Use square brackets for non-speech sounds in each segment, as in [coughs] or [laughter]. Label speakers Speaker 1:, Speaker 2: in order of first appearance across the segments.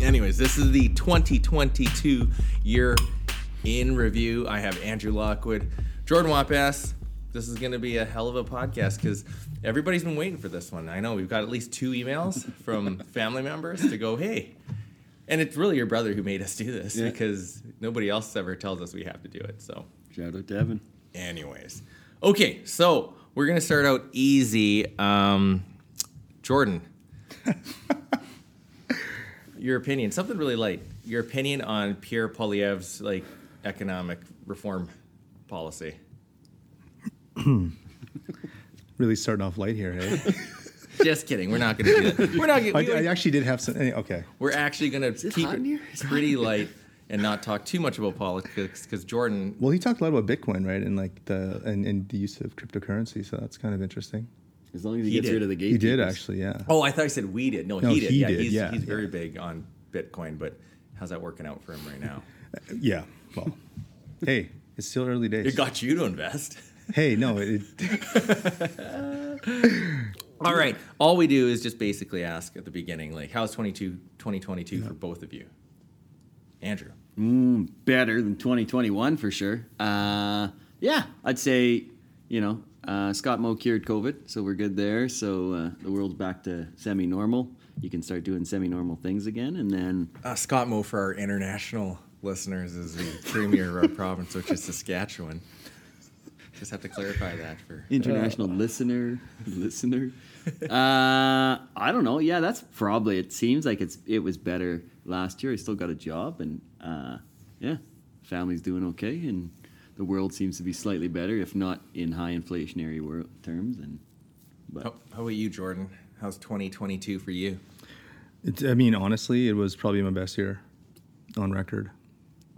Speaker 1: anyways, this is the 2022 year in review. I have Andrew Lockwood, Jordan Wapass. This is going to be a hell of a podcast because everybody's been waiting for this one. I know we've got at least two emails from family members to go, hey, and it's really your brother who made us do this
Speaker 2: Yeah.
Speaker 1: because nobody else ever tells us we have to do it. So
Speaker 2: Shout out to Evan.
Speaker 1: Anyways, okay, so we're gonna start out easy. Um, [laughs] Jordan, your opinion, something really light. Your opinion on Pierre Polyev's like economic reform policy.
Speaker 3: Really starting off light here.
Speaker 1: [laughs]
Speaker 3: eh?
Speaker 1: Just kidding, we're not gonna do that. We're not.
Speaker 3: [laughs] I,
Speaker 1: Gonna, we,
Speaker 3: I actually did have some. eh, Okay.
Speaker 1: we're actually gonna
Speaker 2: it
Speaker 1: keep
Speaker 2: hot in
Speaker 1: it
Speaker 2: here? Is it
Speaker 1: pretty light and not talk too much about politics because Jordan.
Speaker 3: Well, he talked a lot about Bitcoin, right? And like the and, and the use of cryptocurrency. So that's kind of interesting.
Speaker 2: As long as he,
Speaker 1: He
Speaker 2: gets
Speaker 1: did.
Speaker 2: rid of the gate.
Speaker 3: He did actually, yeah.
Speaker 1: Oh, I thought I said we did. No,
Speaker 3: No,
Speaker 1: he did.
Speaker 3: he
Speaker 1: yeah,
Speaker 3: did,
Speaker 1: he's,
Speaker 3: yeah,
Speaker 1: he's
Speaker 3: yeah.
Speaker 1: very big on Bitcoin, but how's that working out for him right now?
Speaker 3: Yeah. Well, hey, it's still early days.
Speaker 1: It got you to invest.
Speaker 3: hey, no, it, it-
Speaker 1: [laughs] All right. All we do is just basically ask at the beginning, like, how's 22, 2022 for both of you? Andrew.
Speaker 2: Better than 2021 for sure. Uh, yeah, I'd say, you know, uh, Scott Moe cured COVID, so we're good there. So uh, the world's back to semi normal. You can start doing semi normal things again. And then,
Speaker 1: Uh, Scott Moe, for our international listeners, is the premier of [laughs] our province, which is Saskatchewan. Just have to clarify that for.
Speaker 2: [laughs] international listener,
Speaker 3: [laughs]
Speaker 2: listener. Uh, I don't know. Yeah, that's probably, it seems like it's it was better last year. I still got a job, and uh, yeah, family's doing okay. And the world seems to be slightly better, if not in high inflationary wor- terms. And
Speaker 1: How, how about you, Jordan? How's 2022 for you?
Speaker 3: it- I mean, honestly, it was probably my best year on record.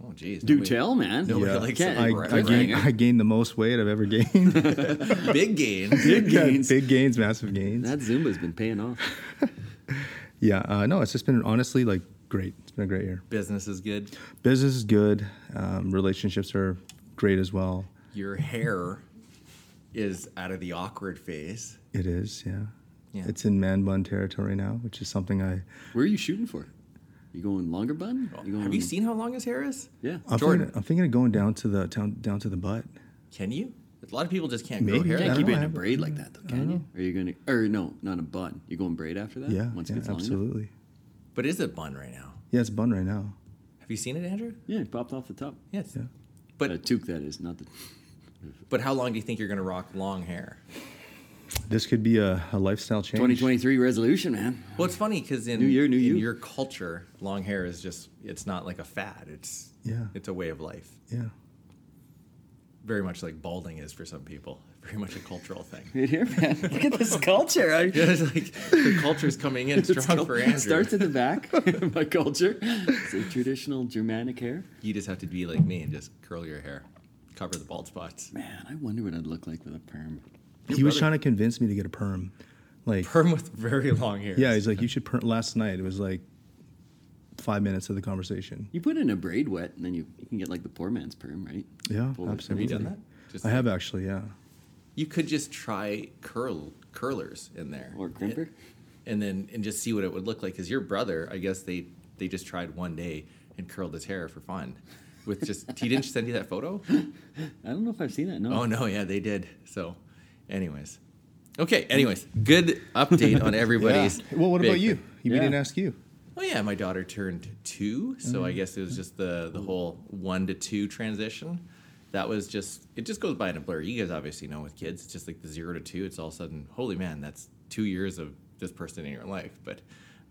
Speaker 1: Oh, geez.
Speaker 2: Do
Speaker 1: nobody-
Speaker 2: tell, man.
Speaker 1: No, Yeah. like
Speaker 2: Can't-
Speaker 3: I,
Speaker 1: right,
Speaker 3: I, gained,
Speaker 2: right.
Speaker 3: I gained the most weight I've ever gained.
Speaker 1: [laughs] [laughs] Big gains.
Speaker 3: [laughs]
Speaker 2: Big gains.
Speaker 3: Big gains, massive gains.
Speaker 2: That Zumba's been paying off.
Speaker 3: yeah. Uh, no, it's just been honestly like great. It's been a great year.
Speaker 1: Business is good.
Speaker 3: Business is good. Um, relationships are great as well.
Speaker 1: Your hair is out of the awkward phase.
Speaker 3: It is, yeah.
Speaker 1: Yeah.
Speaker 3: It's in man bun territory now, which is something I.
Speaker 2: Where are you shooting for? You going longer bun? going,
Speaker 1: Have you seen how long his hair is?
Speaker 2: Yeah.
Speaker 3: I'm
Speaker 1: Jordan.
Speaker 3: Thinking, I'm thinking of going down to the down, down to the butt.
Speaker 1: Can you? A lot of people just can't grow
Speaker 3: Maybe.
Speaker 1: hair.
Speaker 3: I
Speaker 2: Can't
Speaker 3: don't
Speaker 2: keep
Speaker 3: know,
Speaker 2: it
Speaker 3: I
Speaker 2: in a
Speaker 3: haven't-
Speaker 2: braid like that, though, can you? Are you going to, or no, not a bun. You're going braid after that?
Speaker 3: Yeah,
Speaker 2: Once it
Speaker 3: yeah,
Speaker 2: gets long enough?
Speaker 3: absolutely.
Speaker 1: But is it bun right now?
Speaker 3: Yeah, it's bun right now.
Speaker 1: Have you seen it, Andrew?
Speaker 2: Yeah, it popped off the top.
Speaker 1: Yes.
Speaker 3: Yeah.
Speaker 2: A
Speaker 1: But
Speaker 2: toque, that is, not the.
Speaker 1: but how long do you think you're gonna rock long hair?
Speaker 3: This could be a, a lifestyle change.
Speaker 2: 2023 resolution, man.
Speaker 1: Well, it's funny because in
Speaker 2: New year, new
Speaker 1: in
Speaker 2: you.
Speaker 1: your culture, long hair is just it's not like a fad. It's
Speaker 3: Yeah.
Speaker 1: it's a way of life.
Speaker 3: Yeah.
Speaker 1: Very much like balding is for some people. [laughs] Very much a cultural
Speaker 2: [laughs]
Speaker 1: thing. [laughs]
Speaker 2: Right here, man. Look at this culture. I,
Speaker 1: Yeah, it's like the culture's coming in
Speaker 2: [laughs] It's
Speaker 1: strong
Speaker 2: cul-
Speaker 1: for Andrew.
Speaker 2: starts at the back. [laughs] My culture. It's a traditional Germanic hair.
Speaker 1: you just have to be like me and just curl your hair, cover the bald spots. [laughs]
Speaker 2: Man, I wonder what I'd look like with a perm.
Speaker 3: he was trying to convince me to get a perm. Like,
Speaker 1: Perm with very long hair.
Speaker 3: yeah, he's like, you should perm. Last night, it was like five minutes of the conversation.
Speaker 2: You put in a braid wet, and then you, you can get like the poor man's perm, right?
Speaker 3: Yeah,
Speaker 2: Pull it.
Speaker 1: Have
Speaker 3: absolutely.
Speaker 1: you done that? Just
Speaker 3: I have actually, yeah.
Speaker 1: You could just try curl curlers in there,
Speaker 2: Or crimper?
Speaker 1: and then and just see what it would look like. Because your brother, I guess they they just tried one day and curled his hair for fun, with just he didn't send you that
Speaker 3: [laughs]
Speaker 1: photo.
Speaker 2: I don't know if I've seen that. No.
Speaker 1: Oh no, yeah, they did. So, anyways, okay. Anyways, good update on everybody's.
Speaker 3: Yeah. Well, what
Speaker 1: big
Speaker 3: about you?
Speaker 1: thing.
Speaker 3: You
Speaker 2: Yeah.
Speaker 3: We didn't ask you.
Speaker 1: Oh yeah, my daughter turned two, so I guess it was just the the whole one to two transition. That was just it just goes by in a blur. You guys obviously know with kids, it's just like the zero to two. It's all of a sudden, holy man, that's two years of this person in your life. But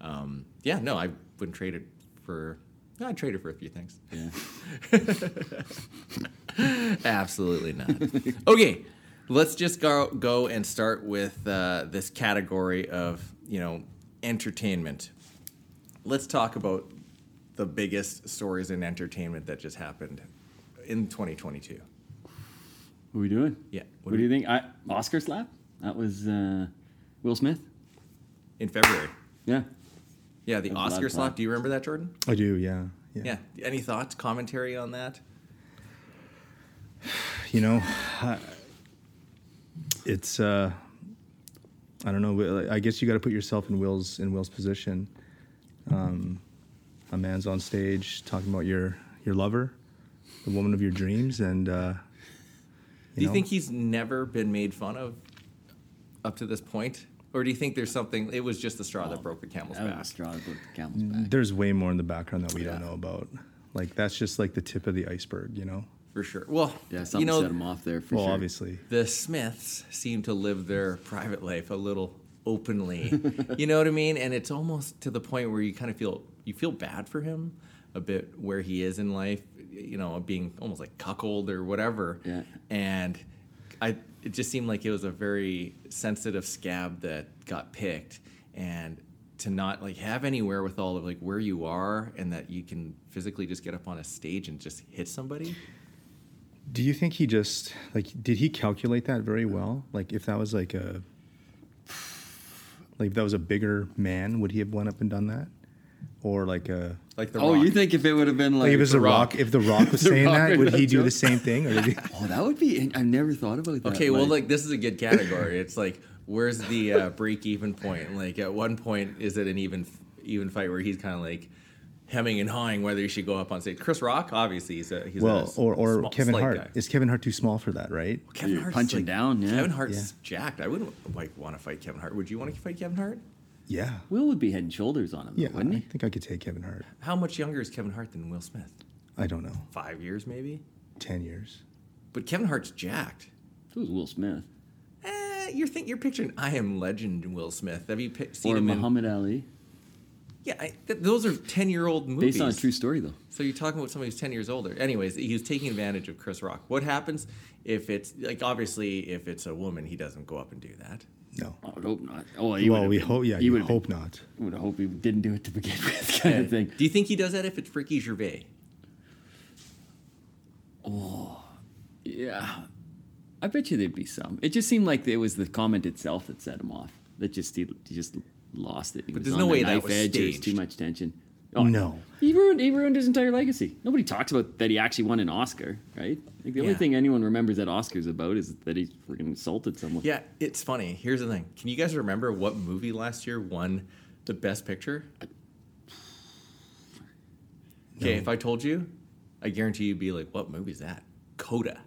Speaker 1: um, yeah, no, I wouldn't trade it for. no, I'd trade it for a few things.
Speaker 2: Yeah.
Speaker 1: Absolutely not. okay, let's just go go and start with uh, this category of you know entertainment. Let's talk about the biggest stories in entertainment that just happened in 2022.
Speaker 2: What are we doing?
Speaker 1: Yeah.
Speaker 2: What, do you think? I, Oscar slap? That was uh, Will Smith.
Speaker 1: In February.
Speaker 2: Yeah.
Speaker 1: Yeah, the
Speaker 2: I'm glad
Speaker 1: Oscar
Speaker 2: that-
Speaker 1: slap. Do you remember that, Jordan?
Speaker 3: I do, yeah. Yeah.
Speaker 1: Yeah. Any thoughts, commentary on that?
Speaker 3: you know, [sighs] I, it's uh, I don't know. I guess you got to put yourself in Will's in Will's position. Um, a man's on stage talking about your your lover, the woman of your dreams, and uh,
Speaker 1: Do you
Speaker 3: know?
Speaker 1: think he's never been made fun of up to this point? Or do you think there's something, it was just the straw that broke the camel's
Speaker 2: Oh, That would
Speaker 1: back?
Speaker 2: straw that broke the camel's back.
Speaker 3: there's way more in the background that we don't
Speaker 1: Yeah.
Speaker 3: know about. Like that's just like the tip of the iceberg, you know.
Speaker 1: For sure. Well,
Speaker 2: Yeah, something
Speaker 1: you know,
Speaker 2: set him off there for
Speaker 3: well,
Speaker 2: sure.
Speaker 3: obviously,
Speaker 1: the Smiths seem to live their private life a little openly. [laughs] you know what I mean? And it's almost to the point where you kind of feel you feel bad for him a bit where he is in life, you know, being almost like cuckold or whatever.
Speaker 2: Yeah.
Speaker 1: And I it just seemed like it was a very sensitive scab that got picked and to not like have any wherewithal of like where you are and that you can physically just get up on a stage and just hit somebody.
Speaker 3: do you think he just like did he calculate that very well? Like if that was like a like if that was a bigger man, would he have went up and done that? Or like a
Speaker 1: Like the
Speaker 2: Oh,
Speaker 1: Rock.
Speaker 2: you think if it would have been like,
Speaker 3: like if it was the rock, if the rock was
Speaker 2: [laughs] The
Speaker 3: saying
Speaker 2: Rock
Speaker 3: that,
Speaker 2: made
Speaker 3: would
Speaker 2: that
Speaker 3: he do the
Speaker 2: joke.
Speaker 3: same thing?
Speaker 2: [laughs]
Speaker 3: Or did he-
Speaker 2: oh, that would be. I've never thought about that.
Speaker 1: Okay, well, like this is a good category. It's like where's the uh, break-even point? Like at one point, is it an even even fight where he's kind of like hemming and hawing whether he should go up on stage? Chris Rock, obviously, he's a he's a
Speaker 3: well,
Speaker 1: s-
Speaker 3: or or
Speaker 1: small-
Speaker 3: Kevin
Speaker 1: slight
Speaker 3: Hart
Speaker 1: guy.
Speaker 3: is Kevin Hart too small for that, right?
Speaker 1: Kevin
Speaker 2: You're
Speaker 1: Hart's
Speaker 2: punching down, yeah.
Speaker 1: Kevin Hart's
Speaker 3: Yeah.
Speaker 1: jacked. I wouldn't like want to fight Kevin Hart. Would you want to fight Kevin Hart?
Speaker 3: Yeah,
Speaker 2: Will would be head and shoulders on him,
Speaker 3: yeah.
Speaker 2: though, wouldn't
Speaker 3: I
Speaker 2: he?
Speaker 3: think I could take Kevin Hart.
Speaker 1: How much younger is Kevin Hart than Will Smith?
Speaker 3: I don't know,
Speaker 1: Five years, maybe.
Speaker 3: ten years.
Speaker 1: But Kevin Hart's jacked.
Speaker 2: If it was Will Smith
Speaker 1: Eh, you're think you're picturing I Am Legend Will Smith. Have you pi- seen
Speaker 2: or
Speaker 1: him
Speaker 2: Muhammad Ali,
Speaker 1: in? Yeah, I, th- those are ten year old movies.
Speaker 2: based on a true story, though.
Speaker 1: So you're talking about somebody who's 10 years older. Anyways, he was taking advantage of Chris Rock. What happens if it's like obviously if it's a woman, he doesn't go up and do that.
Speaker 3: No.
Speaker 2: Oh, I hope not. Oh, he
Speaker 3: Well,
Speaker 2: would've
Speaker 3: we
Speaker 2: been-
Speaker 3: hope. Yeah,
Speaker 2: he
Speaker 3: you
Speaker 2: would
Speaker 3: hope not.
Speaker 2: Would hope he didn't do it to begin [laughs] with, kind of thing.
Speaker 1: Do you think he does that if it's Ricky Gervais?
Speaker 2: Yeah, I bet you there'd be some. It just seemed like it was the comment itself that set him off. That just he, he just lost it. He was
Speaker 1: there's
Speaker 2: on
Speaker 1: no
Speaker 2: the
Speaker 1: way that
Speaker 2: knife
Speaker 1: was
Speaker 2: edge. There was too
Speaker 1: staged.
Speaker 2: much tension. Oh,
Speaker 3: No.
Speaker 2: He ruined, he ruined his entire legacy. Nobody talks about that he actually won an Oscar, right? Like the only
Speaker 1: Yeah.
Speaker 2: thing anyone remembers that Oscar's about is that he freaking insulted someone.
Speaker 1: Yeah, it's funny. Here's the thing. Can you guys remember what movie last year won the best picture? Okay, if I told you, I guarantee you'd be like, "What movie's that?" Coda.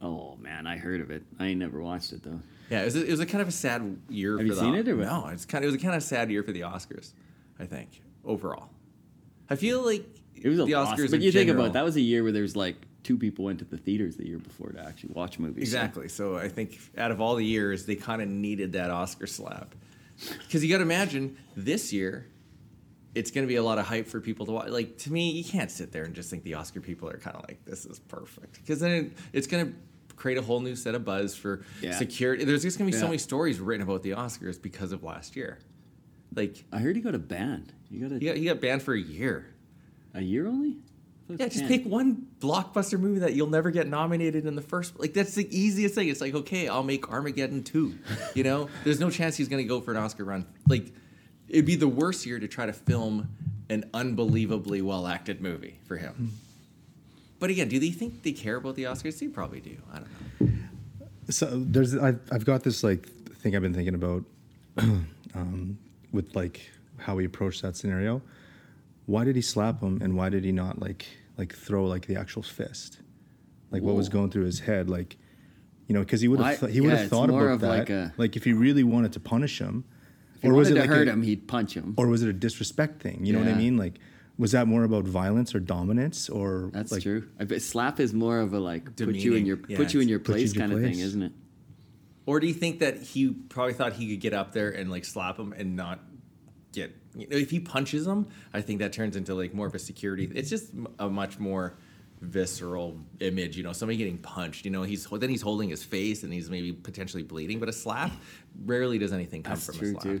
Speaker 2: Oh man, I heard of it. I ain't never watched it though.
Speaker 1: Yeah, it was, a, it was a kind of a sad year. for
Speaker 2: you
Speaker 1: the,
Speaker 2: seen it or what?
Speaker 1: no? It's kind. Of, it was a kind of sad year for the Oscars, I think overall. I feel like
Speaker 2: It was a
Speaker 1: the
Speaker 2: loss,
Speaker 1: Oscars.
Speaker 2: but
Speaker 1: in
Speaker 2: you think
Speaker 1: general-
Speaker 2: about it, that was a year where there's like two people went to the theaters the year before to actually watch movies.
Speaker 1: exactly. So I think out of all the years, they kind of needed that Oscar slap because you got to imagine this year. It's going to be a lot of hype for people to watch. Like to me, you can't sit there and just think the Oscar people are kind of like this is perfect because then it, it's going to create a whole new set of buzz for
Speaker 2: Yeah.
Speaker 1: security. There's just going to be so
Speaker 2: Yeah.
Speaker 1: many stories written about the Oscars because of last year. Like
Speaker 2: I heard he got a ban. You got a,
Speaker 1: He got, he got banned for a year.
Speaker 2: a year only? I thought
Speaker 1: Yeah,
Speaker 2: it was
Speaker 1: just
Speaker 2: 10.
Speaker 1: pick one blockbuster movie that you'll never get nominated in the first. Like that's the easiest thing. It's like okay, I'll make Armageddon two. You know, there's no chance he's gonna go for an Oscar run. Like it'd be the worst year to try to film an unbelievably well acted movie for him. But again, do they think they care about the Oscars? They probably do. I don't know.
Speaker 3: So there's I've I've got this like thing I've been thinking about [clears throat] um, with like how we approach that scenario. Why did he slap him, and why did he not like like throw like the actual fist? Like what was
Speaker 2: Whoa.
Speaker 3: going through his head, like you know, because he would
Speaker 2: Why-
Speaker 3: have th- he would
Speaker 2: yeah,
Speaker 3: have
Speaker 2: it's
Speaker 3: thought
Speaker 2: more
Speaker 3: about
Speaker 2: of
Speaker 3: that.
Speaker 2: like
Speaker 3: Like,
Speaker 2: a-
Speaker 3: if he really wanted to punish him,
Speaker 2: If he wanted to
Speaker 3: like
Speaker 2: hurt
Speaker 3: a,
Speaker 2: him, he'd punch him.
Speaker 3: or was it a disrespect thing? You know what I
Speaker 2: Yeah.
Speaker 3: mean? Like was that more about violence or dominance or
Speaker 2: That's
Speaker 3: like,
Speaker 2: true. I bet slap is more of a like put you in
Speaker 1: Demeaning.
Speaker 2: your
Speaker 1: Yeah,
Speaker 2: put you in your
Speaker 3: Put you in
Speaker 2: place
Speaker 3: your
Speaker 2: kind of
Speaker 3: place.
Speaker 2: thing, isn't it?
Speaker 1: Or do you think that he probably thought he could get up there and like slap him and not get? You know, if he punches him, I think that turns into like more of a security. It's just m- a much more visceral image. You know, somebody getting punched. You know, he's then he's holding his face and he's maybe potentially bleeding. But a slap rarely does anything come
Speaker 2: That's
Speaker 1: from
Speaker 2: true
Speaker 1: a slap.
Speaker 2: too.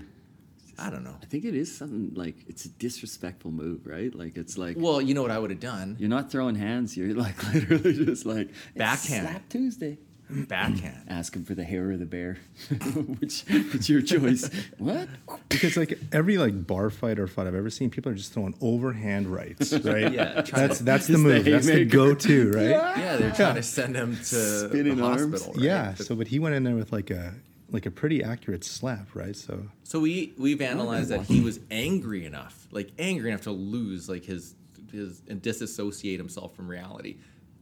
Speaker 1: I don't know.
Speaker 2: I think it is something like it's a disrespectful move, right? Like it's like
Speaker 1: Well, you know what I would have done?
Speaker 2: you're not throwing hands. You're like [laughs] literally just like "It's
Speaker 1: Backhand.
Speaker 2: Slap Tuesday. [laughs]
Speaker 1: Backhand.
Speaker 2: Ask him for the hair or the bear, [laughs] which it's your choice.
Speaker 3: [laughs]
Speaker 2: what?
Speaker 3: Because like every like bar fight or fight I've ever seen, people are just throwing overhand rights, right?
Speaker 1: Yeah, try
Speaker 3: that's
Speaker 1: to-
Speaker 3: that's
Speaker 2: Just
Speaker 3: the
Speaker 2: the
Speaker 3: move. that's the
Speaker 2: haymaker.
Speaker 3: go-to, right?
Speaker 1: Yeah, they're trying to send him to
Speaker 2: Spinning
Speaker 1: the
Speaker 2: arms.
Speaker 1: hospital. right?
Speaker 3: Yeah. So, but he went in there with like a like a pretty accurate slap, right? So
Speaker 1: So we we've analyzed that he was angry enough, like angry enough to lose like his his and disassociate himself from reality.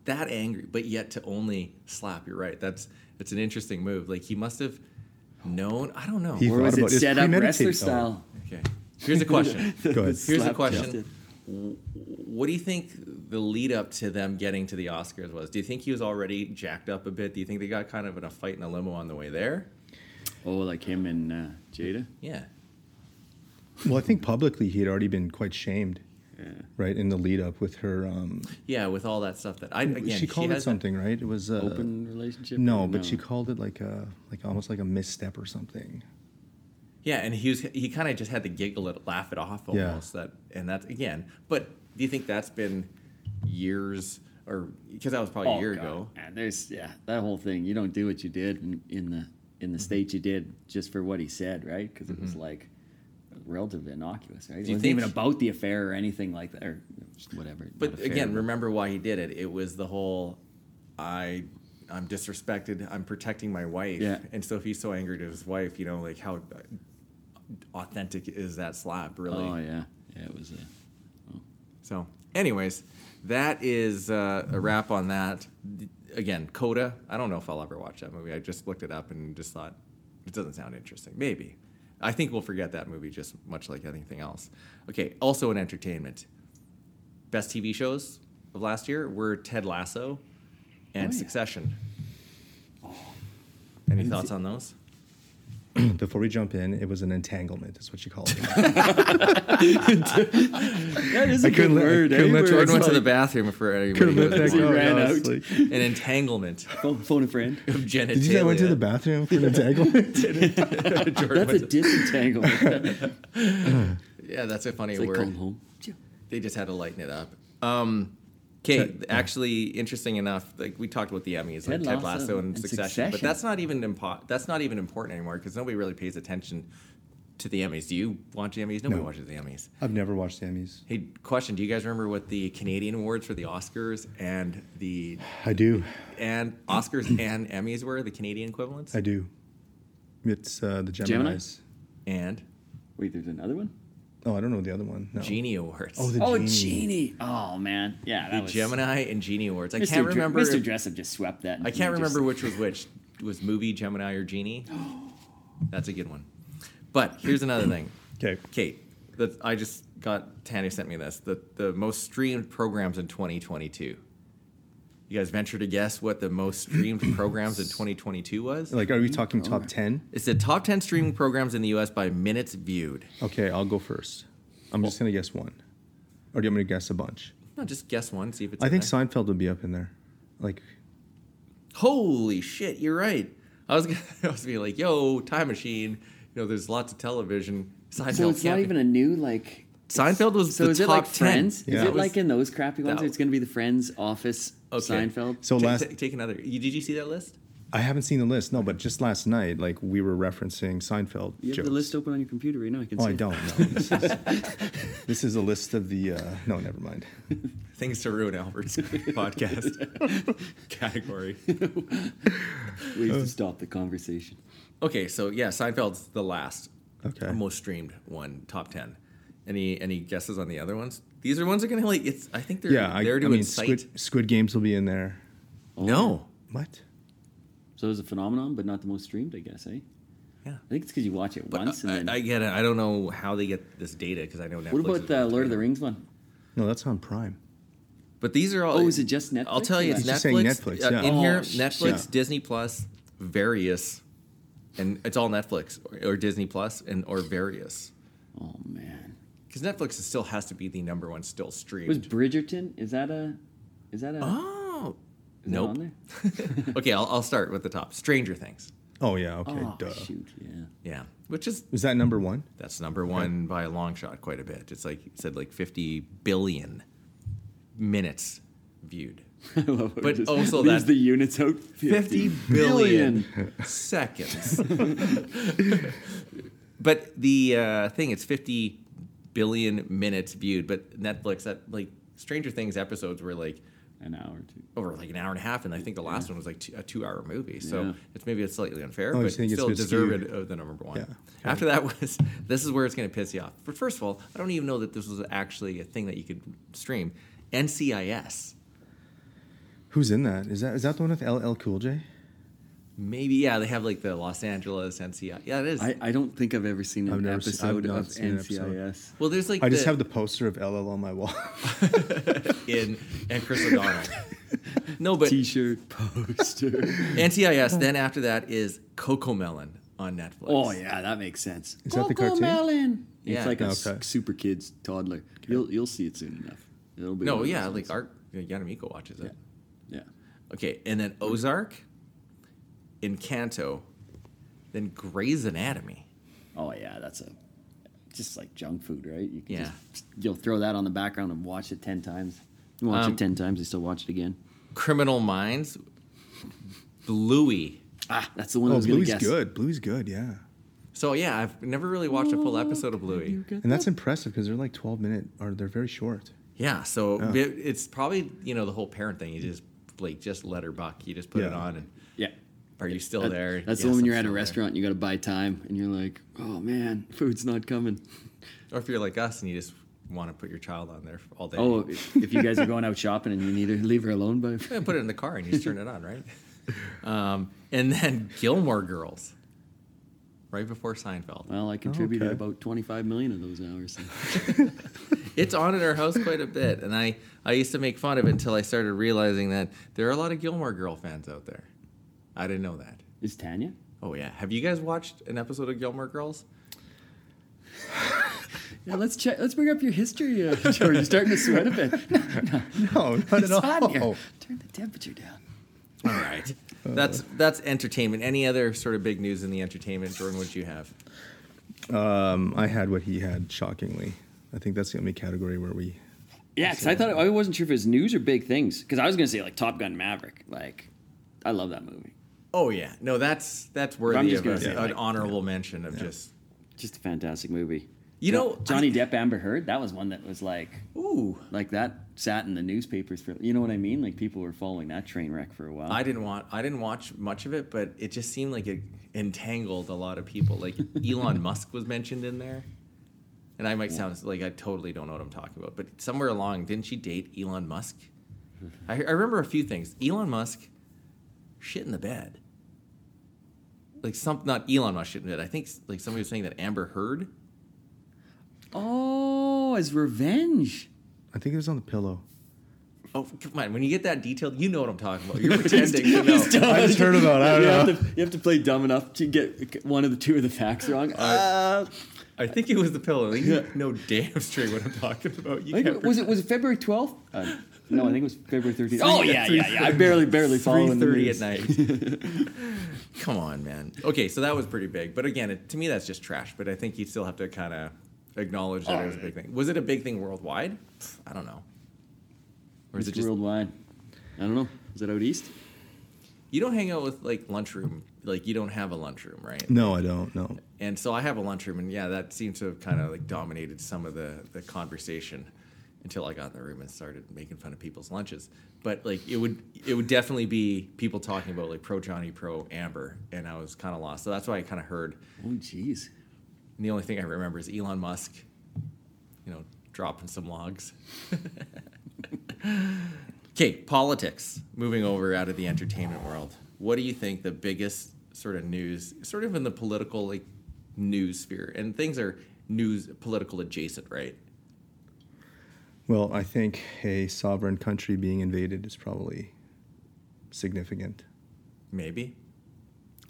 Speaker 1: That angry, but yet to only slap. You're right. That's that's an interesting move. Like he must have known. I don't know.
Speaker 3: He
Speaker 2: Or
Speaker 3: thought
Speaker 2: was it
Speaker 3: about- it's
Speaker 2: set up wrestler
Speaker 3: premeditated, though.
Speaker 2: style?
Speaker 1: okay. Here's a
Speaker 3: [laughs]
Speaker 1: question.
Speaker 3: Go ahead.
Speaker 1: Here's a
Speaker 2: Slap
Speaker 1: question.
Speaker 2: job.
Speaker 1: W- What do you think the lead up to them getting to the Oscars was? Do you think he was already jacked up a bit? Do you think they got kind of in a fight in a limo on the way there?
Speaker 2: Oh, like him and uh, Jada.
Speaker 1: Yeah.
Speaker 3: well, I think publicly he had already been quite shamed,
Speaker 2: Yeah.
Speaker 3: right, in the lead up with her. Um,
Speaker 1: Yeah, with all that stuff that I again
Speaker 3: she called it
Speaker 1: has that-
Speaker 3: something, right? It was uh,
Speaker 2: Open relationship.
Speaker 3: No,
Speaker 2: or
Speaker 3: but she called it like a like almost like a misstep or something. [clears throat]
Speaker 1: Yeah, and he was he kind of just had to giggle it, laugh it off
Speaker 3: Yeah.
Speaker 1: almost. That and that's again. But do you think that's been years or because that was probably
Speaker 2: Oh,
Speaker 1: a year
Speaker 2: God.
Speaker 1: ago?
Speaker 2: Man, there's yeah, that whole thing. You don't do what you did in, in the in
Speaker 1: Mm-hmm.
Speaker 2: the state you did just for what he said, right? Because it was like relatively innocuous, right? It
Speaker 1: you
Speaker 2: wasn't
Speaker 1: think-
Speaker 2: even about the affair or anything like that, or just whatever. not
Speaker 1: But
Speaker 2: affair,
Speaker 1: again, remember why he did it. It was the whole I I'm disrespected. I'm protecting my wife.
Speaker 2: Yeah.
Speaker 1: And so if he's so angry to his wife, you know, like how authentic is that slap really?
Speaker 2: Oh yeah, yeah, it
Speaker 1: [laughs]
Speaker 2: was. A,
Speaker 1: So, anyways, that is uh, a wrap on that. D- Again, Coda. I don't know if I'll ever watch that movie. I just looked it up and just thought it doesn't sound interesting. Maybe. I think we'll forget that movie just much like anything else. Okay, also in entertainment, best TV shows of last year were Ted Lasso and
Speaker 2: Oh, yeah.
Speaker 1: Succession.
Speaker 3: Oh.
Speaker 1: Any thoughts on those?
Speaker 3: Before we jump in, it was an entanglement. Is what she called it.
Speaker 2: that is a
Speaker 3: I
Speaker 2: good
Speaker 3: couldn't let- I
Speaker 2: word.
Speaker 3: couldn't
Speaker 2: eh, where
Speaker 3: let Jordan
Speaker 1: Jordan
Speaker 2: it's
Speaker 1: went to the
Speaker 2: like
Speaker 1: bathroom for anybody.
Speaker 3: Could've
Speaker 1: who
Speaker 3: [laughs] let
Speaker 1: was
Speaker 3: that
Speaker 2: He
Speaker 3: go,
Speaker 1: wondering.
Speaker 2: ran
Speaker 3: I was
Speaker 2: out.
Speaker 3: oh, like-
Speaker 1: An entanglement
Speaker 2: [laughs] phone, phone a friend.
Speaker 1: of genitalia.
Speaker 3: Did you say I went to the bathroom for an
Speaker 1: [laughs]
Speaker 3: entanglement?
Speaker 1: Jordan
Speaker 2: That's
Speaker 1: went
Speaker 2: a
Speaker 1: to- [laughs]
Speaker 2: disentangle. it's
Speaker 1: Yeah, that's a funny
Speaker 2: like
Speaker 1: word.
Speaker 2: come home.
Speaker 1: They just had to lighten it up. Um, okay, actually, interesting enough, like we talked about the Emmys,
Speaker 2: Ted
Speaker 1: like Ted
Speaker 2: Lasso
Speaker 1: Lasso and,
Speaker 2: and
Speaker 1: Succession, but
Speaker 2: Succession.
Speaker 1: that's not even impo- that's not even important anymore because nobody really pays attention to the Emmys. Do you watch the Emmys? Nobody
Speaker 3: No.
Speaker 1: watches the Emmys.
Speaker 3: I've never watched the Emmys.
Speaker 1: Hey, question: Do you guys remember what the Canadian awards for the Oscars and the
Speaker 3: I do,
Speaker 1: and
Speaker 3: [clears throat]
Speaker 1: Oscars and Emmys were the Canadian equivalents?
Speaker 3: I do. It's uh, the
Speaker 2: Gemini?
Speaker 3: Gemini's.
Speaker 1: And
Speaker 2: Wait, there's another one.
Speaker 3: Oh, I don't know the other one. No.
Speaker 1: Genie Awards.
Speaker 3: Oh, the
Speaker 2: Oh,
Speaker 3: Genie.
Speaker 2: Genie. Oh man, yeah, that
Speaker 1: the
Speaker 2: was
Speaker 1: Gemini and Genie Awards. I
Speaker 2: Mr.
Speaker 1: can't
Speaker 2: Dr-
Speaker 1: remember.
Speaker 2: Mr.
Speaker 1: if-
Speaker 2: Dressup just swept that.
Speaker 1: I can't
Speaker 2: and just-
Speaker 1: remember which was which. Was movie Gemini or
Speaker 2: [gasps]
Speaker 1: Genie? That's a good one. But here's another thing.
Speaker 3: Okay.
Speaker 1: Kate, that I just got Tanya sent me this. The the most streamed programs in 2022. You guys venture to guess what the most streamed
Speaker 2: [coughs]
Speaker 1: programs in 2022 was?
Speaker 3: Like, are we talking top ten?
Speaker 1: It's the top 10 streaming programs in the U.S. by minutes viewed.
Speaker 3: Okay, I'll go first. I'm just gonna guess one. Or do you want me to guess a bunch?
Speaker 1: No, just guess one. See if it's.
Speaker 3: I
Speaker 1: in
Speaker 3: think
Speaker 1: there.
Speaker 3: Seinfeld would be up in there. Like,
Speaker 1: holy shit, you're right. I was gonna, [laughs] I was gonna be like, yo, time machine. You know, there's lots of television. Seinfeld
Speaker 2: So it's
Speaker 1: can't
Speaker 2: not
Speaker 1: be-
Speaker 2: even a new like.
Speaker 1: Seinfeld was
Speaker 2: So
Speaker 1: the
Speaker 2: is
Speaker 1: top
Speaker 2: it like
Speaker 1: 10.
Speaker 2: Friends?
Speaker 3: Yeah.
Speaker 2: Is
Speaker 3: That
Speaker 2: it
Speaker 1: was-
Speaker 2: like in those crappy ones?
Speaker 1: that-
Speaker 2: It's going to be the Friends, Office,
Speaker 1: Okay.
Speaker 2: Seinfeld.
Speaker 3: so
Speaker 1: take,
Speaker 3: last
Speaker 1: ta- take another. You, did you see that list?
Speaker 3: I haven't seen the list. No, but just last night, like we were referencing Seinfeld
Speaker 2: You have
Speaker 3: jokes.
Speaker 2: the list open on your computer right now. I can
Speaker 3: oh,
Speaker 2: see.
Speaker 3: I
Speaker 2: it.
Speaker 3: don't. No, this is, this is a list of the. Uh, no, never mind.
Speaker 1: Things to ruin [laughs] Albert's podcast category.
Speaker 2: Ways
Speaker 3: Uh.
Speaker 2: to stop the conversation.
Speaker 1: Okay, so yeah, Seinfeld's the last,
Speaker 3: Okay.
Speaker 1: most streamed one, top ten. Any any guesses on the other ones? These are ones that are gonna like. It's I think they're
Speaker 3: Yeah, I,
Speaker 1: they're
Speaker 3: I
Speaker 1: to
Speaker 3: mean,
Speaker 1: incite.
Speaker 3: Squid, Squid Games will be in there.
Speaker 1: No,
Speaker 3: What?
Speaker 2: So it was a phenomenon, but not the most streamed, I guess, eh?
Speaker 1: Yeah.
Speaker 2: I think it's because you watch it
Speaker 1: but
Speaker 2: once.
Speaker 1: I,
Speaker 2: and then,
Speaker 1: I get it. I don't know how they get this data because I know Netflix. is
Speaker 2: what about the
Speaker 1: going to
Speaker 2: Lord of
Speaker 1: it.
Speaker 2: the Rings one?
Speaker 3: No, that's on Prime.
Speaker 1: But these are all.
Speaker 2: Oh, is it just Netflix?
Speaker 1: I'll tell you, it's
Speaker 3: He's
Speaker 1: Netflix.
Speaker 3: just saying Netflix,
Speaker 1: uh,
Speaker 3: yeah.
Speaker 1: In
Speaker 2: Oh,
Speaker 1: here,
Speaker 2: sh-
Speaker 1: Netflix,
Speaker 3: yeah.
Speaker 1: Disney Plus, various, and it's all Netflix or, or Disney Plus and or various.
Speaker 2: Oh man,
Speaker 1: Because Netflix is- still has to be the number one still
Speaker 2: was
Speaker 1: streamed.
Speaker 2: Bridgerton? Is that a? Is that a?
Speaker 1: oh,
Speaker 2: is that
Speaker 1: nope.
Speaker 2: on there?
Speaker 1: [laughs]
Speaker 2: [laughs]
Speaker 1: okay, I'll, I'll start with the top. Stranger Things.
Speaker 3: Oh yeah. Okay.
Speaker 2: Oh
Speaker 3: duh.
Speaker 2: shoot, yeah. [laughs]
Speaker 1: Yeah, which is
Speaker 3: Is that number one?
Speaker 1: that's number one by a long shot, quite a bit. It's like it said like fifty billion minutes viewed.
Speaker 2: I love how
Speaker 1: But
Speaker 2: it just
Speaker 1: also
Speaker 2: leaves
Speaker 1: that-
Speaker 2: the units out.
Speaker 1: 50 billion
Speaker 3: [laughs]
Speaker 1: seconds. but the uh, thing, it's 50 billion minutes viewed. But Netflix, that like Stranger Things episodes were like
Speaker 2: an hour to
Speaker 1: over like an hour and a half, and I think the last one was like two, a two-hour movie. So
Speaker 2: Yeah.
Speaker 1: it's maybe it's slightly unfair,
Speaker 3: Oh, you
Speaker 1: but
Speaker 3: think it's
Speaker 1: still
Speaker 3: a bit
Speaker 1: deserved
Speaker 3: skewed.
Speaker 1: of the number one.
Speaker 3: Yeah.
Speaker 1: After that [laughs] was this is where it's going to piss you off. But first of all, I don't even know that this was actually a thing that you could stream. NCIS,
Speaker 3: Who's in that? Is that is that the one with LL Cool J?
Speaker 1: maybe yeah, they have like the Los Angeles NCIS. Yeah, it is.
Speaker 2: I, I don't think I've ever seen an
Speaker 3: I've never seen- I've
Speaker 2: episode
Speaker 3: not
Speaker 2: of
Speaker 3: seen an episode.
Speaker 2: NCIS.
Speaker 1: well, there's like
Speaker 3: I just have the poster of LL on my wall.
Speaker 1: [laughs] in and Chris
Speaker 3: [laughs]
Speaker 1: O'Donnell. no, but
Speaker 2: T-shirt poster.
Speaker 1: NCIS. Then after that is Coco Melon on Netflix.
Speaker 2: oh yeah, that makes sense.
Speaker 3: Is that the cartoon?
Speaker 2: Melon.
Speaker 1: Yeah.
Speaker 2: It's like a
Speaker 3: Okay.
Speaker 2: s- super kids toddler. You'll you'll see it soon enough. It'll be
Speaker 1: No,
Speaker 2: one of
Speaker 1: yeah,
Speaker 2: those
Speaker 1: like
Speaker 2: ones.
Speaker 1: Art Yanamiko watches it.
Speaker 2: yeah.
Speaker 1: Okay, and then Ozark, Encanto, then Grey's Anatomy.
Speaker 2: Oh yeah, that's a just like junk food, right? You can
Speaker 1: Yeah.
Speaker 2: just, you'll throw that on the background and watch it ten times. You watch
Speaker 1: Um,
Speaker 2: it ten times, you still watch it again.
Speaker 1: Criminal Minds, Bluey.
Speaker 2: Ah, that's the one I
Speaker 3: [laughs] oh,
Speaker 2: was gonna
Speaker 3: Blue's
Speaker 2: guess.
Speaker 3: good. Blue's good. Yeah,
Speaker 1: So yeah, I've never really watched a full
Speaker 2: Oh,
Speaker 1: episode of Bluey.
Speaker 3: and that's impressive because they're like twelve minute or they're
Speaker 1: [laughs]
Speaker 3: very short.
Speaker 1: Yeah, so
Speaker 3: Yeah.
Speaker 1: it- it's probably you know the whole parent thing. You just like just let her buck. You just put it
Speaker 3: Yeah.
Speaker 1: on, and
Speaker 2: Yeah.
Speaker 1: are you still
Speaker 2: That-
Speaker 1: there?
Speaker 2: That's
Speaker 1: Yes,
Speaker 2: the one when
Speaker 1: I'm
Speaker 2: you're at a
Speaker 1: still there.
Speaker 2: restaurant, and you got to buy time, and you're like, "Oh man, food's not coming."
Speaker 1: Or if you're like us and you just want to put your child on there all day.
Speaker 2: Oh, if if you guys are going out shopping and you need to leave her alone, by
Speaker 1: Yeah, put it in the car and you just turn it on, [laughs] right? Um, and then Gilmore Girls, right before Seinfeld.
Speaker 2: [laughs] well, I contributed
Speaker 3: Okay.
Speaker 2: about 25 million of those hours.
Speaker 1: It's on in our house quite a bit, and I, I used to make fun of it until I started realizing that there are a lot of Gilmore Girl fans out there. I didn't know that.
Speaker 2: Is Tanya?
Speaker 1: Oh yeah, have you guys watched an episode of Gilmore Girls?
Speaker 2: Yeah, let's check. Let's bring up your history, [laughs] uh, Joe. You're starting to sweat
Speaker 1: [laughs]
Speaker 2: a bit.
Speaker 3: No, not
Speaker 2: It's
Speaker 3: at all.
Speaker 2: hot here. Turn the temperature down.
Speaker 1: All right, that's that's entertainment. Any other sort of big news in the entertainment, Jordan? What you have?
Speaker 3: Um, I had what he had. Shockingly, I think that's the only category where we.
Speaker 2: Yeah, because I thought I wasn't sure if it was news or big things. Because I was gonna say like Top Gun Maverick. Like, I love that movie.
Speaker 1: Oh yeah, no, that's that's worthy
Speaker 2: just
Speaker 1: of
Speaker 2: gonna
Speaker 1: a-
Speaker 2: say,
Speaker 1: an
Speaker 2: like,
Speaker 1: honorable mention of just
Speaker 2: Just a fantastic movie.
Speaker 1: You
Speaker 2: Jo-
Speaker 1: know,
Speaker 2: Johnny
Speaker 1: I-
Speaker 2: Depp, Amber Heard. That was one that was like,
Speaker 1: ooh.
Speaker 2: like that sat in the newspapers for. You know what I mean? Like people were following that train wreck for a while.
Speaker 1: I didn't want I didn't watch much of it, but it just seemed like it entangled a lot of people.
Speaker 2: [laughs]
Speaker 1: Like Elon Musk was mentioned in there. And I might sound like I totally don't know what I'm talking about, but somewhere along, didn't she date Elon
Speaker 2: [laughs]
Speaker 1: Musk? I, I remember a few things. Elon Musk shit in the bed. Like some not Elon Musk shit in the bed. I think like somebody was saying that Amber Heard.
Speaker 2: Oh, as revenge.
Speaker 3: I think it was on the pillow.
Speaker 1: Oh come on! When you get that detailed, you know what I'm talking
Speaker 2: [laughs]
Speaker 1: about. You're pretending to know.
Speaker 3: I just heard about. it, I don't
Speaker 2: you
Speaker 3: know.
Speaker 2: Have to, you have to play dumb enough to get one of the two of the facts wrong. Uh,
Speaker 1: I think it was the pillow. You know damn straight what I'm talking about. You
Speaker 2: I think
Speaker 1: can't
Speaker 2: it- was it was it February twelfth? Uh, no, I think it was February thirteenth.
Speaker 1: [laughs]
Speaker 2: Oh
Speaker 1: Three-
Speaker 2: yeah, yeah, yeah. I barely barely
Speaker 1: three
Speaker 2: following the
Speaker 1: thirty at
Speaker 2: news.
Speaker 1: night.
Speaker 2: [laughs]
Speaker 1: Come on, man. Okay, so that was pretty big, but again, it, to me that's just trash. But I think you still have to kind of acknowledge that it
Speaker 2: Oh,
Speaker 1: was a big thing. Was it a big thing worldwide? Pff, I don't know. Or is it
Speaker 2: It's
Speaker 1: just
Speaker 2: worldwide. I don't know. Is that out east?
Speaker 1: you don't hang out with like lunchroom? Like you don't have a lunchroom, right?
Speaker 3: No, I don't. No.
Speaker 1: And so I have a lunchroom, and yeah, that seems to have kind of like dominated some of the, the conversation until I got in the room and started making fun of people's lunches. But like it would it would definitely be people talking about like pro Johnny, pro Amber, and I was kind of lost. So that's why I kind of heard.
Speaker 2: Oh jeez.
Speaker 1: And the only thing I remember is Elon Musk, you know, dropping some logs. [laughs] Okay, politics. Moving over out of the entertainment world, what do you think the biggest sort of news, sort of in the political like news sphere, and things are news political adjacent, right?
Speaker 3: Well, I think a sovereign country being invaded is probably significant.
Speaker 1: Maybe.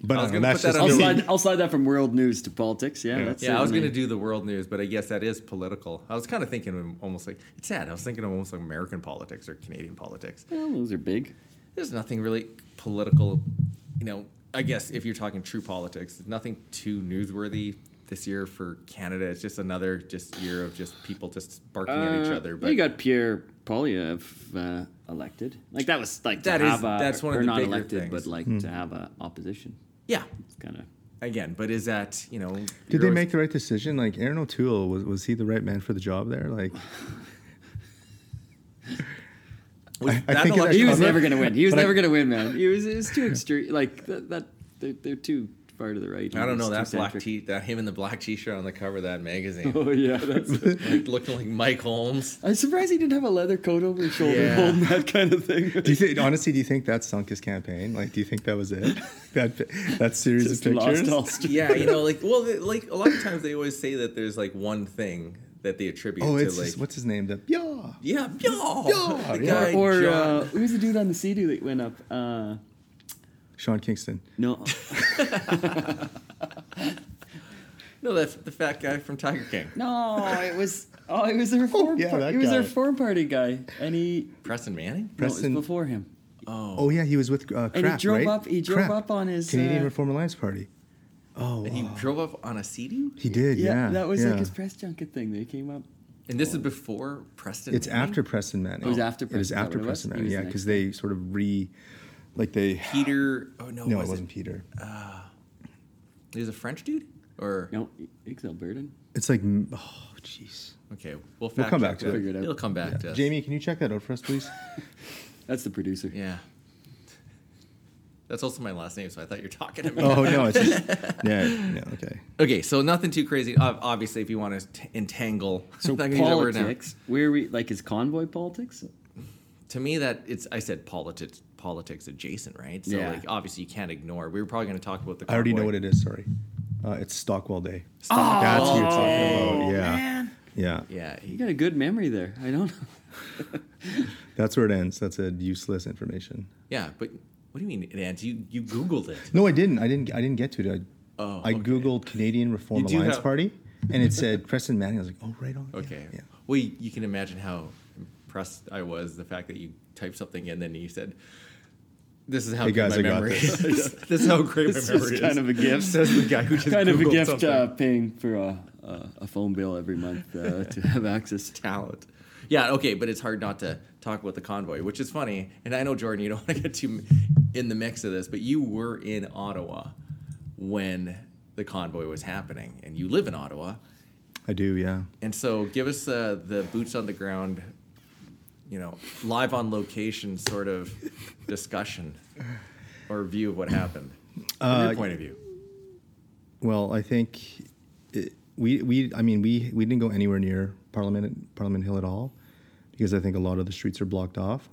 Speaker 3: But
Speaker 1: I was
Speaker 3: uh,
Speaker 1: gonna
Speaker 3: that's
Speaker 1: put that
Speaker 3: just
Speaker 1: on
Speaker 2: I'll
Speaker 1: the-
Speaker 3: me.
Speaker 2: slide, I'll slide that from world news to politics. Yeah,
Speaker 3: Yeah.
Speaker 2: that's
Speaker 1: Yeah, I was gonna
Speaker 2: certainly-
Speaker 1: do the world news, but I guess that is political. I was kind of thinking of almost like it's sad. I was thinking of almost like American politics or Canadian politics.
Speaker 2: Well, those are big.
Speaker 1: There's nothing really political, you know. I guess if you're talking true politics, there's nothing too newsworthy this year for Canada. It's just another just year of just people just barking at each
Speaker 2: Uh,
Speaker 1: other.
Speaker 2: well, you got Pierre Polyev uh, elected. Like that was like
Speaker 1: That
Speaker 2: to
Speaker 1: is-
Speaker 2: have a,
Speaker 1: that's one of
Speaker 2: or
Speaker 1: the
Speaker 2: not
Speaker 1: bigger
Speaker 2: elected,
Speaker 1: things.
Speaker 2: but like
Speaker 3: Hmm.
Speaker 2: to have a opposition.
Speaker 1: yeah,
Speaker 2: It's kind of
Speaker 1: again, but is that you know?
Speaker 3: Did they make the right decision? Like Aaron
Speaker 2: [laughs]
Speaker 3: O'Toole was was he the right man for the job there? Like
Speaker 1: Was
Speaker 3: I
Speaker 1: that
Speaker 3: think it
Speaker 1: an
Speaker 2: He
Speaker 3: actually-
Speaker 1: election-
Speaker 2: was
Speaker 3: I'm not-
Speaker 2: never going to win. He was
Speaker 3: but I-
Speaker 2: never going to win, man. He was, it was too extreme. Like that, that they're, they're too far to the right.
Speaker 1: I don't know
Speaker 2: It's
Speaker 1: that
Speaker 2: too
Speaker 1: black
Speaker 2: centric.
Speaker 1: t that him in the black t-shirt on the cover of that
Speaker 3: [laughs]
Speaker 1: magazine, [laughs]
Speaker 2: Oh yeah, that's.
Speaker 1: like, looking like Mike Holmes.
Speaker 2: [laughs] I'm surprised he didn't have a leather coat over his shoulder
Speaker 1: Yeah.
Speaker 2: holding that kind of thing.
Speaker 3: Do you think, honestly, do you think that sunk his campaign? Like, do you think that was it? [laughs] that that
Speaker 2: [laughs]
Speaker 3: series
Speaker 2: Just
Speaker 3: of
Speaker 2: lost
Speaker 3: pictures.
Speaker 2: all strength.
Speaker 1: Yeah, you know, like well, they- like a lot of times they always say that there's like one thing that they attribute
Speaker 3: [laughs] oh,
Speaker 1: to
Speaker 3: it's
Speaker 1: like
Speaker 3: his- what's his name? The yeah.
Speaker 1: yeah, yeah,
Speaker 3: Yeah,
Speaker 1: the
Speaker 3: yeah.
Speaker 1: guy
Speaker 2: Or
Speaker 1: John-
Speaker 2: uh, who's the dude on the CD that went up? Uh,
Speaker 3: Sean Kingston.
Speaker 1: [laughs]
Speaker 2: no,
Speaker 1: no, that's the fat guy from Tiger King,
Speaker 2: no, it was oh, it
Speaker 3: [laughs]
Speaker 2: was the reform.
Speaker 3: yeah,
Speaker 2: par-
Speaker 3: that
Speaker 2: it was the
Speaker 3: guy.
Speaker 2: reform party guy, and he
Speaker 1: Preston Manning.
Speaker 3: Preston-
Speaker 2: no, it was before him.
Speaker 1: Oh,
Speaker 3: Oh yeah, he was with uh, Crap,
Speaker 2: And he drove
Speaker 3: right?
Speaker 2: up. He drove
Speaker 3: Crap.
Speaker 2: up on his
Speaker 3: Canadian
Speaker 2: uh,
Speaker 3: Reform Alliance Party. Oh,
Speaker 1: and he
Speaker 3: wow.
Speaker 1: drove up on a sea
Speaker 3: he did. Yeah,
Speaker 2: that was
Speaker 3: yeah.
Speaker 2: like his press junket thing. They came up.
Speaker 1: and this is before Preston.
Speaker 3: It's
Speaker 1: Manning?
Speaker 3: after Preston
Speaker 2: It
Speaker 3: Manning.
Speaker 2: was after
Speaker 3: It
Speaker 2: Preston, is
Speaker 3: was
Speaker 2: that
Speaker 3: after
Speaker 2: what it was?
Speaker 3: Preston
Speaker 2: He
Speaker 3: Manning.
Speaker 2: was
Speaker 3: Yeah,
Speaker 2: the next
Speaker 3: because they sort of re, like they.
Speaker 1: Peter. Oh no,
Speaker 3: No,
Speaker 1: was
Speaker 3: it wasn't Peter.
Speaker 1: It? He was a French dude, or
Speaker 2: No, it's Albertan.
Speaker 3: It's like mm, oh, jeez.
Speaker 1: okay, we'll,
Speaker 3: We'll
Speaker 1: fact
Speaker 3: come
Speaker 1: check
Speaker 3: back to
Speaker 1: that.
Speaker 3: it.
Speaker 2: Figure it out.
Speaker 1: It'll come back to us.
Speaker 3: Jamie, can you check that out for us, please?
Speaker 2: That's the producer.
Speaker 1: Yeah. That's also my last name, so I thought you were talking to me.
Speaker 3: oh no, it's just yeah, yeah, okay.
Speaker 1: Okay, so nothing too crazy. Ob- Obviously, if you want to t- entangle,
Speaker 2: So
Speaker 1: I'm not gonna use [laughs] that word now.
Speaker 2: politics. Where we like is convoy politics?
Speaker 1: To me, that it's I said politics, politics adjacent, right? So
Speaker 2: Yeah.
Speaker 1: like, obviously, you can't ignore. We were probably going to talk about the.
Speaker 3: I already know
Speaker 1: convoy.
Speaker 3: what it is. Sorry, uh, it's Stockwell Day. That's what you're
Speaker 2: Oh.
Speaker 3: talking about. Yeah, yeah.
Speaker 1: Yeah,
Speaker 2: You
Speaker 1: he-
Speaker 2: got a good memory there. I don't
Speaker 1: [laughs]
Speaker 2: know.
Speaker 3: That's where it ends. That's a useless information.
Speaker 1: yeah, but what do you mean it ends? You you googled
Speaker 2: [laughs]
Speaker 1: it.
Speaker 3: No, I didn't. I didn't. I didn't get to it. I,
Speaker 1: Oh,
Speaker 3: I
Speaker 1: okay.
Speaker 3: googled Canadian Reform
Speaker 1: You do
Speaker 3: Alliance
Speaker 1: have-
Speaker 3: Party, and it said Preston Manning. I was like, oh, right on. yeah,
Speaker 1: Okay.
Speaker 3: Yeah.
Speaker 1: Well, you, you can imagine how impressed I was the fact that you typed something and then you said, "This is how
Speaker 3: Hey,
Speaker 1: good
Speaker 3: guys,
Speaker 1: my
Speaker 3: I got
Speaker 1: memory
Speaker 3: this.
Speaker 1: is. [laughs] this is how great
Speaker 2: This
Speaker 1: my
Speaker 2: was
Speaker 1: memory is."
Speaker 2: kind of a
Speaker 1: [laughs]
Speaker 2: gift.
Speaker 1: Says the guy who just
Speaker 2: kind of a
Speaker 1: Googled
Speaker 2: gift
Speaker 1: something.
Speaker 2: uh, paying for a, a, a phone bill every month uh, [laughs] to have access.
Speaker 1: talent. Yeah, okay, but it's hard not to talk about the convoy, which is funny. And I know Jordan, you don't [laughs] want to get too in the mix of this, but you were in Ottawa when the convoy was happening, and you live in Ottawa,
Speaker 3: I do. Yeah.
Speaker 1: and so give us uh, the boots on the ground, you know, live on location sort of discussion or view of what happened from your point of view.
Speaker 3: Well, I think it, we we I mean we we didn't go anywhere near Parliament Parliament Hill at all because I think a lot of the streets are blocked off.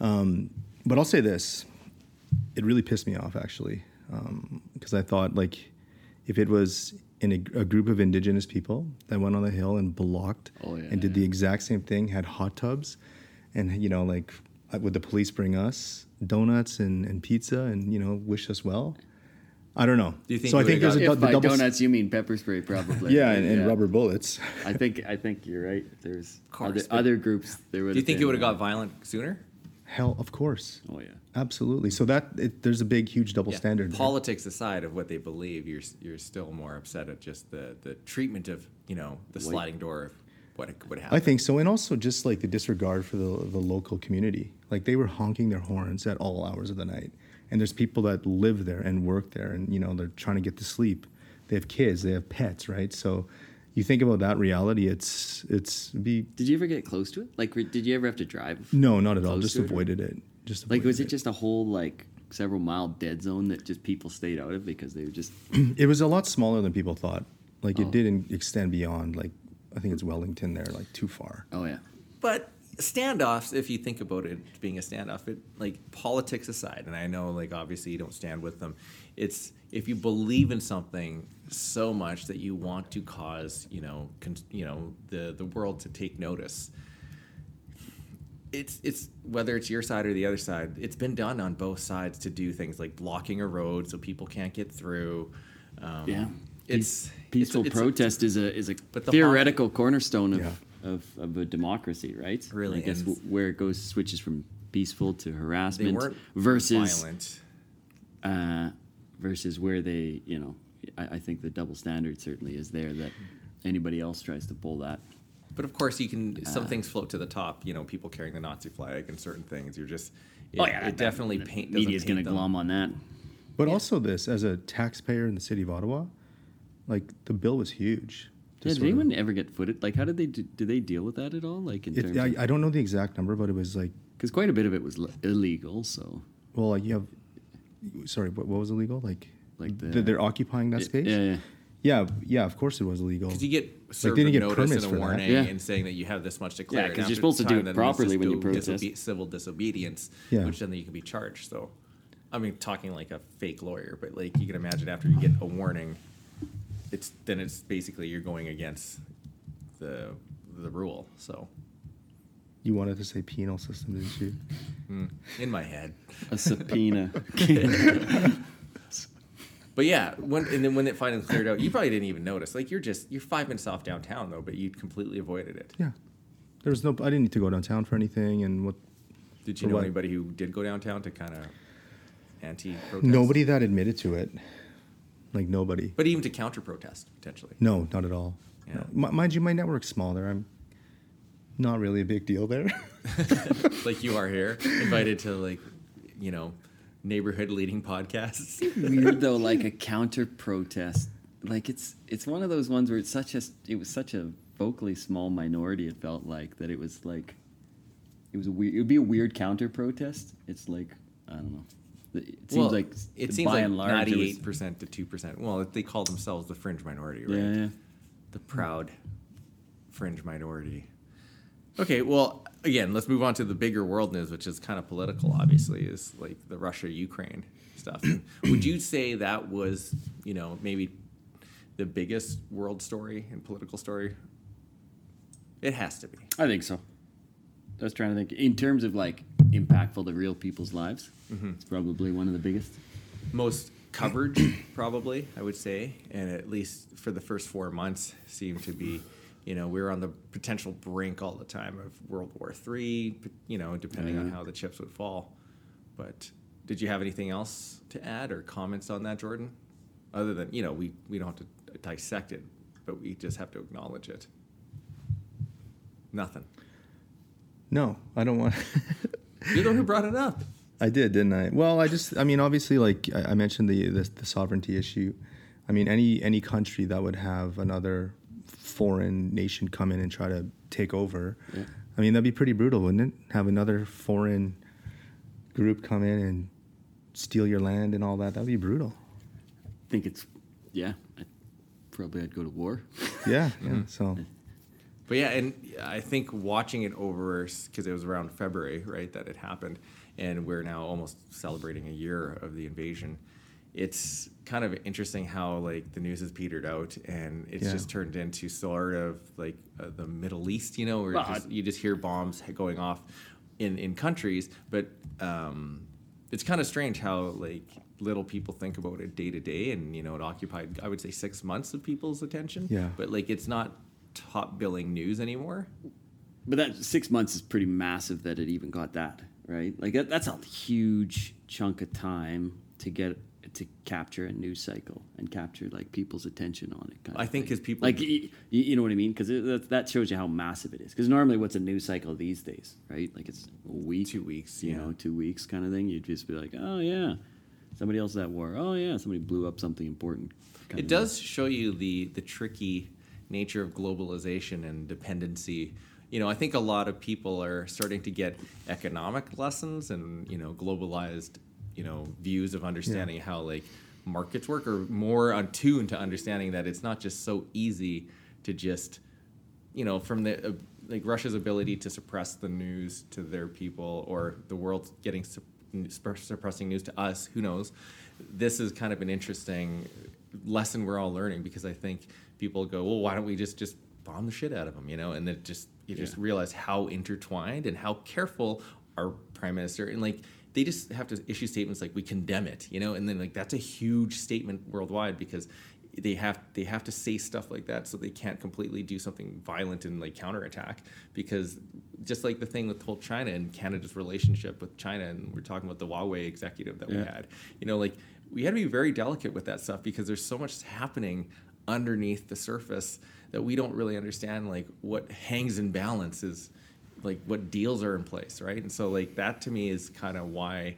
Speaker 3: Um, but I'll say this: it really pissed me off actually because I thought like if it was in a, a group of indigenous people that went on the hill and blocked
Speaker 2: Oh, yeah,
Speaker 3: and did
Speaker 2: yeah.
Speaker 3: the exact same thing, had hot tubs, and you know like uh, would the police bring us donuts and, and pizza and you know wish us well? I don't know.
Speaker 1: Do you think
Speaker 3: so?
Speaker 1: you
Speaker 3: I think
Speaker 1: would've
Speaker 3: there's a
Speaker 1: gotten-
Speaker 2: If
Speaker 3: du- the
Speaker 2: by
Speaker 3: double s-
Speaker 2: donuts you mean pepper spray, probably.
Speaker 3: [laughs] yeah, and, and rubber bullets.
Speaker 2: I think I think you're right. There's
Speaker 1: course,
Speaker 2: other,
Speaker 1: but-
Speaker 2: other groups. There would.
Speaker 1: Do you think it would have got violent sooner?
Speaker 3: Hell, of course,
Speaker 2: Oh yeah.
Speaker 3: absolutely. So that it, there's a big, huge double
Speaker 1: Yeah.
Speaker 3: standard. there.
Speaker 1: Politics aside of what they believe, you're you're still more upset at just the, the treatment of you know the
Speaker 2: White-
Speaker 1: sliding door of what what
Speaker 3: I
Speaker 1: happened.
Speaker 3: think so, and also just like the disregard for the the local community. Like they were honking their horns at all hours of the night, and there's people that live there and work there, and you know they're trying to get to sleep. They have kids, they have pets, right? So you think about that reality. It's it's be
Speaker 2: Did you ever get close to it? Like, re- did you ever have to drive?
Speaker 3: no, not at all.
Speaker 2: Close
Speaker 3: Just
Speaker 2: to it, or-
Speaker 3: avoided it. Just
Speaker 2: Like,
Speaker 3: avoided
Speaker 2: was it just a whole like several mile dead zone that just people stayed out of because they were just
Speaker 3: It was a lot smaller than people thought. Like
Speaker 2: Oh.
Speaker 3: it didn't extend beyond like I think it's Wellington there, like too far.
Speaker 2: oh yeah.
Speaker 1: But standoffs, if you think about it being a standoff, it like politics aside, and I know like obviously you don't stand with them. It's if you believe in something so much that you want to cause you know con- you know the the world to take notice. It's it's whether it's your side or the other side. It's been done on both sides to do things like blocking a road so people can't get through. Um,
Speaker 2: Yeah.
Speaker 1: it's
Speaker 2: Peaceful
Speaker 1: it's, it's-
Speaker 2: protest is a is a
Speaker 1: But the
Speaker 2: theoretical cornerstone of,
Speaker 3: Yeah.
Speaker 2: of of a democracy, right?
Speaker 1: Really,
Speaker 2: I guess
Speaker 1: and-
Speaker 2: w- where it goes switches from peaceful to
Speaker 1: they
Speaker 2: harassment
Speaker 1: weren't
Speaker 2: versus
Speaker 1: violent.
Speaker 2: uh, versus where they, you know, I, I think the double standard certainly is there that anybody else tries to pull that.
Speaker 1: But of course, you can. Some things float to the top. You know, people carrying the Nazi flag and certain things. You're just. It,
Speaker 2: Oh,
Speaker 1: it definitely paint. doesn't
Speaker 2: Media's going to
Speaker 1: paint them.
Speaker 2: glom on that.
Speaker 3: But also this, as a taxpayer in the city of Ottawa, like the bill was huge. to
Speaker 2: Yeah, did
Speaker 3: sort of-
Speaker 2: anyone ever get footed? Like, how did they do, do they deal with that at all? Like in terms
Speaker 3: It,
Speaker 2: of
Speaker 3: I, I don't know the exact number, but it was like
Speaker 2: because quite a bit of it was l- illegal. So
Speaker 3: Well, like you have. Sorry, what, what was illegal? Like,
Speaker 2: Like the-
Speaker 3: th- they're occupying that space.
Speaker 2: yeah, yeah.
Speaker 3: yeah, yeah, Of course, it was illegal.
Speaker 1: Because you get served
Speaker 3: didn't
Speaker 1: a
Speaker 3: get
Speaker 1: notice and
Speaker 3: permits for
Speaker 1: a
Speaker 3: that.
Speaker 1: warning
Speaker 2: Yeah.
Speaker 1: and saying that you have this much to clear.
Speaker 2: Yeah, 'cause
Speaker 1: And
Speaker 2: you're
Speaker 1: after
Speaker 2: supposed to
Speaker 1: the
Speaker 2: do
Speaker 1: time,
Speaker 2: it
Speaker 1: then there's
Speaker 2: properly
Speaker 1: this
Speaker 2: when you
Speaker 1: dual disobe-
Speaker 2: protest.
Speaker 1: civil disobedience,
Speaker 3: Yeah.
Speaker 1: which then you can be charged. So, I mean, talking like a fake lawyer, but like you can imagine after you get a warning, it's then it's basically you're going against the the rule. So,
Speaker 3: You wanted to say penal system, didn't you?
Speaker 1: in my head.
Speaker 2: a
Speaker 3: [laughs]
Speaker 2: subpoena. [laughs]
Speaker 1: But yeah, when and then when it finally cleared out, you probably didn't even notice. Like you're just you're five minutes off downtown though, but you completely avoided it.
Speaker 3: Yeah. There was no. I didn't need to go downtown for anything, and what?
Speaker 1: Did you
Speaker 3: For
Speaker 1: know
Speaker 3: what?
Speaker 1: anybody who did go downtown to kind of anti-protest?
Speaker 3: Nobody that admitted to it. Like nobody.
Speaker 1: but even to counter-protest potentially.
Speaker 3: No, not at all.
Speaker 1: Yeah.
Speaker 3: No. Mi- mind you, my network's smaller. I'm not really a big deal there.
Speaker 1: [laughs] [laughs]
Speaker 3: [laughs]
Speaker 1: like you are here, invited to like, you know, neighborhood-leading
Speaker 2: [laughs]
Speaker 1: podcasts.
Speaker 2: weird though, like a counter protest. Like it's it's one of those ones where it's such a it was such a vocally small minority. It felt like that it was like it was a weird. It would be a weird counter protest. It's like I don't know. It seems like
Speaker 1: it seems
Speaker 2: by
Speaker 1: like
Speaker 2: and large it was-
Speaker 1: ninety-eight percent to two percent. Well, they call themselves the fringe minority, right?
Speaker 2: yeah, yeah.
Speaker 1: the proud fringe minority. Okay, well, again, let's move on to the bigger world news, which is kind of political, obviously, is like the Russia Ukraine [clears throat] stuff. Would you say that was, you know, maybe the biggest world story and political story? It has to be.
Speaker 2: I think so. I was trying to think in terms of like impactful to real people's lives. It's probably one of the biggest.
Speaker 1: Most coverage, probably, I would say, and at least for the first four months, seemed to be. You know, we were on the potential brink all the time of World War Three. You know, depending on
Speaker 2: Yeah.
Speaker 1: how the chips would fall. But did you have anything else to add or comments on that, Jordan? Other than you know, we we don't have to dissect it, but we just have to acknowledge it. Nothing.
Speaker 3: no, I don't want. [laughs]
Speaker 1: You're the one who brought it up.
Speaker 3: I did, didn't I? Well, I just, I mean, obviously, like I, I mentioned the, the the sovereignty issue. I mean, any any country that would have another foreign nation come in and try to take over,
Speaker 1: Mm.
Speaker 3: I mean, that'd be pretty brutal, wouldn't it? Have another foreign group come in and steal your land and all that. That'd be brutal.
Speaker 2: I think it's yeah. I, probably I'd go to war.
Speaker 3: Yeah,
Speaker 1: Hmm.
Speaker 3: yeah. So
Speaker 1: But yeah, and I think watching it over because it was around February, right, that it happened, and we're now almost celebrating a year of the invasion. It's kind of interesting how like the news has petered out, and it's
Speaker 3: Yeah.
Speaker 1: just turned into sort of like uh, the Middle East, you know, where
Speaker 2: Well,
Speaker 1: just,
Speaker 2: I-
Speaker 1: you just hear bombs going off in in countries, but um, it's kind of strange how like little people think about it day to day, and you know, it occupied I would say six months of people's attention.
Speaker 3: Yeah.
Speaker 1: but like it's not top billing news anymore.
Speaker 2: But that six months is pretty massive that it even got that right. Like that, that's a huge chunk of time to get to capture a news cycle and capture like people's attention on it. Kind
Speaker 1: I
Speaker 2: of
Speaker 1: think
Speaker 2: thing.
Speaker 1: 'cause people-
Speaker 2: like you, you know what I mean because that, that shows you how massive it is. Because normally, what's a news cycle these days, right? Like it's a week,
Speaker 1: Two weeks,
Speaker 2: you
Speaker 1: yeah.
Speaker 2: know, two weeks kind of thing. You'd just be like, oh yeah, somebody else at war. Oh yeah, somebody blew up something important. kind
Speaker 1: It
Speaker 2: of
Speaker 1: does show you the the tricky nature of globalization and dependency. You know, I think a lot of people are starting to get economic lessons and you know globalized you know views of understanding how like markets work, or more on tune to understanding that it's not just so easy to just you know, from the uh, like Russia's ability to suppress the news to their people, or the world getting sup- sup- suppressing news to us. Who knows? This is kind of an interesting lesson we're all learning because I think people go, well, why don't we just just bomb the shit out of them, you know? And then just you just realize how intertwined and how careful our prime minister and like they just have to issue statements like we condemn it, you know, and then like that's a huge statement worldwide because they have they have to say stuff like that so they can't completely do something violent and like counterattack because just like the thing with whole China and Canada's relationship with China and we're talking about the Huawei executive that we
Speaker 2: Yeah.
Speaker 1: had you know like we had to be very delicate with that stuff because there's so much happening underneath the surface that we don't really understand like what hangs in balance is like what deals are in place right and so like that to me is kind of why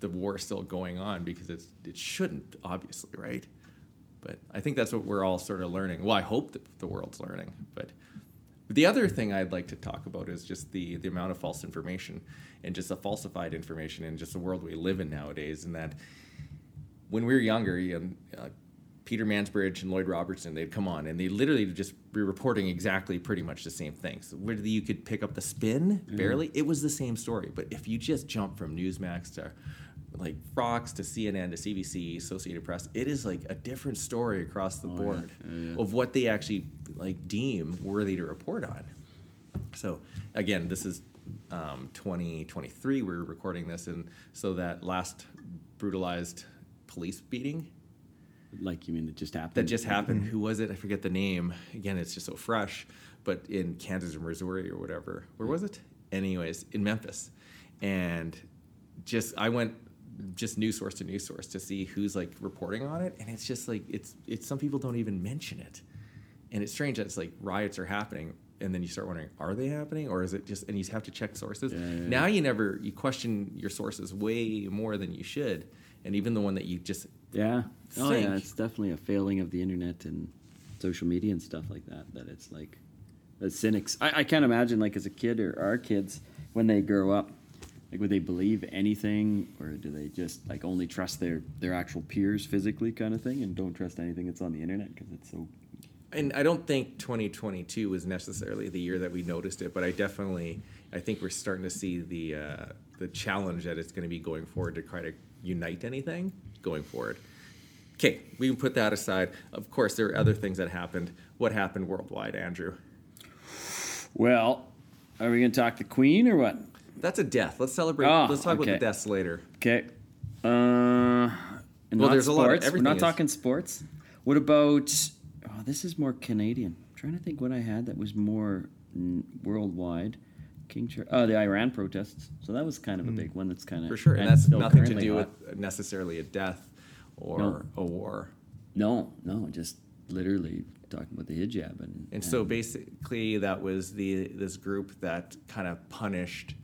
Speaker 1: the war is still going on because it's it shouldn't obviously right but I think that's what we're all sort of learning. Well, I hope that the world's learning, but But the other thing I'd like to talk about is just the the amount of false information and just the falsified information and just the world we live in nowadays. And that when we were younger, you know, uh, Peter Mansbridge and Lloyd Robertson, they'd come on and they literally would just be reporting exactly pretty much the same things. Whether you could pick up the spin barely, it was the same story. But if you just jump from Newsmax to like Fox to CNN to CBC, Associated Press, it is like a different story across the board of what they actually like deem worthy to report on. So again, this is um, 2023. We're recording this, and so that last brutalized police beating
Speaker 2: Like you mean that just happened?
Speaker 1: that just happened.
Speaker 2: Mm-hmm.
Speaker 1: Who was it? I forget the name. Again, it's just so fresh. But in Kansas or Missouri or whatever, where was it? Anyways, in Memphis, and just I went just news source to news source to see who's like reporting on it, and it's just like it's it's some people don't even mention it, and it's strange that it's like riots are happening. And then you start wondering, are they happening, or is it just? And you have to check sources.
Speaker 2: Yeah, yeah,
Speaker 1: Now you never you question your sources way more than you should, and even the one that you just
Speaker 2: Yeah. Oh yeah,
Speaker 1: Think.
Speaker 2: it's definitely a failing of the internet and social media and stuff like that. That it's like the cynics. I, I can't imagine like as a kid or our kids when they grow up, like would they believe anything or do they just like only trust their their actual peers physically kind of thing and don't trust anything that's on the internet because it's so
Speaker 1: and I don't think 2022 was necessarily the year that we noticed it, but I definitely I think we're starting to see the uh, the challenge that it's going to be going forward to try to unite anything going forward. Okay, we can put that aside. Of course, there are other things that happened. What happened worldwide, Andrew?
Speaker 2: well. Are we gonna talk the Queen or what?
Speaker 1: That's a death. Let's celebrate.
Speaker 2: Ah,
Speaker 1: Let's talk about
Speaker 2: okay.
Speaker 1: the deaths later.
Speaker 2: Okay. Uh, well,
Speaker 1: there's a lot of
Speaker 2: We're not
Speaker 1: everything is-
Speaker 2: talking sports. What about? Oh, this is more Canadian. I'm trying to think what I had that was more mm, worldwide. King Char- Oh, the Iran protests. So that was kind of a big one. That's kind of
Speaker 1: Hmm. For sure, and, that's nothing to do with necessarily a death or
Speaker 2: No.
Speaker 1: a war.
Speaker 2: No, no, just literally talking about the hijab and.
Speaker 1: And so basically, that was the this group that kind of punished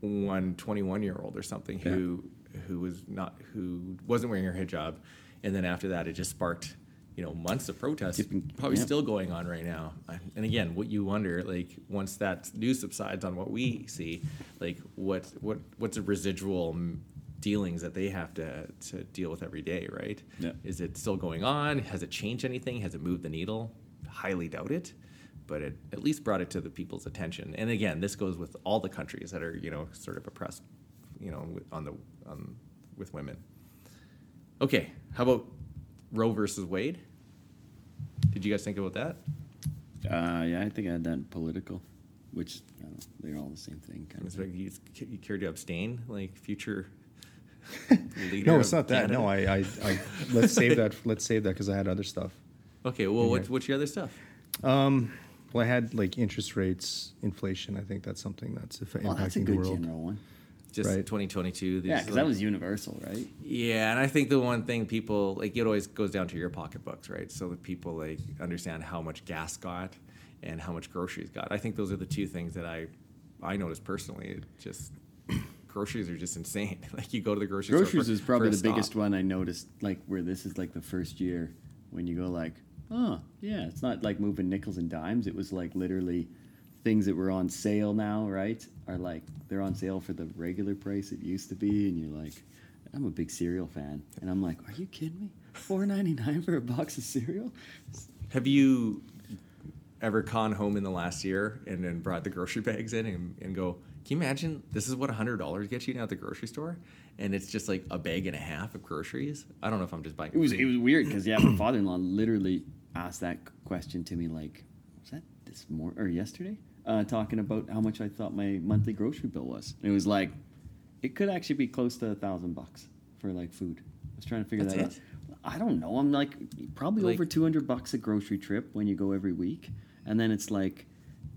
Speaker 1: one 21 year old or something who who was not who wasn't wearing her hijab, and then after that, it just sparked you know months of protests,
Speaker 2: Different-
Speaker 1: probably
Speaker 2: yeah.
Speaker 1: still going on right now. And again, what you wonder like once that news subsides on what we see, like what what what's the residual mm, dealings that they have to to deal with every day, right?
Speaker 2: Yeah.
Speaker 1: Is it still going on? Has it changed anything? Has it moved the needle? Highly doubt it, but it at least brought it to the people's attention. And again, this goes with all the countries that are you know sort of oppressed, you know, with- on the on, with women. Okay, how about Roe versus Wade? Did you guys think about that?
Speaker 2: Uh, yeah, I think I had that in political, which I don't know, they're all the same thing. Kind
Speaker 1: It's
Speaker 2: of.
Speaker 1: like, you, you care to abstain, like
Speaker 3: [laughs]
Speaker 1: future leader?
Speaker 3: No, it's
Speaker 1: of
Speaker 3: not that. No,
Speaker 1: Canada?
Speaker 3: I, I, I let's save that. Let's save that because I had other stuff.
Speaker 1: Okay, well, what's what's your other stuff?
Speaker 3: Um, well, I had like interest rates, inflation. I think that's something that's if-
Speaker 2: Well, Oh,
Speaker 3: impacting
Speaker 2: that's a
Speaker 3: the
Speaker 2: good
Speaker 3: world.
Speaker 2: general one.
Speaker 1: Just
Speaker 3: Right.
Speaker 1: 2022.
Speaker 2: Yeah,
Speaker 1: these,
Speaker 2: because that
Speaker 1: like-
Speaker 2: was universal, right?
Speaker 1: Yeah, and I think the one thing people like it always goes down to your pocketbooks, right? So that people like understand how much gas got and how much groceries got. I think those are the two things that I I noticed personally. It just [coughs] groceries are just insane. [laughs] Like you go to the grocery store.
Speaker 2: groceries
Speaker 1: for-
Speaker 2: is
Speaker 1: for
Speaker 2: probably
Speaker 1: a
Speaker 2: the
Speaker 1: stop.
Speaker 2: biggest one I noticed. Like where this is like the first year when you go like, oh yeah, it's not like moving nickels and dimes. It was like literally things that were on sale now, right? Are like they're on sale for the regular price it used to be, and you're like, I'm a big cereal fan, and I'm like, are you kidding me? Four ninety nine for a box of cereal?
Speaker 1: Have you ever gone home in the last year and then brought the grocery bags in and, and go, can you imagine this is what $100 gets you now at the grocery store? And it's just like a bag and a half of groceries. I don't know if I'm just buying.
Speaker 2: It was it was weird because yeah,
Speaker 1: [clears throat]
Speaker 2: my father in law literally asked that question to me like, was that this morning or yesterday? Uh, talking about how much I thought my monthly grocery bill was. And it was like, it could actually be close to a thousand bucks for like food. I was trying to figure
Speaker 1: That's
Speaker 2: that
Speaker 1: it?
Speaker 2: out. I don't know. I'm like probably
Speaker 1: Like-
Speaker 2: over two hundred bucks a grocery trip when you go every week, and then it's like.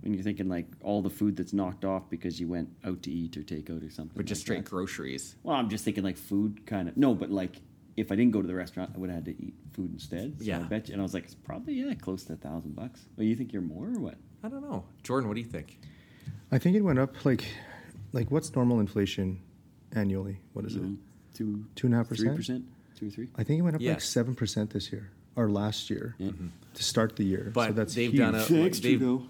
Speaker 2: When you're thinking like all the food that's knocked off because you went out to eat or take out or something,
Speaker 1: But just
Speaker 2: like
Speaker 1: straight
Speaker 2: that.
Speaker 1: groceries.
Speaker 2: Well, I'm just thinking like food kind of. No, but like if I didn't go to the restaurant, I would have had to eat food instead. So I
Speaker 1: Yeah.
Speaker 2: bet you. And I was like, it's probably yeah, close to a thousand bucks. Well, you think you're more or what?
Speaker 1: I don't know. Jordan, what do you think?
Speaker 3: I think it went up like, like what's normal inflation annually? What is it?
Speaker 2: Two,
Speaker 3: Two and a half
Speaker 2: Mm-hmm. three percent,
Speaker 3: percent?
Speaker 2: two or three.
Speaker 3: I think it went up
Speaker 1: Yeah.
Speaker 3: like seven percent this year or last year
Speaker 2: Yeah.
Speaker 3: to start the year.
Speaker 1: Mm-hmm. But
Speaker 3: so that's
Speaker 1: they've
Speaker 3: huge.
Speaker 1: done a- Thanks, They've- Trudeau.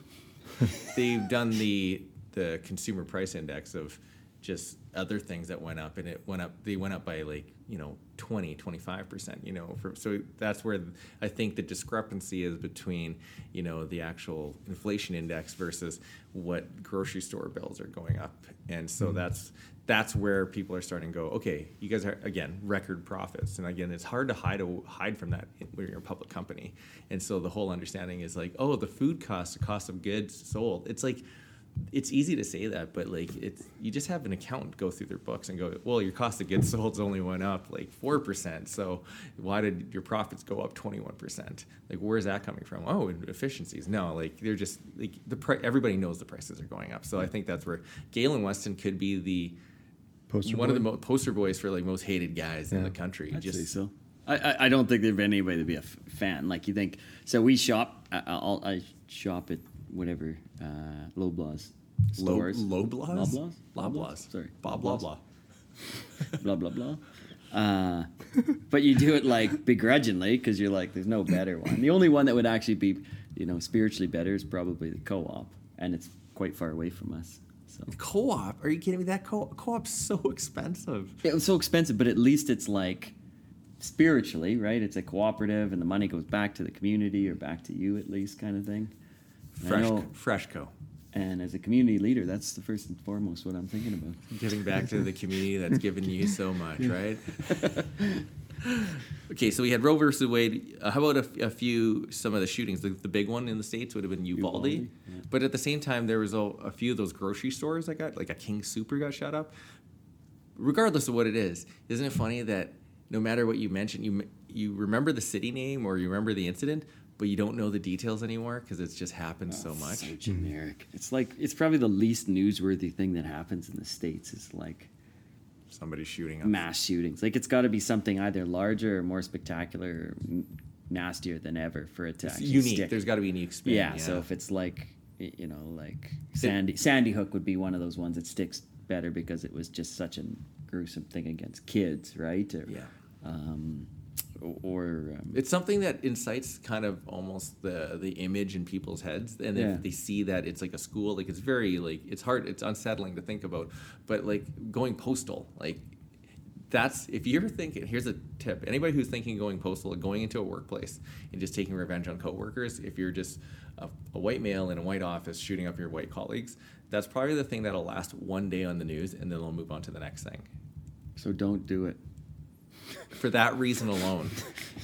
Speaker 1: they've done the the consumer price index of just other things that went up and it went up they went up by like you know 20 25% you know for, so that's where i think the discrepancy is between you know the actual inflation index versus what grocery store bills are going up and so that's that's where people are starting to go okay you guys are again record profits and again it's hard to hide hide from that when you're a public company and so the whole understanding is like oh the food costs the cost of goods sold it's like it's easy to say that, but like it's you just have an accountant go through their books and go, well, your cost of goods sold only went up like four percent, so why did your profits go up twenty one percent? Like where's that coming from? Oh, efficiencies. No, like they're just like the pri- everybody knows the prices are going up, so I think that's where Galen Weston could be the
Speaker 3: Poster
Speaker 1: one of the
Speaker 3: boy?
Speaker 1: mo- poster boys for like most hated guys in
Speaker 3: Yeah.
Speaker 1: the country.
Speaker 2: I'd
Speaker 1: just
Speaker 2: say so. I, I, I don't think there'd be any way to be a f- fan. Like you think, so we shop. I, I'll, I shop at whatever uh, Loblaws
Speaker 1: low
Speaker 2: stores.
Speaker 1: Loblaws,
Speaker 2: Loblaws.
Speaker 1: Loblaws,
Speaker 2: Sorry.
Speaker 1: Bob Loblaw.
Speaker 2: blah blah blah. Uh, but you do it like begrudgingly because you're like, there's no better one. The only one that would actually be, you know, spiritually better is probably the co-op, and it's quite far away from us. So
Speaker 1: Co-op? Are you kidding me? That co- co-op's so expensive.
Speaker 2: it was so expensive, but at least it's like spiritually right. It's a cooperative, and the money goes back to the community or back to you at least, kind of thing. I
Speaker 1: Fresh,
Speaker 2: know-
Speaker 1: Freshco.
Speaker 2: And as a community leader, that's the first and foremost what I'm thinking about.
Speaker 1: Giving back
Speaker 2: [laughs]
Speaker 1: to the community that's given you so much, right? okay, so we had Roe versus Wade. Uh, how about a, a few, some of the shootings? The, the big one in the States would have been Uvalde.
Speaker 2: Uvalde, yeah.
Speaker 1: But at the same time, there was a, a few of those grocery stores I got, like a King Super got shot up. Regardless of what it is, isn't it funny that no matter what you mention, you, m- you remember the city name or you remember the incident, but you don't know the details anymore because it's just happened so much?
Speaker 2: So generic. It's like it's probably the least newsworthy thing that happens in the states. Is like
Speaker 1: Somebody shooting up.
Speaker 2: mass shootings. Like it's got to be something either larger or more spectacular, or n- nastier than ever for it to
Speaker 1: It's
Speaker 2: actually
Speaker 1: unique.
Speaker 2: stick.
Speaker 1: There's got to be a unique spin.
Speaker 2: yeah, So if it's like y- you know, like Sandy Sandy Hook would be one of those ones that sticks better because it was just such a gruesome thing against kids, right? Or,
Speaker 1: Yeah.
Speaker 2: Um, o- or um,
Speaker 1: It's something that incites kind of almost the the image in people's heads, and
Speaker 2: Yeah.
Speaker 1: if they see that it's like a school, like it's very like it's hard, it's unsettling to think about. But like going postal, like that's if you're thinking. Here's a tip: anybody who's thinking going postal, going into a workplace and just taking revenge on coworkers, if you're just a, a white male in a white office shooting up your white colleagues, that's probably the thing that'll last one day on the news, and then they'll move on to the next thing.
Speaker 2: so don't do it. [laughs]
Speaker 1: For that reason alone.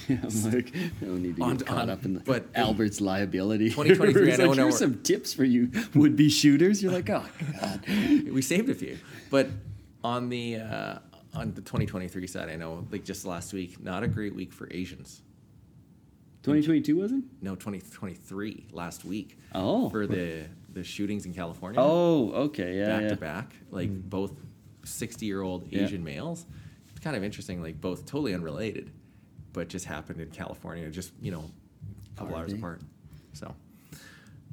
Speaker 2: I'm like, I don't need to
Speaker 1: On-
Speaker 2: get caught
Speaker 1: on-
Speaker 2: up in the,
Speaker 1: but-
Speaker 2: Albert's liability. [laughs]
Speaker 1: 2023,
Speaker 2: It's
Speaker 1: I know
Speaker 2: like,
Speaker 1: now
Speaker 2: here's
Speaker 1: we're-
Speaker 2: some tips for you would-be shooters. You're like, oh
Speaker 1: [laughs]
Speaker 2: god.
Speaker 1: we saved a few. But on the uh, on the 2023 side, I know like just last week, not a great week for Asians.
Speaker 2: 2022 wasn't?
Speaker 1: No, 2023 last week
Speaker 2: Oh.
Speaker 1: for the the shootings in California,
Speaker 2: Oh, okay, yeah,
Speaker 1: back
Speaker 2: yeah. Mm.
Speaker 1: to back, like both 60 year old
Speaker 2: Yeah.
Speaker 1: Asian males. It's kind of interesting, like both totally unrelated, but just happened in California, just you know, a couple hours
Speaker 2: Party.
Speaker 1: apart. So,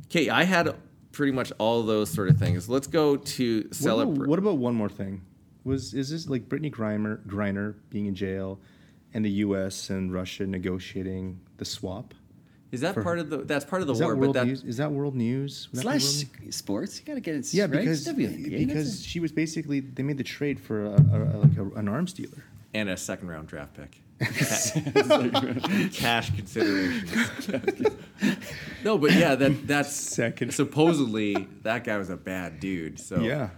Speaker 1: okay, I had pretty much all those sort of things. Let's go to
Speaker 3: What about,
Speaker 1: celebrate.
Speaker 3: what about one more thing? Was is this like Brittany Griner, Griner being in jail, and the U.S. and Russia negotiating the swap?
Speaker 1: Is that
Speaker 3: For-
Speaker 1: part of the? That's part of the
Speaker 3: Is that
Speaker 1: war,
Speaker 3: world
Speaker 1: but that
Speaker 3: news? Is that world news? Would that be
Speaker 2: Slash
Speaker 3: world news?
Speaker 2: s- sports. You gotta get it.
Speaker 3: yeah,
Speaker 2: right?
Speaker 3: because
Speaker 2: WNBA, that's
Speaker 3: because
Speaker 2: it.
Speaker 3: she was basically they made the trade for a, a, a, like a, an arms dealer.
Speaker 1: and a second round draft
Speaker 3: [laughs]
Speaker 1: pick. [laughs] Cash considerations.
Speaker 3: [laughs]
Speaker 1: no, but yeah, that that's
Speaker 3: Second.
Speaker 1: Supposedly, that guy was a bad dude. So
Speaker 3: Yeah,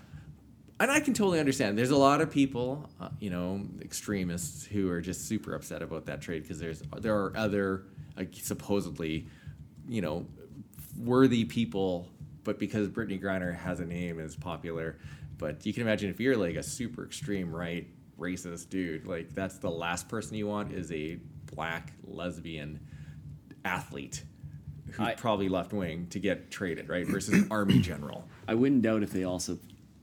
Speaker 1: and I can totally understand. There's a lot of people, uh, you know, extremists who are just super upset about that trade because there's there are other like, supposedly, you know, worthy people, but because Brittany Griner has a name is popular. But you can imagine if you're like a super extreme right racist dude, like that's the last person you want is a black lesbian athlete who's
Speaker 2: I-
Speaker 1: probably left wing to get traded, right? Versus
Speaker 2: [clears throat]
Speaker 1: an army general.
Speaker 2: I wouldn't doubt if they also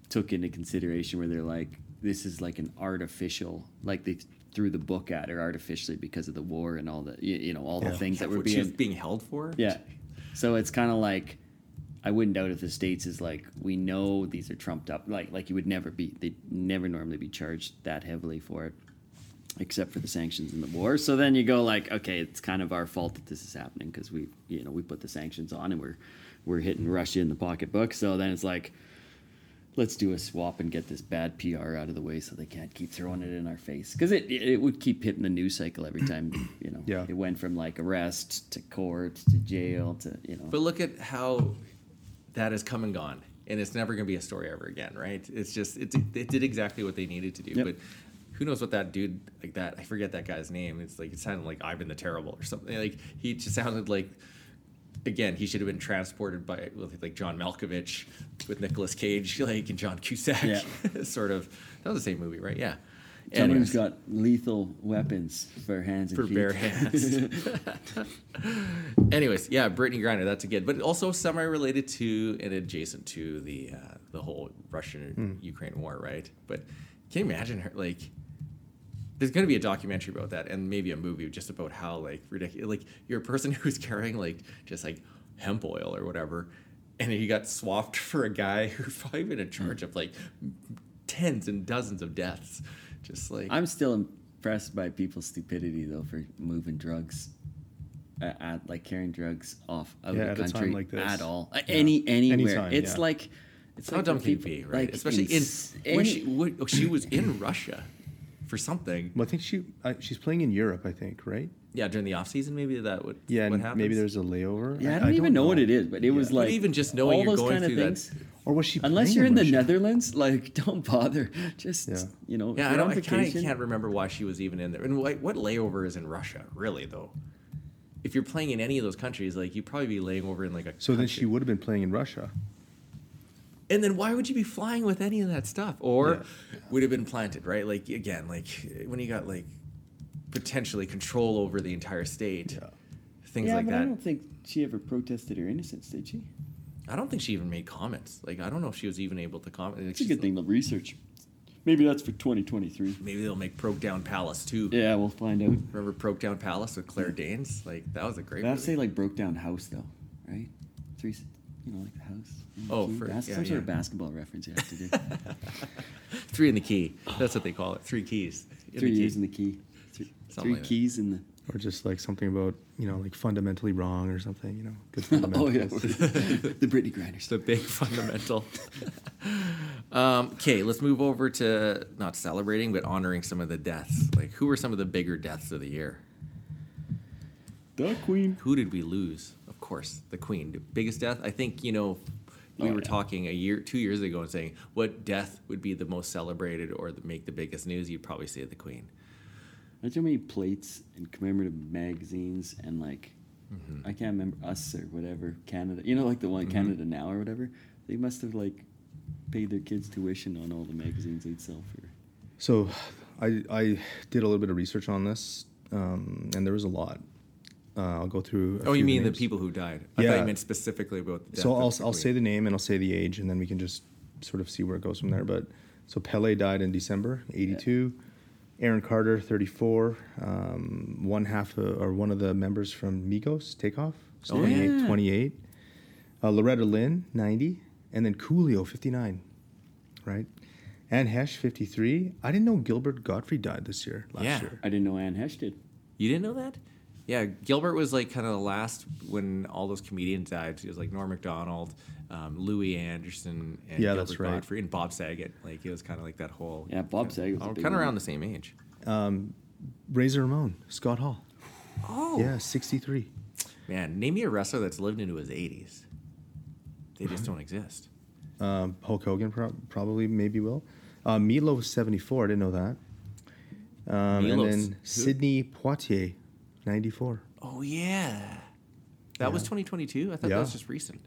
Speaker 2: took into consideration where they're like, this is like an artificial, like they threw the book at her artificially because of the war and all the, you, you know, all the
Speaker 3: Yeah.
Speaker 2: things that were
Speaker 1: What she's
Speaker 2: being
Speaker 1: being held for?
Speaker 2: Yeah. So it's kind of like I wouldn't doubt if the states is like we know these are trumped up like like you would never be they would never normally be charged that heavily for it except for the sanctions and the war. So then you go like okay, it's kind of our fault that this is happening because we you know we put the sanctions on and we're we're hitting Russia in the pocketbook. So then it's like, let's do a swap and get this bad PR out of the way so they can't keep throwing it in our face because it, it it would keep hitting the news cycle every time. You know,
Speaker 3: Yeah.
Speaker 2: it went from like arrest to court to jail to you know.
Speaker 1: But look at how that has come and gone, and it's never going to be a story ever again, right? It's just it, did- it did exactly what they needed to do,
Speaker 2: Yep.
Speaker 1: but. Who knows what that dude like that? I forget that guy's name. It's like it sounded like Ivan the Terrible or something. Like he just sounded like, again, he should have been transported by with, like John Malkovich with Nicolas Cage, [laughs] like and John Cusack, [laughs]
Speaker 2: Yeah.
Speaker 1: sort of. That was the same movie, right? Yeah.
Speaker 2: Someone
Speaker 1: Anyways.
Speaker 2: who's got lethal weapons for hands and
Speaker 1: for
Speaker 2: feet.
Speaker 1: bare hands. [laughs] Anyways, yeah, Brittany Griner, that's a good, but also semi related to and adjacent to the uh, the whole Russian Ukraine war, right? But can you imagine her like? There's going to be a documentary about that, and maybe a movie just about how like ridiculous, like you're a person [laughs] who's carrying like just like hemp oil or whatever, and you got swapped for a guy who's [laughs] probably been in charge of like tens and dozens of deaths, just like
Speaker 2: [laughs] I'm still impressed by people's stupidity though for moving drugs, uh, at, like carrying drugs off out
Speaker 3: Yeah,
Speaker 2: of
Speaker 3: at a
Speaker 2: the
Speaker 3: time
Speaker 2: country
Speaker 3: like this.
Speaker 2: at all, Uh, any anywhere.
Speaker 3: Anytime,
Speaker 2: it's
Speaker 3: yeah.
Speaker 2: like it's
Speaker 1: How
Speaker 2: like
Speaker 1: dumb
Speaker 2: when
Speaker 1: can you
Speaker 2: people-
Speaker 1: be, right?
Speaker 2: like,
Speaker 1: Especially in,
Speaker 2: s-
Speaker 1: when
Speaker 2: any-
Speaker 1: she when, oh, she was in Russia for something.
Speaker 3: Well, I think she I, she's playing in Europe. I think right.
Speaker 1: Yeah, during the off season, maybe that would
Speaker 3: Yeah,
Speaker 1: What
Speaker 3: and
Speaker 1: happens?
Speaker 3: maybe there's a layover.
Speaker 2: yeah, I, don't even know. what it is, but it was
Speaker 3: Yeah.
Speaker 2: like
Speaker 1: But even just knowing
Speaker 2: all
Speaker 1: you're
Speaker 2: those
Speaker 1: going
Speaker 2: kind
Speaker 1: through
Speaker 2: of
Speaker 1: that-
Speaker 2: things.
Speaker 3: Or was she?
Speaker 2: Unless
Speaker 3: playing
Speaker 2: you're in the
Speaker 3: Russia?
Speaker 2: Netherlands, like [laughs] don't bother. Just
Speaker 3: Yeah.
Speaker 2: you know, if
Speaker 1: yeah. I
Speaker 2: you're
Speaker 1: don't.
Speaker 2: on
Speaker 1: I kind
Speaker 2: vacation-
Speaker 1: of can't remember why she was even in there. And what, what layover is in Russia, really though? If you're playing in any of those countries, like you'd probably be laying over in like a.
Speaker 3: So then
Speaker 1: country.
Speaker 3: she would have been playing in Russia.
Speaker 1: And then why would you be flying with any of that stuff? Or
Speaker 3: Yeah.
Speaker 1: would have been planted, right? Like again, like when you got like potentially control over the entire state, things
Speaker 2: Yeah,
Speaker 1: like
Speaker 2: but
Speaker 1: that.
Speaker 2: I don't think she ever protested her innocence, did she?
Speaker 1: I don't think she even made comments. Like I don't know if she was even able to comment.
Speaker 2: It's a good thing to research. Maybe that's for 2023.
Speaker 1: Maybe they'll make Broke Down Palace too.
Speaker 2: Yeah, we'll find out.
Speaker 1: Remember Broke Down Palace with Claire Danes? Like that was a great.
Speaker 2: But I'd
Speaker 1: Movie.
Speaker 2: say like broke down house though, right? Three, s- you know, like the house. and the
Speaker 1: Oh,
Speaker 2: key.
Speaker 1: for-
Speaker 2: that's
Speaker 1: yeah,
Speaker 2: some sort of
Speaker 1: yeah.
Speaker 2: basketball reference you
Speaker 1: [laughs]
Speaker 2: have to do.
Speaker 1: Three in the key. That's what they call it. Three keys. In
Speaker 2: three
Speaker 1: the key.
Speaker 2: years in the key, three,
Speaker 1: Something
Speaker 2: three
Speaker 1: like that.
Speaker 2: keys in the.
Speaker 3: Or just like something about you know like fundamentally wrong or something. You know, good
Speaker 1: [laughs]
Speaker 2: [laughs] oh yeah,
Speaker 3: fundamentals.
Speaker 2: the Britney Griner
Speaker 1: It's the big [laughs] fundamental. um, okay, let's move over to not celebrating, but honoring some of the deaths. Like who were some of the bigger deaths of the year?
Speaker 2: The Queen.
Speaker 1: Who did we lose? Of course, the Queen. The biggest death? I think, you know, we
Speaker 2: Oh,
Speaker 1: were
Speaker 2: yeah.
Speaker 1: talking a year, two years ago and saying what death would be the most celebrated or the, make the biggest news. You'd probably say the Queen.
Speaker 2: Imagine how many plates and commemorative magazines and like,
Speaker 1: Mm-hmm.
Speaker 2: I can't remember us or whatever Canada. You know, like the one Canada Now or whatever. They must have like paid their kids tuition on all the magazines they'd sell for.
Speaker 3: So, I I did a little bit of research on this, um, and there was a lot. Uh, I'll go through. a
Speaker 1: Oh, you
Speaker 3: few
Speaker 1: mean the
Speaker 3: names.
Speaker 1: people who died? I thought
Speaker 3: Yeah.
Speaker 1: you meant specifically about the death
Speaker 3: So
Speaker 1: of
Speaker 3: I'll
Speaker 1: the
Speaker 3: I'll
Speaker 1: queen.
Speaker 3: say the name and I'll say the age, and then we can just sort of see where it goes from there. But so Pele died in December '82. Aaron Carter, 34, um, one half of, or one of the members from Migos, Takeoff, was
Speaker 1: Oh,
Speaker 3: 28,
Speaker 2: yeah.
Speaker 3: 28. Uh, Loretta Lynn, 90, and then Coolio, 59, right? Anne Hesh, 53. I didn't know Gilbert Godfrey died this year, last
Speaker 1: Yeah.
Speaker 3: year.
Speaker 2: I didn't know Anne Hesh did.
Speaker 1: You didn't know that? Yeah, Gilbert was like kind of the last when all those comedians died. It was like Norm Macdonald, um, Louis Anderson, and
Speaker 3: Yeah,
Speaker 1: Gilbert
Speaker 3: that's right.
Speaker 1: Gottfried, and Bob Saget. Like it was kind of like that whole
Speaker 2: Yeah, Bob Saget. was a big
Speaker 1: kind of
Speaker 2: one.
Speaker 1: around the same age.
Speaker 3: Razor Ramon, Scott Hall.
Speaker 1: Oh
Speaker 3: Yeah, 63.
Speaker 1: man, name me a wrestler that's lived into his eighties. They just don't exist.
Speaker 3: Um, Hulk Hogan pro- probably maybe will. Uh, Milo was 74. I didn't know that. Um, and
Speaker 1: Milo's-
Speaker 3: then
Speaker 1: who?
Speaker 3: Sidney Poitier, 94.
Speaker 1: Oh yeah, that was
Speaker 3: Yeah.
Speaker 1: 2022. I thought
Speaker 3: Yeah.
Speaker 1: that was just recent.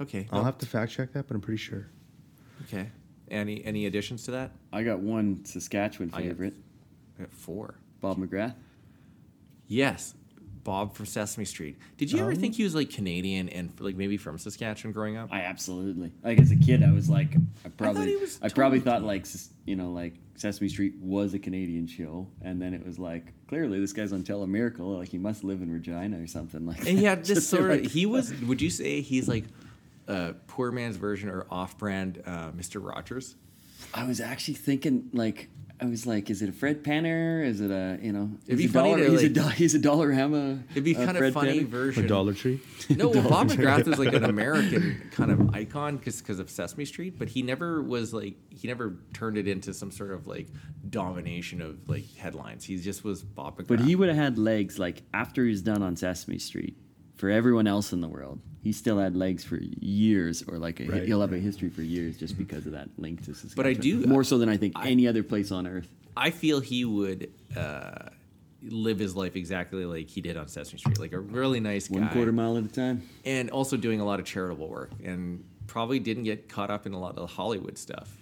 Speaker 1: Okay,
Speaker 3: I'll
Speaker 1: no-
Speaker 3: have to fact check that, but I'm pretty sure.
Speaker 1: okay. Any any additions to that?
Speaker 2: I got one Saskatchewan
Speaker 1: I got-
Speaker 2: favorite,
Speaker 1: I got Uh, four.
Speaker 2: Bob McGrath.
Speaker 1: Yes, Bob from Sesame Street. Did you ever
Speaker 3: Oh.
Speaker 1: think he was like Canadian and like maybe from Saskatchewan growing [laughs] up?
Speaker 2: I absolutely like as a kid. I was like, I
Speaker 1: he
Speaker 2: probably, I,
Speaker 1: was
Speaker 2: probably
Speaker 1: totally
Speaker 2: thought like, s- you know, like Sesame Street was a Canadian show, and then it was like, clearly this guy's on Telemiracle, like he must live in Regina or something like.
Speaker 1: And
Speaker 2: that. [laughs]
Speaker 1: he had this
Speaker 2: Just
Speaker 1: sort of
Speaker 2: like-
Speaker 1: he was. Would you say he's like a poor man's version or off-brand uh, Mister Rogers?
Speaker 2: I was actually thinking like I was like, is it a Fred Penner? Is it a you know?
Speaker 1: It'd
Speaker 2: he's
Speaker 1: be
Speaker 2: a
Speaker 1: funny
Speaker 2: dollar,
Speaker 1: to,
Speaker 2: he's, a
Speaker 1: like-
Speaker 2: do, he's a Dollarama.
Speaker 1: It'd be
Speaker 2: uh,
Speaker 1: kind
Speaker 2: Fred
Speaker 1: of funny
Speaker 2: Penner.
Speaker 3: Or
Speaker 1: version.
Speaker 3: Dollar Tree.
Speaker 1: [laughs] No, well, Bob McGrath is like an
Speaker 2: [laughs]
Speaker 1: American kind of icon because of Sesame Street, but he never was like he never turned it into some sort of like domination of like headlines. He just was Bob McGrath.
Speaker 2: But he would have had legs like after he was done on Sesame Street. For everyone else in the world, he still had legs for years, or like a, hi-
Speaker 3: Right.
Speaker 2: he'll have a history for years just because of that link to Saskatchewan.
Speaker 1: But I do-
Speaker 2: more so than I think any other place on earth.
Speaker 1: I feel he would uh, live his life exactly like he did on Sesame Street, like a really nice guy,
Speaker 2: One quarter mile at a time.
Speaker 1: and also doing a lot of charitable work, and probably didn't get caught up in a lot of the Hollywood stuff.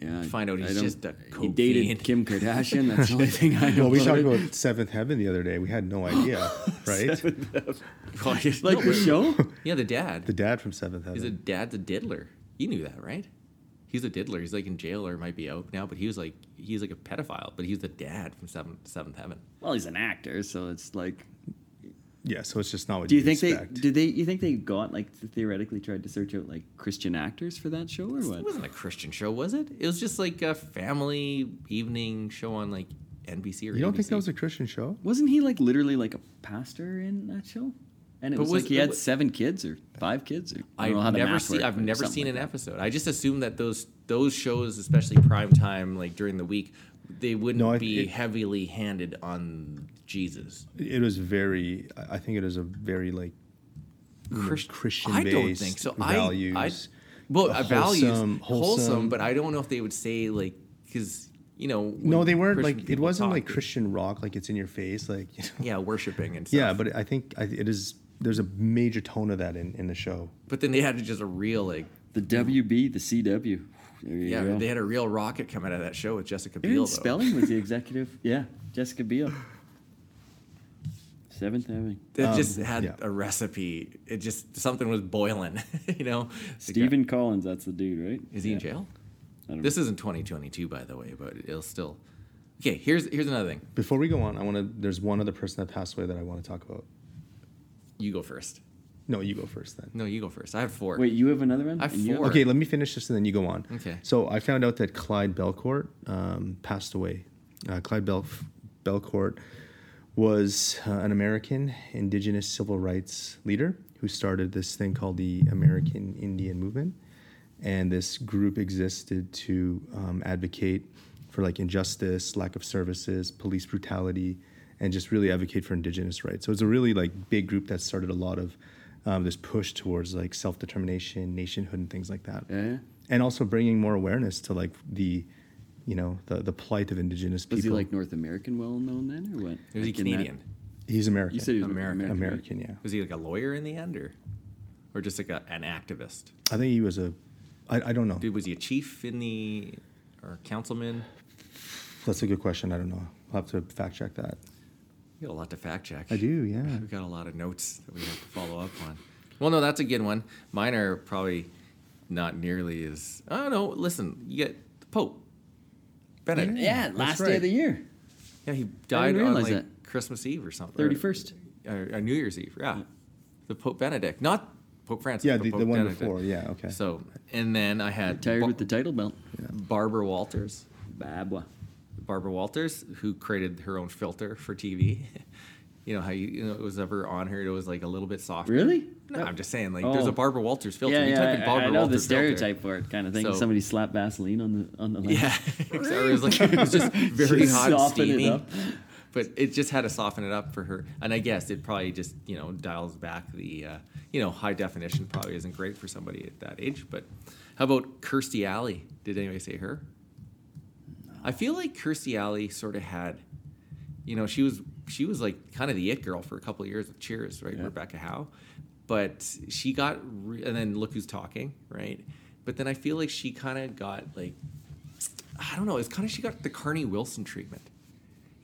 Speaker 2: Yeah, I-
Speaker 1: Find out
Speaker 2: I
Speaker 1: he's
Speaker 2: don't-
Speaker 1: just a
Speaker 2: he
Speaker 1: coke
Speaker 2: dated
Speaker 1: fiend.
Speaker 2: Kim Kardashian. That's
Speaker 1: [laughs]
Speaker 2: the only thing I know.
Speaker 3: [laughs] Well, we
Speaker 2: about
Speaker 3: talked
Speaker 2: it.
Speaker 3: about Seventh Heaven the other day. We
Speaker 2: [laughs]
Speaker 3: had no idea, right?
Speaker 2: [laughs]
Speaker 3: [laughs]
Speaker 2: like the show.
Speaker 1: yeah, the dad.
Speaker 3: the dad from Seventh Heaven.
Speaker 1: He's a dad's a diddler. You knew that, right? He's a diddler. He's like in jail or might be out now, but he was like he's like a pedophile, but he's the dad from Seventh Seventh Heaven.
Speaker 2: Well, he's an actor, so it's like.
Speaker 3: yeah, so it's just not what
Speaker 2: Do you
Speaker 3: you'd
Speaker 2: think
Speaker 3: expect.
Speaker 2: they? Did they? You think they got like theoretically tried to search out like Christian actors for that show or
Speaker 1: It
Speaker 2: what?
Speaker 1: wasn't a Christian show, was it? It was just like a family evening show on like NBC or
Speaker 3: you don't think
Speaker 1: ABC.
Speaker 3: that was a Christian show?
Speaker 2: Wasn't he like literally like a pastor in that show? And it
Speaker 1: But
Speaker 2: was,
Speaker 1: was-
Speaker 2: like he
Speaker 1: it
Speaker 2: had
Speaker 1: wa-
Speaker 2: seven kids or five kids or I
Speaker 1: I've
Speaker 2: don't know how the
Speaker 1: never
Speaker 2: math
Speaker 1: seen
Speaker 2: worked,
Speaker 1: I've
Speaker 2: but
Speaker 1: never
Speaker 2: something
Speaker 1: seen
Speaker 2: like
Speaker 1: an
Speaker 2: that.
Speaker 1: episode. I just assumed that those those shows, especially prime time, like during the week, they wouldn't
Speaker 3: No, I-
Speaker 1: be
Speaker 3: it-
Speaker 1: heavily handed on Jesus.
Speaker 3: It was very. I I think it is a very like
Speaker 1: Christ-
Speaker 3: Mm, Christian
Speaker 1: I don't
Speaker 3: based
Speaker 1: think so.
Speaker 3: values.
Speaker 1: I, I, well,
Speaker 3: Uh,
Speaker 1: uh, values,
Speaker 3: wholesome-
Speaker 1: wholesome,
Speaker 3: wholesome.
Speaker 1: but I don't know if they would say like because you know.
Speaker 3: no,
Speaker 1: when
Speaker 3: they weren't
Speaker 1: Christian
Speaker 3: like. It
Speaker 1: people
Speaker 3: wasn't
Speaker 1: talk,
Speaker 3: like
Speaker 1: they-
Speaker 3: Christian rock. Like it's in your face. Like [laughs] you know.
Speaker 1: Yeah, worshiping and stuff.
Speaker 3: yeah, but I think I, it is. There's a major tone of that in in the show.
Speaker 1: but then they had just a real like
Speaker 2: The WB, the CW. There you
Speaker 1: yeah,
Speaker 2: go.
Speaker 1: they had a real rocket come out of that show with Jessica Biel.
Speaker 2: Aaron
Speaker 1: though.
Speaker 2: Spelling was the executive. Yeah, Jessica Biel. Seventh Heaven.
Speaker 1: That just had
Speaker 3: Um, yeah.
Speaker 1: a recipe. It just something was boiling, [laughs] you know. The guy-
Speaker 2: Stephen Collins, that's the dude, right?
Speaker 1: Is he in
Speaker 2: Yeah.
Speaker 1: jail?
Speaker 2: I don't
Speaker 1: This isn't 2022, by the way, but it'll still. Okay, here's here's another thing.
Speaker 3: Before we go on, I want to. There's one other person that passed away that I want to talk about.
Speaker 1: You go first.
Speaker 3: No, you go first then.
Speaker 1: No, you go first. I have four.
Speaker 2: Wait, you have another one?
Speaker 1: I have
Speaker 2: And you
Speaker 1: four.
Speaker 3: Okay, let me finish this and then you go on.
Speaker 1: Okay.
Speaker 3: So I found out that Clyde Belcourt um, passed away. Uh, Clyde Bel- Belcourt was uh, an American indigenous civil rights leader who started this thing called the American Indian Movement. And this group existed to um, advocate for like injustice, lack of services, police brutality, and just really advocate for indigenous rights. So it's a really like big group that started a lot of um, this push towards like self determination, nationhood, and things like that
Speaker 2: Yeah, yeah.
Speaker 3: and also bringing more awareness to like the you know the the plight of indigenous
Speaker 2: Was
Speaker 3: people
Speaker 2: he like North American well known then or what?
Speaker 1: was he
Speaker 2: Like in that-
Speaker 1: Canadian?
Speaker 3: he's american
Speaker 2: You said he was
Speaker 1: American.
Speaker 2: American.
Speaker 3: american yeah
Speaker 1: Was he like a lawyer in the end, or, or just like a, an activist?
Speaker 3: i think he was a i, I don't know
Speaker 1: Dude, was he a chief in the or councilman?
Speaker 3: that's a good question i don't know i'll have to fact check that
Speaker 2: [laughs]
Speaker 1: You got a lot to fact check.
Speaker 3: i do yeah
Speaker 1: We've got a lot of notes that we have to follow up on. Well, no, that's a good one. Mine are probably not nearly as. I don't know. Listen, you get the Pope Benedict. Yeah,
Speaker 2: Yeah,
Speaker 3: That's
Speaker 2: last day
Speaker 3: right.
Speaker 2: of the year.
Speaker 1: he died on
Speaker 2: realize
Speaker 1: like
Speaker 2: that.
Speaker 1: Christmas Eve or something. or-
Speaker 2: 31st.
Speaker 1: or, or New Year's Eve. Yeah. the Pope Benedict, not Pope Francis.
Speaker 3: yeah
Speaker 1: but
Speaker 3: the, the
Speaker 1: Pope
Speaker 3: one
Speaker 1: Benedict.
Speaker 3: before yeah okay
Speaker 1: So, and then I had
Speaker 2: Tired
Speaker 1: Bar-
Speaker 2: with the title belt.
Speaker 1: Barbara Walters.
Speaker 2: Babwa.
Speaker 1: Barbara Walters, who created her own filter for TV. [laughs] you know how you, you know it was ever on her. It was like a little bit softer.
Speaker 2: Really?
Speaker 1: No,
Speaker 2: That-
Speaker 1: I'm just saying. Like, there's
Speaker 2: Oh.
Speaker 1: a Barbara Walters filter.
Speaker 2: Yeah,
Speaker 1: you
Speaker 2: yeah.
Speaker 1: type in
Speaker 2: I-
Speaker 1: Barbara
Speaker 2: I, know the
Speaker 1: Walters filter.
Speaker 2: stereotype for it, kind of thing.
Speaker 1: So-
Speaker 2: Somebody slapped Vaseline on the on the lens.
Speaker 1: Yeah, [laughs] so it was like it was
Speaker 2: [laughs]
Speaker 1: just very
Speaker 2: Just
Speaker 1: hot and
Speaker 2: soften it
Speaker 1: steamy.
Speaker 2: up.
Speaker 1: But it just had to soften it up for her. And I guess it probably just you know dials back the uh, you know high definition probably isn't great for somebody at that age. But how about Kirstie Alley? Did anybody say her? I feel like Kirstie Alley sort of had, you know, she was she was like kind of the it girl for a couple of years with Cheers, right?
Speaker 2: Yeah.
Speaker 1: Rebecca Howe, but she got re- and then look who's talking, right? But then I feel like she kind of got like, I don't know, it's kind of she got the Carney Wilson treatment.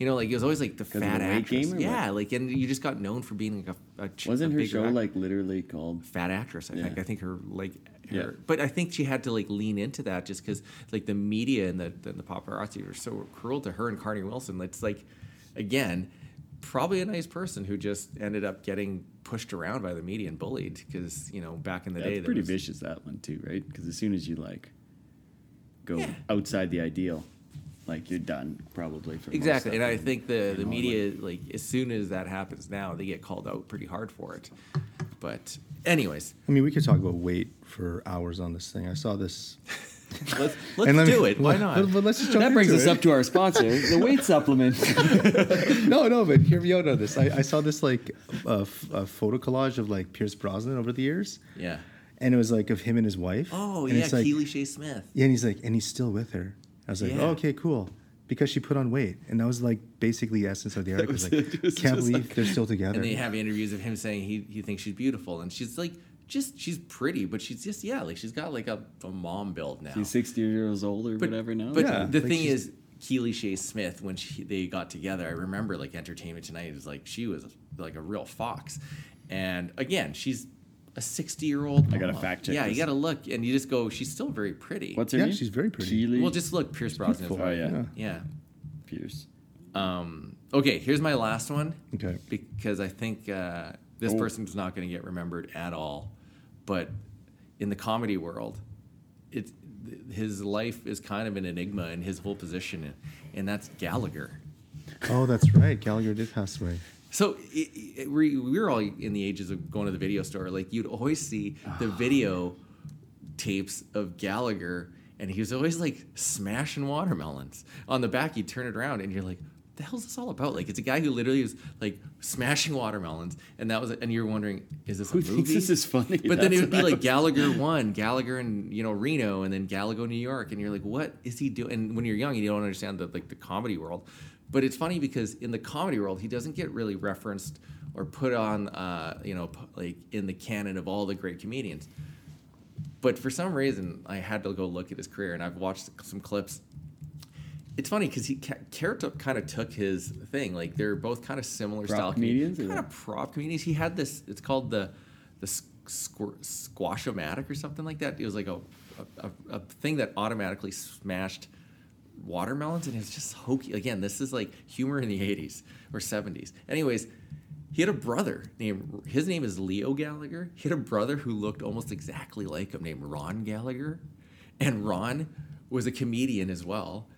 Speaker 1: You know, like it was always like the
Speaker 2: 'Cause of
Speaker 1: fat
Speaker 2: the weight
Speaker 1: actress,
Speaker 2: gain or
Speaker 1: yeah. Like, and you just got known for being like a, a ch-
Speaker 2: [laughs] Wasn't
Speaker 1: a
Speaker 2: her
Speaker 1: bigger
Speaker 2: show
Speaker 1: act-
Speaker 2: like literally called?
Speaker 1: fat actress. I think.
Speaker 2: Yeah.
Speaker 1: I think her like. Her,
Speaker 2: Yeah.
Speaker 1: But I think she had to like lean into that just because like the media and the and the paparazzi were so cruel to her and Carney Wilson. It's like, again, probably a nice person who just ended up getting pushed around by the media and bullied because you know back in the
Speaker 2: That's
Speaker 1: day there
Speaker 2: pretty
Speaker 1: was-
Speaker 2: vicious that one too, right? Because as soon as you like go
Speaker 1: Yeah.
Speaker 2: outside the ideal, like you're done probably for most
Speaker 1: Exactly,
Speaker 2: of
Speaker 1: and I
Speaker 2: it.
Speaker 1: think the the
Speaker 2: know,
Speaker 1: media like as soon as that happens now, they get called out pretty hard for it. But anyways,
Speaker 3: I mean, we could talk about weight for hours on this thing. I saw this.
Speaker 1: let's
Speaker 3: [laughs] and
Speaker 1: let's
Speaker 3: let me-
Speaker 1: do it. Why
Speaker 3: [laughs] let-
Speaker 1: not?
Speaker 3: Let, us just jump
Speaker 2: that brings
Speaker 3: into
Speaker 2: us
Speaker 3: it.
Speaker 2: up to
Speaker 1: [laughs]
Speaker 2: our sponsor, the weight supplement.
Speaker 3: [laughs] no, no, but hear me out on this. I, I saw this like a, f- a photo collage of like Pierce Brosnan over the years,
Speaker 1: yeah.
Speaker 3: and it was like of him and his wife.
Speaker 1: Oh
Speaker 3: and
Speaker 1: yeah,
Speaker 3: it's like,
Speaker 1: Keely Shea Smith.
Speaker 3: yeah, and he's like, and he's still with her. I was like,
Speaker 1: Yeah.
Speaker 3: oh, okay, cool, because she put on weight, and that was like basically the
Speaker 2: [laughs]
Speaker 3: essence of the article. It's
Speaker 2: was
Speaker 3: Like,
Speaker 2: it. It was
Speaker 3: can't
Speaker 2: just
Speaker 3: believe
Speaker 2: like-
Speaker 3: they're still together.
Speaker 1: And they have interviews of him saying he, he thinks she's beautiful, and she's like, just she's pretty, but she's just yeah, like she's got like a, a mom build now.
Speaker 2: He's 60 years old or
Speaker 1: but,
Speaker 2: whatever now.
Speaker 1: But
Speaker 3: Yeah,
Speaker 1: the
Speaker 3: like
Speaker 1: thing
Speaker 3: she's-
Speaker 1: is, Keely Shea Smith, when she, they got together, I remember like Entertainment Tonight it was like she was like a real fox, and again she's a sixty year old.
Speaker 2: I gotta fact check
Speaker 1: Yeah,
Speaker 2: this.
Speaker 1: you gotta look, and you just go. She's still very pretty.
Speaker 2: What's her
Speaker 3: Yeah,
Speaker 2: name?
Speaker 3: she's very pretty.
Speaker 2: Keely
Speaker 1: well, just look, Pierce Brosnan.
Speaker 2: Oh, yeah.
Speaker 1: yeah.
Speaker 2: Pierce.
Speaker 1: Um, okay, here's my last one.
Speaker 3: Okay.
Speaker 1: Because I think uh, this
Speaker 2: Oh.
Speaker 1: person's not going to get remembered at all. But in the comedy world, it's, th- his life is kind of an enigma and his whole position, and, and that's Gallagher.
Speaker 3: Oh, that's right. Gallagher did pass away.
Speaker 1: So it, it, we, we were all in the ages of going to the video store. Like you'd always see the
Speaker 2: Ah.
Speaker 1: video tapes of Gallagher, and he was always like smashing watermelons. On the back, you'd turn it around, and you're like, "The hell's this all about?" Like it's a guy who literally was like smashing watermelons, and that was. And you're wondering, is this
Speaker 2: Who
Speaker 1: a movie?
Speaker 2: thinks this is [laughs] funny?
Speaker 1: But then
Speaker 2: That's
Speaker 1: it would be
Speaker 2: what I
Speaker 1: like
Speaker 2: was- [laughs]
Speaker 1: Gallagher one, Gallagher and you know Reno, and then Gallagher New York, and you're like, what is he doing? And when you're young, you don't understand the like the comedy world. But it's funny because in the comedy world, he doesn't get really referenced or put on, uh, you know, p- like in the canon of all the great comedians. But for some reason, I had to go look at his career, and I've watched some clips. It's funny because he ca- Carrot Top kind of took his thing. Like they're both kind of similar
Speaker 2: Prop
Speaker 1: style
Speaker 2: comedians, or
Speaker 1: kind
Speaker 2: what?
Speaker 1: of prop comedians. He had this. It's called the the squ- squashomatic or something like that. It was like a a, a a thing that automatically smashed watermelons, and it's just hokey. Again, this is like humor in the '80s or '70s. Anyways, he had a brother named his name is Leo Gallagher. He had a brother who looked almost exactly like him named Ron Gallagher. And Ron was a comedian as well.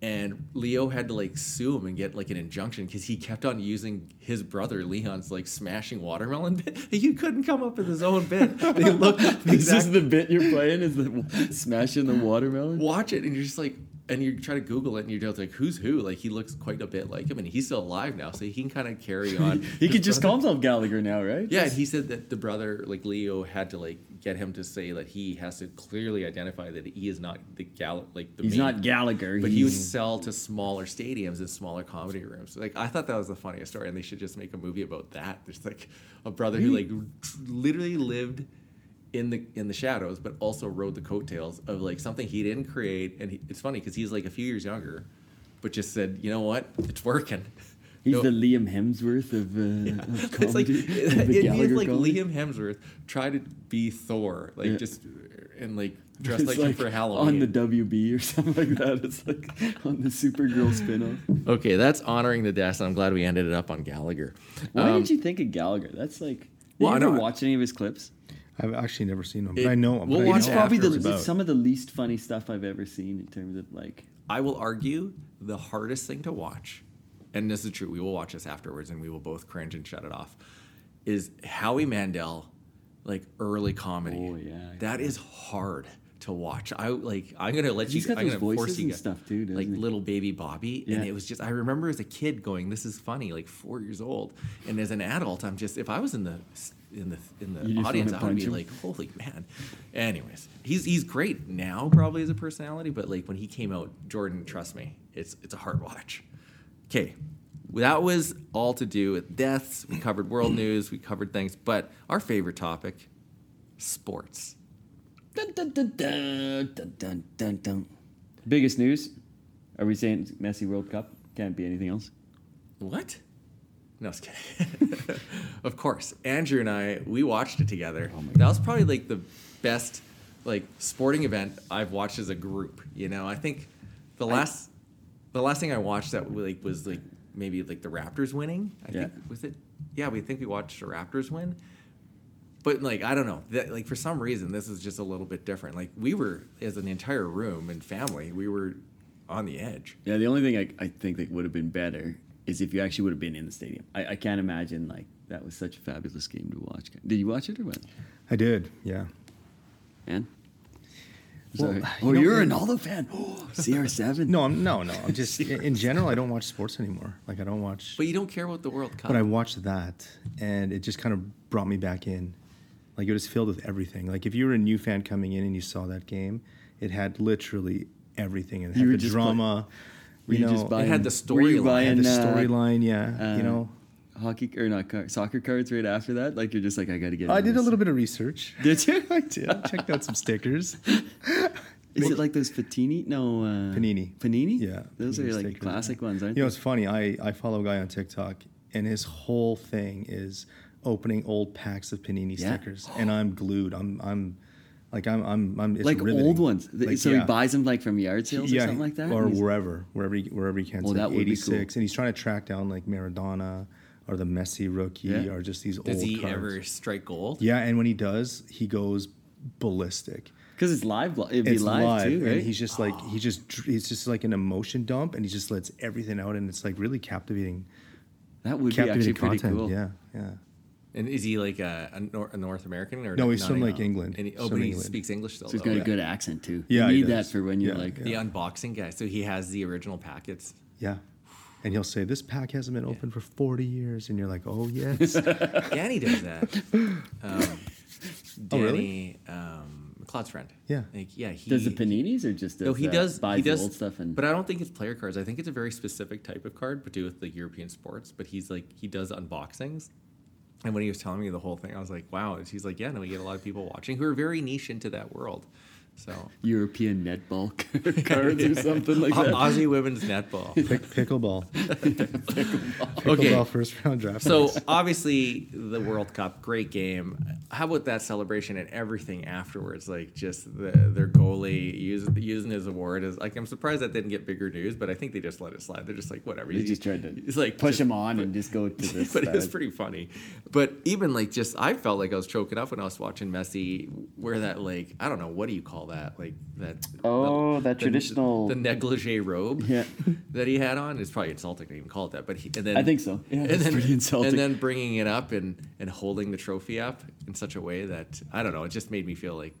Speaker 1: And Leo had to like sue him and get like an injunction because he kept on using his brother Leon's like smashing watermelon bit. [laughs] He couldn't come up with his own bit. They [laughs] looked
Speaker 2: [laughs] This
Speaker 1: exactly
Speaker 2: is the bit you're playing is the smashing the [laughs] watermelon.
Speaker 1: watch it and you're just like and you try to google it and you're just like who's who like he looks quite a bit like him and he's still alive now so he can kind of
Speaker 2: [laughs]
Speaker 1: carry on
Speaker 2: He could just call himself Gallagher now, right?
Speaker 1: yeah and he said that the brother like leo had to like get him to say that he has to clearly identify that he is not the gal like the
Speaker 2: He's
Speaker 1: main-
Speaker 2: not Gallagher.
Speaker 1: but he would
Speaker 2: he's
Speaker 1: sell to smaller stadiums and smaller comedy rooms. Like I thought that was the funniest story, and they should just make a movie about that. There's like a brother who like tr- literally lived in the in the shadows, but also rode the coattails of like something he didn't create. And he, it's funny because he's like a few years younger, but just said, you know what, it's working.
Speaker 2: he's
Speaker 1: No- [laughs]
Speaker 2: the Liam Hemsworth of, uh, of
Speaker 1: it's like [laughs]
Speaker 2: comedy.
Speaker 1: it,
Speaker 2: the
Speaker 1: it'd be
Speaker 2: Gallagher
Speaker 1: like
Speaker 2: comedy.
Speaker 1: Liam Hemsworth tried to be Thor, like
Speaker 2: Yeah.
Speaker 1: just and
Speaker 2: [laughs]
Speaker 1: like dressed
Speaker 2: It's
Speaker 1: like, him for Halloween
Speaker 2: on the WB or [laughs] something like that. It's like on the Supergirl spinoff.
Speaker 1: Okay, that's honoring the death. and I'm glad we ended it up on Gallagher.
Speaker 2: Why
Speaker 1: Um,
Speaker 2: did you think of Gallagher? That's like. Did
Speaker 1: Well, I
Speaker 2: you ever
Speaker 1: know-
Speaker 2: watch any of his clips?
Speaker 3: I've actually never seen him, but
Speaker 1: It-
Speaker 3: I know him.
Speaker 1: we'll
Speaker 3: but I
Speaker 1: watch
Speaker 2: It's
Speaker 3: know
Speaker 1: Yeah,
Speaker 2: probably
Speaker 3: what
Speaker 2: the,
Speaker 3: it's about.
Speaker 2: it's some of the least funny stuff I've ever seen in terms of like.
Speaker 1: I will argue the hardest thing to watch, and this is true. We will watch this afterwards, and we will both cringe and shut it off. Is Howie Mandel, like early comedy?
Speaker 2: Oh, yeah.
Speaker 1: that is hard to watch. I like. I'm gonna let you.
Speaker 2: He's got
Speaker 1: I'm
Speaker 2: those
Speaker 1: gonna force
Speaker 2: voices
Speaker 1: you
Speaker 2: and
Speaker 1: guys-
Speaker 2: stuff too, doesn't
Speaker 1: Like
Speaker 2: he?
Speaker 1: little baby Bobby,
Speaker 2: Yeah.
Speaker 1: and it was just. I remember as a kid going, "This is funny." Like four years old, and as an adult, I'm just. If I was in the in the in
Speaker 2: You
Speaker 1: the
Speaker 2: just
Speaker 1: audience,
Speaker 2: wanna
Speaker 1: I would
Speaker 2: punch
Speaker 1: be
Speaker 2: him.
Speaker 1: like, holy man. Anyways, he's he's great now probably as a personality, but like when he came out, Jordan, trust me, it's it's a hard watch. Okay, that was all to do with deaths. We covered world news, we covered things, but our favorite topic, sports.
Speaker 2: Dun, dun, dun, dun, dun, dun, dun, dun. Biggest news? Are we saying Messi World Cup? Can't be anything else.
Speaker 1: What? No, I was kidding. [laughs] of course, Andrew and I we watched it together.
Speaker 2: Oh my
Speaker 1: that was probably like the best like sporting event I've watched as a group. You know, I think the last the last thing I watched that like was like maybe like the Raptors winning. I
Speaker 2: Yeah.
Speaker 1: think was it. Yeah, we think we watched the Raptors win. but like I don't know, that, like for some reason this is just a little bit different. Like we were as an entire room and family, we were on the edge.
Speaker 2: Yeah, the only thing I, I think that would have been better is if you actually would have been in the stadium. I, I can't imagine like that was such a fabulous game to watch. Did you watch it or what?
Speaker 3: I did. Yeah.
Speaker 2: And
Speaker 3: Well,
Speaker 2: sorry.
Speaker 3: uh, you
Speaker 2: oh,
Speaker 3: know,
Speaker 2: you are
Speaker 3: it-
Speaker 2: an Aldo fan. [gasps] Oh, CR7.
Speaker 3: No, I'm no, no.
Speaker 2: [laughs]
Speaker 3: I'm just in in general. I don't watch sports anymore. Like I don't watch.
Speaker 1: But you don't care about the World Cup.
Speaker 3: But I watched that, and it just kind of brought me back in. Like it was filled with everything. Like if you were a new fan coming in and you saw that game, it had literally everything. It had
Speaker 2: You were
Speaker 3: the
Speaker 2: just
Speaker 3: drama.
Speaker 2: Were
Speaker 3: you
Speaker 2: you
Speaker 3: know,
Speaker 2: just buying?
Speaker 1: It had the
Speaker 2: were you
Speaker 1: storyline.
Speaker 2: buying,
Speaker 3: and the
Speaker 2: uh,
Speaker 3: storyline. Yeah, you
Speaker 2: uh,
Speaker 3: know.
Speaker 2: hockey or not car- soccer cards right after that. Like you're just like I got to get.
Speaker 3: I
Speaker 2: in
Speaker 3: did a
Speaker 2: this.
Speaker 3: little bit of research.
Speaker 2: Did you?
Speaker 3: [laughs] I did. I checked out some stickers.
Speaker 2: Is it like those Patini? No, uh,
Speaker 3: Panini.
Speaker 2: Panini.
Speaker 3: Yeah,
Speaker 2: those
Speaker 3: Panini
Speaker 2: are like
Speaker 3: stickers,
Speaker 2: classic ones, aren't
Speaker 3: You know,
Speaker 2: they?
Speaker 3: it's funny. I, I follow a guy on TikTok, and his whole thing is opening old packs of panini
Speaker 2: Yeah.
Speaker 3: stickers, and I'm glued. I'm I'm like I'm I'm, I'm it's
Speaker 2: Like
Speaker 3: riveting.
Speaker 2: old ones.
Speaker 3: Like,
Speaker 2: so
Speaker 3: yeah.
Speaker 2: he buys them like from yard sales or something like that.
Speaker 3: or
Speaker 2: And he's-
Speaker 3: wherever wherever he, wherever he can.
Speaker 2: Oh,
Speaker 3: Oh,
Speaker 2: that
Speaker 3: that
Speaker 2: would be
Speaker 3: 86,
Speaker 2: cool.
Speaker 3: and he's trying to track down like Maradona or the Messi rookie
Speaker 2: Yeah.
Speaker 3: or just these old.
Speaker 1: Does he
Speaker 3: cards.
Speaker 1: ever strike gold?
Speaker 3: Yeah, and when he does, he goes ballistic.
Speaker 2: Because it's live. blo- It'd be
Speaker 3: it's
Speaker 2: live,
Speaker 3: live,
Speaker 2: too, right?
Speaker 3: and he's just like he just dr- it's just like an emotion dump, and he just lets everything out, and it's like really captivating,
Speaker 2: that would be actually
Speaker 3: captivating
Speaker 2: pretty
Speaker 3: content.
Speaker 2: cool.
Speaker 3: Yeah, yeah.
Speaker 1: And is he like a, a, Nor- a North American or
Speaker 3: No, he's
Speaker 1: not
Speaker 3: from,
Speaker 1: even?
Speaker 3: like, England.
Speaker 1: And he, oh,
Speaker 3: He's from
Speaker 1: but he
Speaker 3: England.
Speaker 1: speaks English still.
Speaker 2: So he's
Speaker 1: though.
Speaker 2: got a good accent too. you
Speaker 3: Yeah, he
Speaker 2: need that
Speaker 3: does.
Speaker 2: for when you're
Speaker 3: Yeah,
Speaker 2: like.
Speaker 3: yeah.
Speaker 1: The unboxing guy, so he has the original
Speaker 3: [laughs]
Speaker 1: packets.
Speaker 3: Yeah. And he'll say, This pack hasn't been open for 40 years. And you're like,
Speaker 2: [laughs]
Speaker 3: Oh, yes.
Speaker 1: Danny does that.
Speaker 3: [laughs]
Speaker 1: Um, Danny,
Speaker 3: Oh, really?
Speaker 1: um, Claude's friend.
Speaker 3: Yeah.
Speaker 1: like, yeah. He,
Speaker 2: Does the paninis or just does,
Speaker 1: No, he
Speaker 2: uh,
Speaker 1: does.
Speaker 2: buys
Speaker 1: he
Speaker 2: the
Speaker 1: does
Speaker 2: old stuff and
Speaker 1: but I don't think it's player cards. I think it's a very specific type of card, but do with like European sports. But he's like he does unboxings, and when he was telling me the whole thing, I was like, wow. And he's like, yeah, no, we get a lot of people watching who are very niche into that world. So [laughs]
Speaker 2: European netball [laughs] cards or something like
Speaker 1: Au-
Speaker 2: that.
Speaker 1: Aussie women's
Speaker 2: [laughs]
Speaker 1: netball.
Speaker 3: Pick, pickleball. pickleball.
Speaker 1: Okay.
Speaker 3: first round draft.
Speaker 1: So
Speaker 3: picks.
Speaker 1: obviously the World Cup, great game. How about that celebration and everything afterwards? Like just the, their goalie use, using his award is like I'm surprised that didn't get bigger news, but I think they just let it slide. They're just like whatever.
Speaker 2: They
Speaker 1: He-
Speaker 2: just tried to
Speaker 1: he's like
Speaker 2: push
Speaker 1: just-
Speaker 2: him on and
Speaker 1: [laughs]
Speaker 2: just go to this.
Speaker 1: but it was
Speaker 2: side.
Speaker 1: pretty funny. But even like just I felt like I was choking up when I was watching Messi wear that like I don't know what do you call that like that
Speaker 2: Oh, that
Speaker 1: the-
Speaker 2: traditional-
Speaker 1: the negligee robe
Speaker 2: Yeah.
Speaker 1: that he had on it's probably insulting to even call it that but he, and then
Speaker 2: I think so. Yeah,
Speaker 1: and
Speaker 2: that's
Speaker 1: then
Speaker 2: pretty insulting.
Speaker 1: and then bringing it up and and holding the trophy up in such a way that I don't know it just made me feel like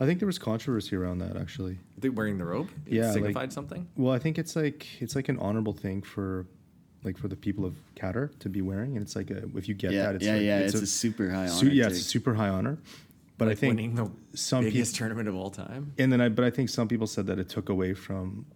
Speaker 3: I think there was controversy around that, actually.
Speaker 1: they wearing the robe it
Speaker 3: Yeah, like-
Speaker 1: signified something
Speaker 3: Well, I think it's like it's like an honorable thing for like for the people of Qatar to be wearing, and it's like a, if you get
Speaker 2: yeah,
Speaker 3: that, it's
Speaker 2: yeah,
Speaker 3: like,
Speaker 2: yeah. It's, a, super high honor.
Speaker 3: su- yeah, it's a
Speaker 2: too.
Speaker 3: super high honor. But I
Speaker 1: Like,
Speaker 3: think
Speaker 1: winning the
Speaker 3: some peop-
Speaker 1: biggest tournament of all time
Speaker 3: and then I but I think some people said that it took away from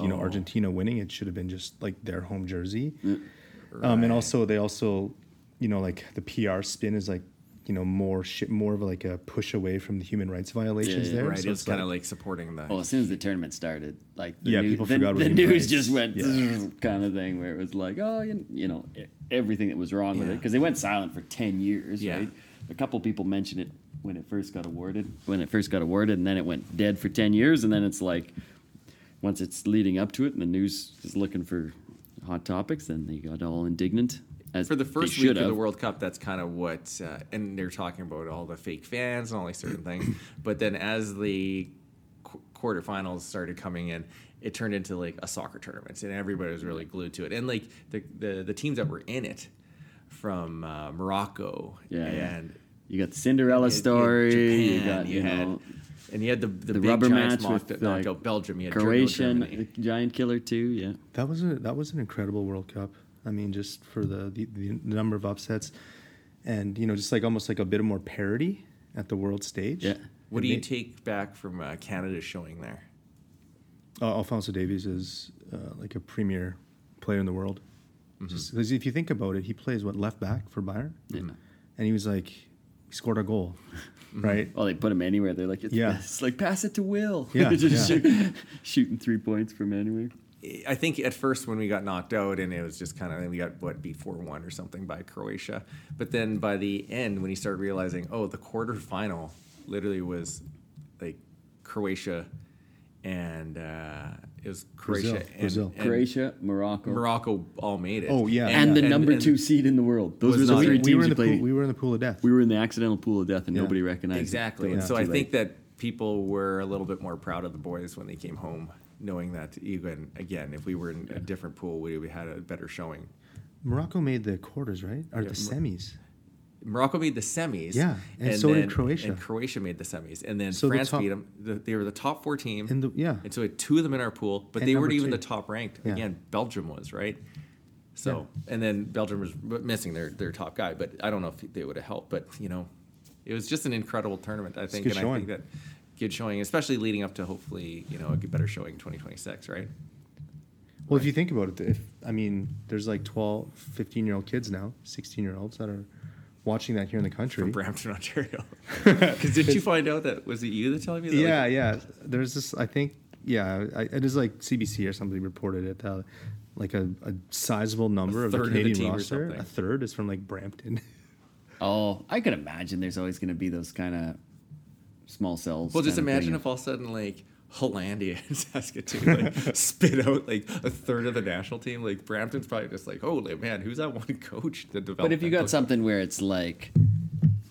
Speaker 3: you know
Speaker 1: Oh. Mm.
Speaker 3: Argentina winning. It should have been just like their home jersey. Um, and also they also you know like the PR spin is like you know more shit more of like a push away from the human rights violations
Speaker 2: yeah,
Speaker 3: there.
Speaker 1: right
Speaker 3: So
Speaker 1: it was
Speaker 3: it's
Speaker 1: kind of
Speaker 3: like-
Speaker 1: like supporting the
Speaker 2: Well, as soon as the tournament started, like the
Speaker 3: Yeah,
Speaker 2: new-
Speaker 3: people
Speaker 2: the,
Speaker 3: forgot what
Speaker 2: the
Speaker 3: he
Speaker 2: news
Speaker 3: was.
Speaker 2: just went
Speaker 3: Yeah.
Speaker 2: kind of thing where it was like, oh, you, you know, e- everything that was wrong with it
Speaker 1: Yeah.
Speaker 2: because they went silent for ten years,
Speaker 1: Yeah.
Speaker 2: right? A couple people mentioned it when it first got awarded, when it first got awarded, and then it went dead for ten years, and then it's like, once it's leading up to it, and the news is looking for hot topics, then they got all indignant. As
Speaker 1: for the
Speaker 2: they
Speaker 1: first
Speaker 2: should
Speaker 1: week of the
Speaker 2: have.
Speaker 1: World Cup, that's kind of what, uh, and they're talking about all the fake fans and all these certain
Speaker 2: [clears throat]
Speaker 1: things. But then as the qu- quarterfinals started coming in, it turned into like a soccer tournament, and everybody was really glued to it. And like the the, the teams that were in it from uh, Morocco
Speaker 2: Yeah, yeah.
Speaker 1: and
Speaker 2: You got the Cinderella story.
Speaker 1: Japan,
Speaker 2: you got you,
Speaker 1: had.
Speaker 2: know,
Speaker 1: and you had the, the,
Speaker 2: the
Speaker 1: big
Speaker 2: rubber
Speaker 1: giants
Speaker 2: match
Speaker 1: knocked,
Speaker 2: with,
Speaker 1: knocked
Speaker 2: uh,
Speaker 1: out Belgium. You had
Speaker 2: Croatian
Speaker 1: Germany.
Speaker 2: giant killer too. Yeah.
Speaker 3: that was a, that was an incredible World Cup. I mean, just for the, the the number of upsets, and you know, just like almost like a bit more parity at the world stage.
Speaker 2: Yeah.
Speaker 1: What
Speaker 3: It
Speaker 1: do you
Speaker 3: ma-
Speaker 1: take back from uh, Canada's showing there?
Speaker 3: Uh, Alfonso Davies is uh, like a premier player in the world. Just 'cause if you think about it, he plays what left back for Bayern,
Speaker 2: Yeah.
Speaker 3: and he was like, he scored a goal, right?
Speaker 2: Well, they put him anywhere. They're like, it's
Speaker 3: Yeah.
Speaker 2: best. Like, pass it to Will. [laughs]
Speaker 3: Yeah,
Speaker 2: Just
Speaker 3: yeah.
Speaker 2: shoot- shooting three points from anywhere.
Speaker 1: I think at first when we got knocked out and it was just kind of we got what beat four one or something by Croatia, but then by the end when he started realizing oh the quarterfinal literally was like Croatia and uh, It was Croatia
Speaker 3: Brazil,
Speaker 1: and,
Speaker 3: Brazil.
Speaker 1: and
Speaker 2: Croatia, Morocco,
Speaker 1: Morocco all made it.
Speaker 3: Oh, yeah.
Speaker 2: and, the number
Speaker 1: and-
Speaker 2: two seed in the world. Those
Speaker 1: was
Speaker 2: were the
Speaker 1: not
Speaker 2: three
Speaker 1: in.
Speaker 2: teams
Speaker 3: we were in
Speaker 2: we
Speaker 3: the pool,
Speaker 2: played.
Speaker 3: we were in the pool of death.
Speaker 2: we were in the accidental pool of death, and
Speaker 3: Yeah.
Speaker 2: nobody recognized it
Speaker 1: Exactly.
Speaker 2: till
Speaker 1: And
Speaker 2: it's
Speaker 1: so
Speaker 2: too
Speaker 1: I
Speaker 2: late.
Speaker 1: think that people were a little bit more proud of the boys when they came home, knowing that even again, if we were in a different pool, we, we had a better showing.
Speaker 3: Morocco made the quarters, right? Or
Speaker 1: Yeah,
Speaker 3: the
Speaker 1: Mor-
Speaker 3: semis?
Speaker 1: Morocco made the semis.
Speaker 3: Yeah, and so did Croatia.
Speaker 1: And Croatia made the semis, and then
Speaker 3: So the
Speaker 1: France
Speaker 3: top-
Speaker 1: beat them. The, they were the top four team.
Speaker 3: In the yeah.
Speaker 1: and so we had two of them in our pool, but
Speaker 3: And
Speaker 1: they
Speaker 3: number
Speaker 1: weren't even
Speaker 3: two.
Speaker 1: the top ranked.
Speaker 3: Yeah.
Speaker 1: Again, Belgium was right. So and then Belgium was m- missing their their top guy, but I don't know if they would have helped. But you know, it was just an incredible tournament. I think,
Speaker 3: good
Speaker 1: and I
Speaker 3: showing.
Speaker 1: think that good showing, especially leading up to hopefully you know a better showing 2026, right?
Speaker 3: Well, if you think about it, if I mean, there's like 12, 15 year old kids now, 16 year olds that are watching that here in the country.
Speaker 1: From Brampton, [laughs]
Speaker 3: [laughs]
Speaker 1: Ontario. Because did you find out that was it you that telling me that? like,
Speaker 3: yeah, yeah. There's this. I think. Yeah, I, it is like CBC or somebody reported it. That, like a, a sizable number of the
Speaker 1: third of the
Speaker 3: Canadian
Speaker 1: team or
Speaker 3: roster,
Speaker 1: something.
Speaker 3: a third is from
Speaker 1: [laughs]
Speaker 3: like Brampton.
Speaker 2: Oh, I could imagine there's always going to be those kind of small cells.
Speaker 1: Well, just
Speaker 2: kinda
Speaker 1: imagine
Speaker 2: thing.
Speaker 1: if all of a sudden, like, Hollandia [laughs] and Saskatoon
Speaker 2: [laughs]
Speaker 1: like, spit out like a third of the national team. Like Brampton's probably just like, holy man, who's that one [laughs] coach that developed?
Speaker 2: But if you
Speaker 1: that
Speaker 2: got
Speaker 1: coach?"
Speaker 2: something where it's like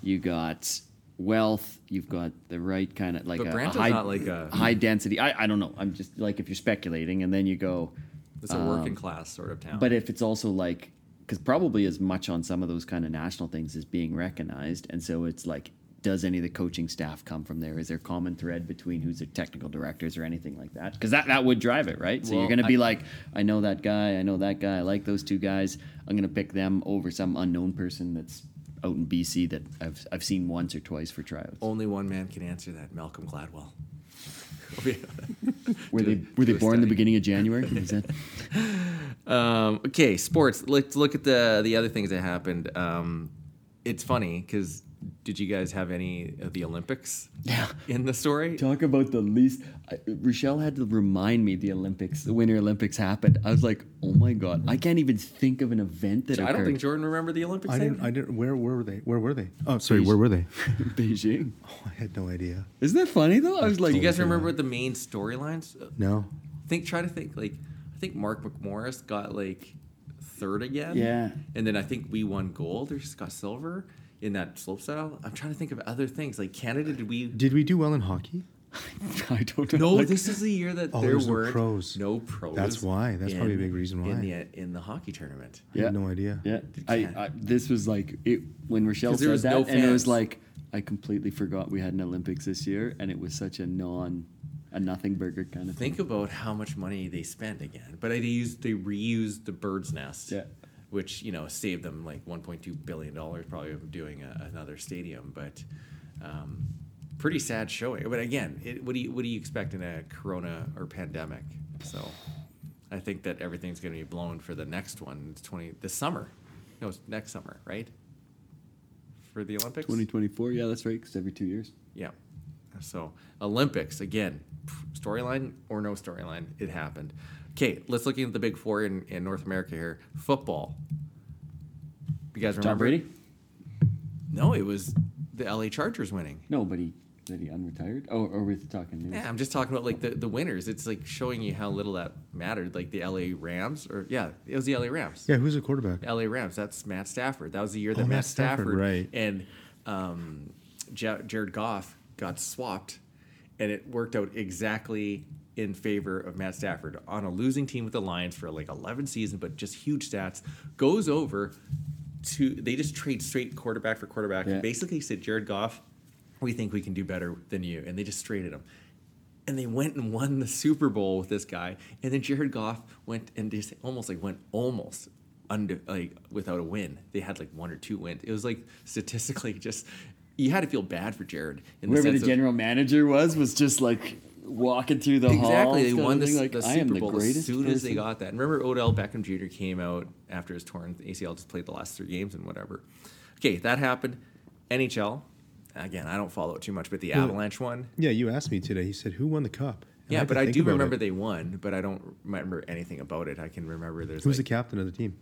Speaker 2: you got wealth, you've got the right kind of like
Speaker 1: But
Speaker 2: a, a
Speaker 1: Brampton's
Speaker 2: high,
Speaker 1: not like a-
Speaker 2: high density. I, I don't know. I'm just like if you're speculating, and then you go.
Speaker 1: it's a working class sort of town.
Speaker 2: um, But if it's also like because probably as much on some of those kind of national things is being recognized, and so it's like. Does any of the coaching staff come from there? Is there a common thread between who's the technical directors or anything like that? Because that, that would drive it, right? So you're
Speaker 1: Well,
Speaker 2: going to be
Speaker 1: I-
Speaker 2: like, I know that guy, I know that guy, I like those two guys. I'm going to pick them over some unknown person that's out in BC that I've, I've seen once or twice for tryouts.
Speaker 1: only one man can answer that: Malcolm Gladwell. [laughs] Oh, yeah.
Speaker 2: were they
Speaker 1: do a-
Speaker 2: were they
Speaker 1: do a
Speaker 2: born in the
Speaker 1: study.
Speaker 2: beginning
Speaker 1: [laughs]
Speaker 2: of January? Is that-
Speaker 1: Um, okay, sports. Let's look at the the other things that happened. Um, it's funny because did you guys have any of the Olympics
Speaker 2: Yeah.
Speaker 1: in the story?
Speaker 2: Talk about the least. I, Rochelle had to remind me the Olympics, the Winter Olympics happened. I was like, oh my god, I can't even think of an event that
Speaker 1: I don't think
Speaker 2: occurred.
Speaker 1: Jordan remembered the Olympics.
Speaker 3: I
Speaker 1: either.
Speaker 3: didn't. I didn't. Where were they? Where were they? Oh, sorry.
Speaker 2: Please.
Speaker 3: Where were they?
Speaker 2: [laughs] Beijing.
Speaker 3: [laughs] Oh, I had no idea.
Speaker 2: Isn't that funny though? I was like,
Speaker 1: Do you guys remember what the main storylines
Speaker 3: No.
Speaker 1: think try to think like I think Mark McMorris got like third again.
Speaker 2: Yeah.
Speaker 1: And then I think we won gold or just got silver in that slopestyle. I'm trying to think of other things. Like Canada did we
Speaker 3: Did we do well in hockey?
Speaker 2: [laughs] I don't know.
Speaker 1: No,
Speaker 2: Like,
Speaker 1: this is the year that
Speaker 3: Oh,
Speaker 1: there
Speaker 3: there's no
Speaker 1: were
Speaker 3: pros.
Speaker 1: No pros.
Speaker 3: That's why. That's probably a big reason why.
Speaker 1: In the in the hockey tournament.
Speaker 3: I had no idea.
Speaker 2: Yeah, I, I this was like it when Rochelle
Speaker 1: 'Cause there
Speaker 2: said
Speaker 1: was
Speaker 2: that,
Speaker 1: no
Speaker 2: and it was
Speaker 1: fans.
Speaker 2: like I completely forgot we had an Olympics this year, and it was such a non, a nothing burger kind of thing.
Speaker 1: Think about how much money they spent again. But they used they reused the bird's nest.
Speaker 2: Yeah.
Speaker 1: Which, you know, saved them like one point two billion dollars probably of doing a, another stadium. But um, pretty sad showing. But again, it, what do you what do you expect in a corona or pandemic? So I think that everything's gonna be blown for the next one. It's twenty this summer. No, it's next summer, right? For the Olympics?
Speaker 2: Twenty twenty four. Yeah, that's right. Because every two years.
Speaker 1: Yeah. So Olympics again, storyline or no storyline, it happened. Okay, let's look at the big four in, in North America here. Football. You guys remember?
Speaker 2: Tom Brady.
Speaker 1: No, it was the LA Chargers winning.
Speaker 2: No, but he that he unretired. Oh, or we're talking news.
Speaker 1: Yeah, I'm just talking about like the, the winners. It's like showing you how little that mattered. Like the LA Rams, or yeah, it was the LA Rams.
Speaker 3: Yeah. Who's the quarterback?
Speaker 1: LA Rams. That's Matt Stafford. That was the year that
Speaker 3: Oh,
Speaker 1: Matt,
Speaker 3: Matt
Speaker 1: Stafford,
Speaker 3: Stafford, right.
Speaker 1: and um, Ja- Jared Goff got swapped, and it worked out exactly in favor of Matt Stafford on a losing team with the Lions for like 11 seasons, but just huge stats. Goes over to they just trade straight quarterback for quarterback.
Speaker 2: Yeah.
Speaker 1: And basically said Jared Goff, we think we can do better than you, and they just traded him. And they went and won the Super Bowl with this guy, and then Jared Goff went and just almost like went almost under like without a win. They had like one or two wins. It was like statistically just you had to feel bad for Jared. In
Speaker 2: Whoever the
Speaker 1: sense of-
Speaker 2: general manager was was just like walking through the hall.
Speaker 1: Exactly. They
Speaker 2: kinda
Speaker 1: won the,
Speaker 2: thing,
Speaker 1: the
Speaker 2: Uh-huh. I am
Speaker 1: Super Bowl as
Speaker 2: greatest
Speaker 1: soon as they
Speaker 2: person.
Speaker 1: got that. And remember, Odell Beckham Jr. came out after his torn ACL, just played the last three games and whatever. Okay, that happened. NHL, again, I don't follow it too much, but the Avalanche one.
Speaker 3: Yeah, you asked me today. He said, "Who won the cup?" And
Speaker 1: Yeah,
Speaker 3: had to
Speaker 1: but I
Speaker 3: think
Speaker 1: do
Speaker 3: about
Speaker 1: remember
Speaker 3: it.
Speaker 1: they won, but I don't remember anything about it. I can remember there's
Speaker 3: Who's the
Speaker 1: like
Speaker 3: captain of the team?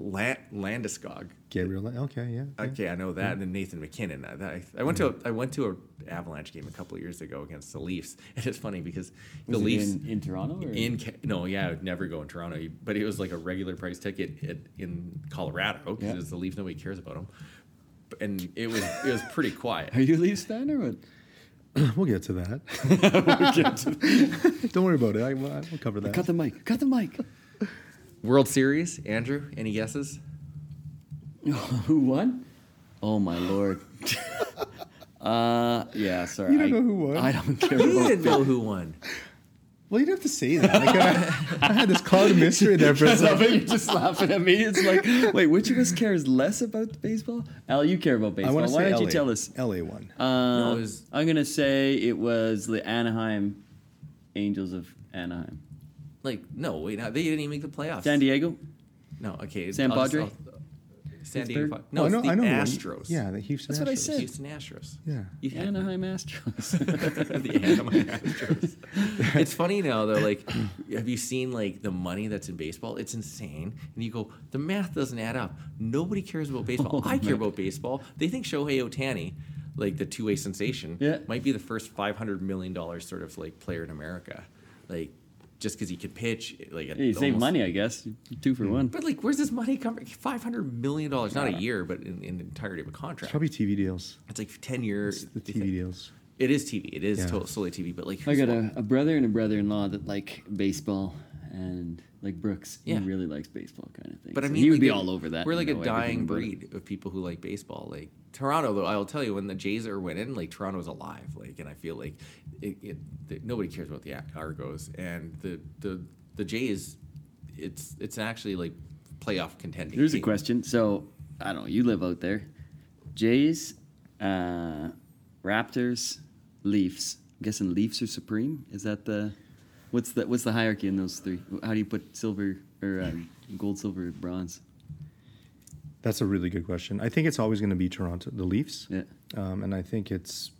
Speaker 1: La- Landeskog.
Speaker 3: Gabriel. Li- Okay, yeah. yeah.
Speaker 1: Okay, I know that. And then Nathan McKinnon. I, that- I went to a, I went to a Avalanche game a couple of years ago against the Leafs, [laughs] and it's funny because the
Speaker 2: Was it
Speaker 1: Leafs
Speaker 2: in, in Toronto. Or?
Speaker 1: in Ca- no, yeah, I would never go in Toronto, You- but it was like a regular price ticket at, in Colorado because
Speaker 2: Yeah.
Speaker 1: it's the Leafs. Nobody cares about them, and it was it was pretty quiet.
Speaker 2: are you a Leafs fan or what?
Speaker 3: We'll get
Speaker 1: [laughs]
Speaker 3: to that. [laughs] Don't worry about it. I, we'll, I- we'll cover that.
Speaker 2: Cut the mic. Cut the mic.
Speaker 1: [laughs] World Series, Andrew. Any guesses?
Speaker 2: Who won? Oh my lord. [laughs] uh, yeah. Sorry.
Speaker 3: You don't
Speaker 2: I,
Speaker 3: know who won.
Speaker 1: [laughs]
Speaker 2: I don't care
Speaker 1: You
Speaker 2: about.
Speaker 1: didn't know Oh, who won.
Speaker 3: Well, you don't have to say that. Like, I, I had this cloud of mystery there for a
Speaker 2: That's
Speaker 3: second.
Speaker 2: not it. You're just laughing at me. It's like, wait, which of us cares less about baseball? Al, you care about
Speaker 3: I
Speaker 2: baseball.
Speaker 3: want
Speaker 2: Why
Speaker 3: to say
Speaker 2: don't
Speaker 3: LA.
Speaker 2: you tell us?
Speaker 3: LA won.
Speaker 2: Uh,
Speaker 1: it was-
Speaker 2: I'm gonna say it was the Anaheim Angels of Anaheim,
Speaker 1: Like no, wait, no, they didn't even make the playoffs.
Speaker 2: San Diego.
Speaker 1: No, okay.
Speaker 2: San
Speaker 1: I'll just-
Speaker 2: Padre?
Speaker 1: I'll- San Diego.
Speaker 2: Pittsburgh?
Speaker 1: Fi- No,
Speaker 3: Oh,
Speaker 1: it's the
Speaker 3: who won.
Speaker 1: Astros.
Speaker 3: Yeah, the Houston.
Speaker 2: That's what I
Speaker 3: Astros.
Speaker 2: said.
Speaker 1: Houston Astros.
Speaker 3: Yeah.
Speaker 1: You had me.
Speaker 2: Anaheim [laughs] Astros.
Speaker 1: [laughs] the Anaheim Astros. it's funny now though. Like, have you seen like the money that's in baseball? It's insane. And you go, the math doesn't add up. Nobody cares about baseball.
Speaker 2: Oh,
Speaker 1: I care
Speaker 2: man.
Speaker 1: about baseball. They think Shohei Otani, like the two-way sensation,
Speaker 2: Yeah.
Speaker 1: might be the first five hundred million dollars sort of like player in America, like just because he could pitch. Like
Speaker 2: Yeah, you save money, I guess. Two for one.
Speaker 1: But like, where's this money coming? Five hundred million dollars, not a year, but in, in the entirety of a
Speaker 3: It's
Speaker 1: contract.
Speaker 3: probably TV deals.
Speaker 1: It's like ten years.
Speaker 3: The TV deals.
Speaker 1: It is TV. It is
Speaker 3: Yeah.
Speaker 1: to- solely TV. But like,
Speaker 2: I got
Speaker 1: who's-
Speaker 2: a, a brother and a brother-in-law that like baseball and like Brooks.
Speaker 1: Yeah.
Speaker 2: He really likes baseball kind of thing.
Speaker 1: But I
Speaker 2: So
Speaker 1: mean,
Speaker 2: he would
Speaker 1: like,
Speaker 2: be
Speaker 1: it-
Speaker 2: all over that.
Speaker 1: We're
Speaker 2: and
Speaker 1: like
Speaker 2: know
Speaker 1: a
Speaker 2: everything
Speaker 1: dying
Speaker 2: about it.
Speaker 1: breed of people who like baseball. Like Toronto, though, I'll tell you, when the Jays are winning, like Toronto's alive. Like, and I feel like it, it, th nobody cares about the Ar- Argos and the the the Jays. It's it's actually like playoff contending.
Speaker 2: Here's a
Speaker 1: team.
Speaker 2: question. So I don't know. You live out there. Jays, uh, Raptors, Leafs. I'm guessing Leafs are supreme. Is that the what's the what's the hierarchy in those three? How do you put silver or uh, gold, silver, bronze?
Speaker 3: That's a really good question. I think it's always going to be Toronto, the Leafs.
Speaker 2: Yeah.
Speaker 3: Um, and I think it's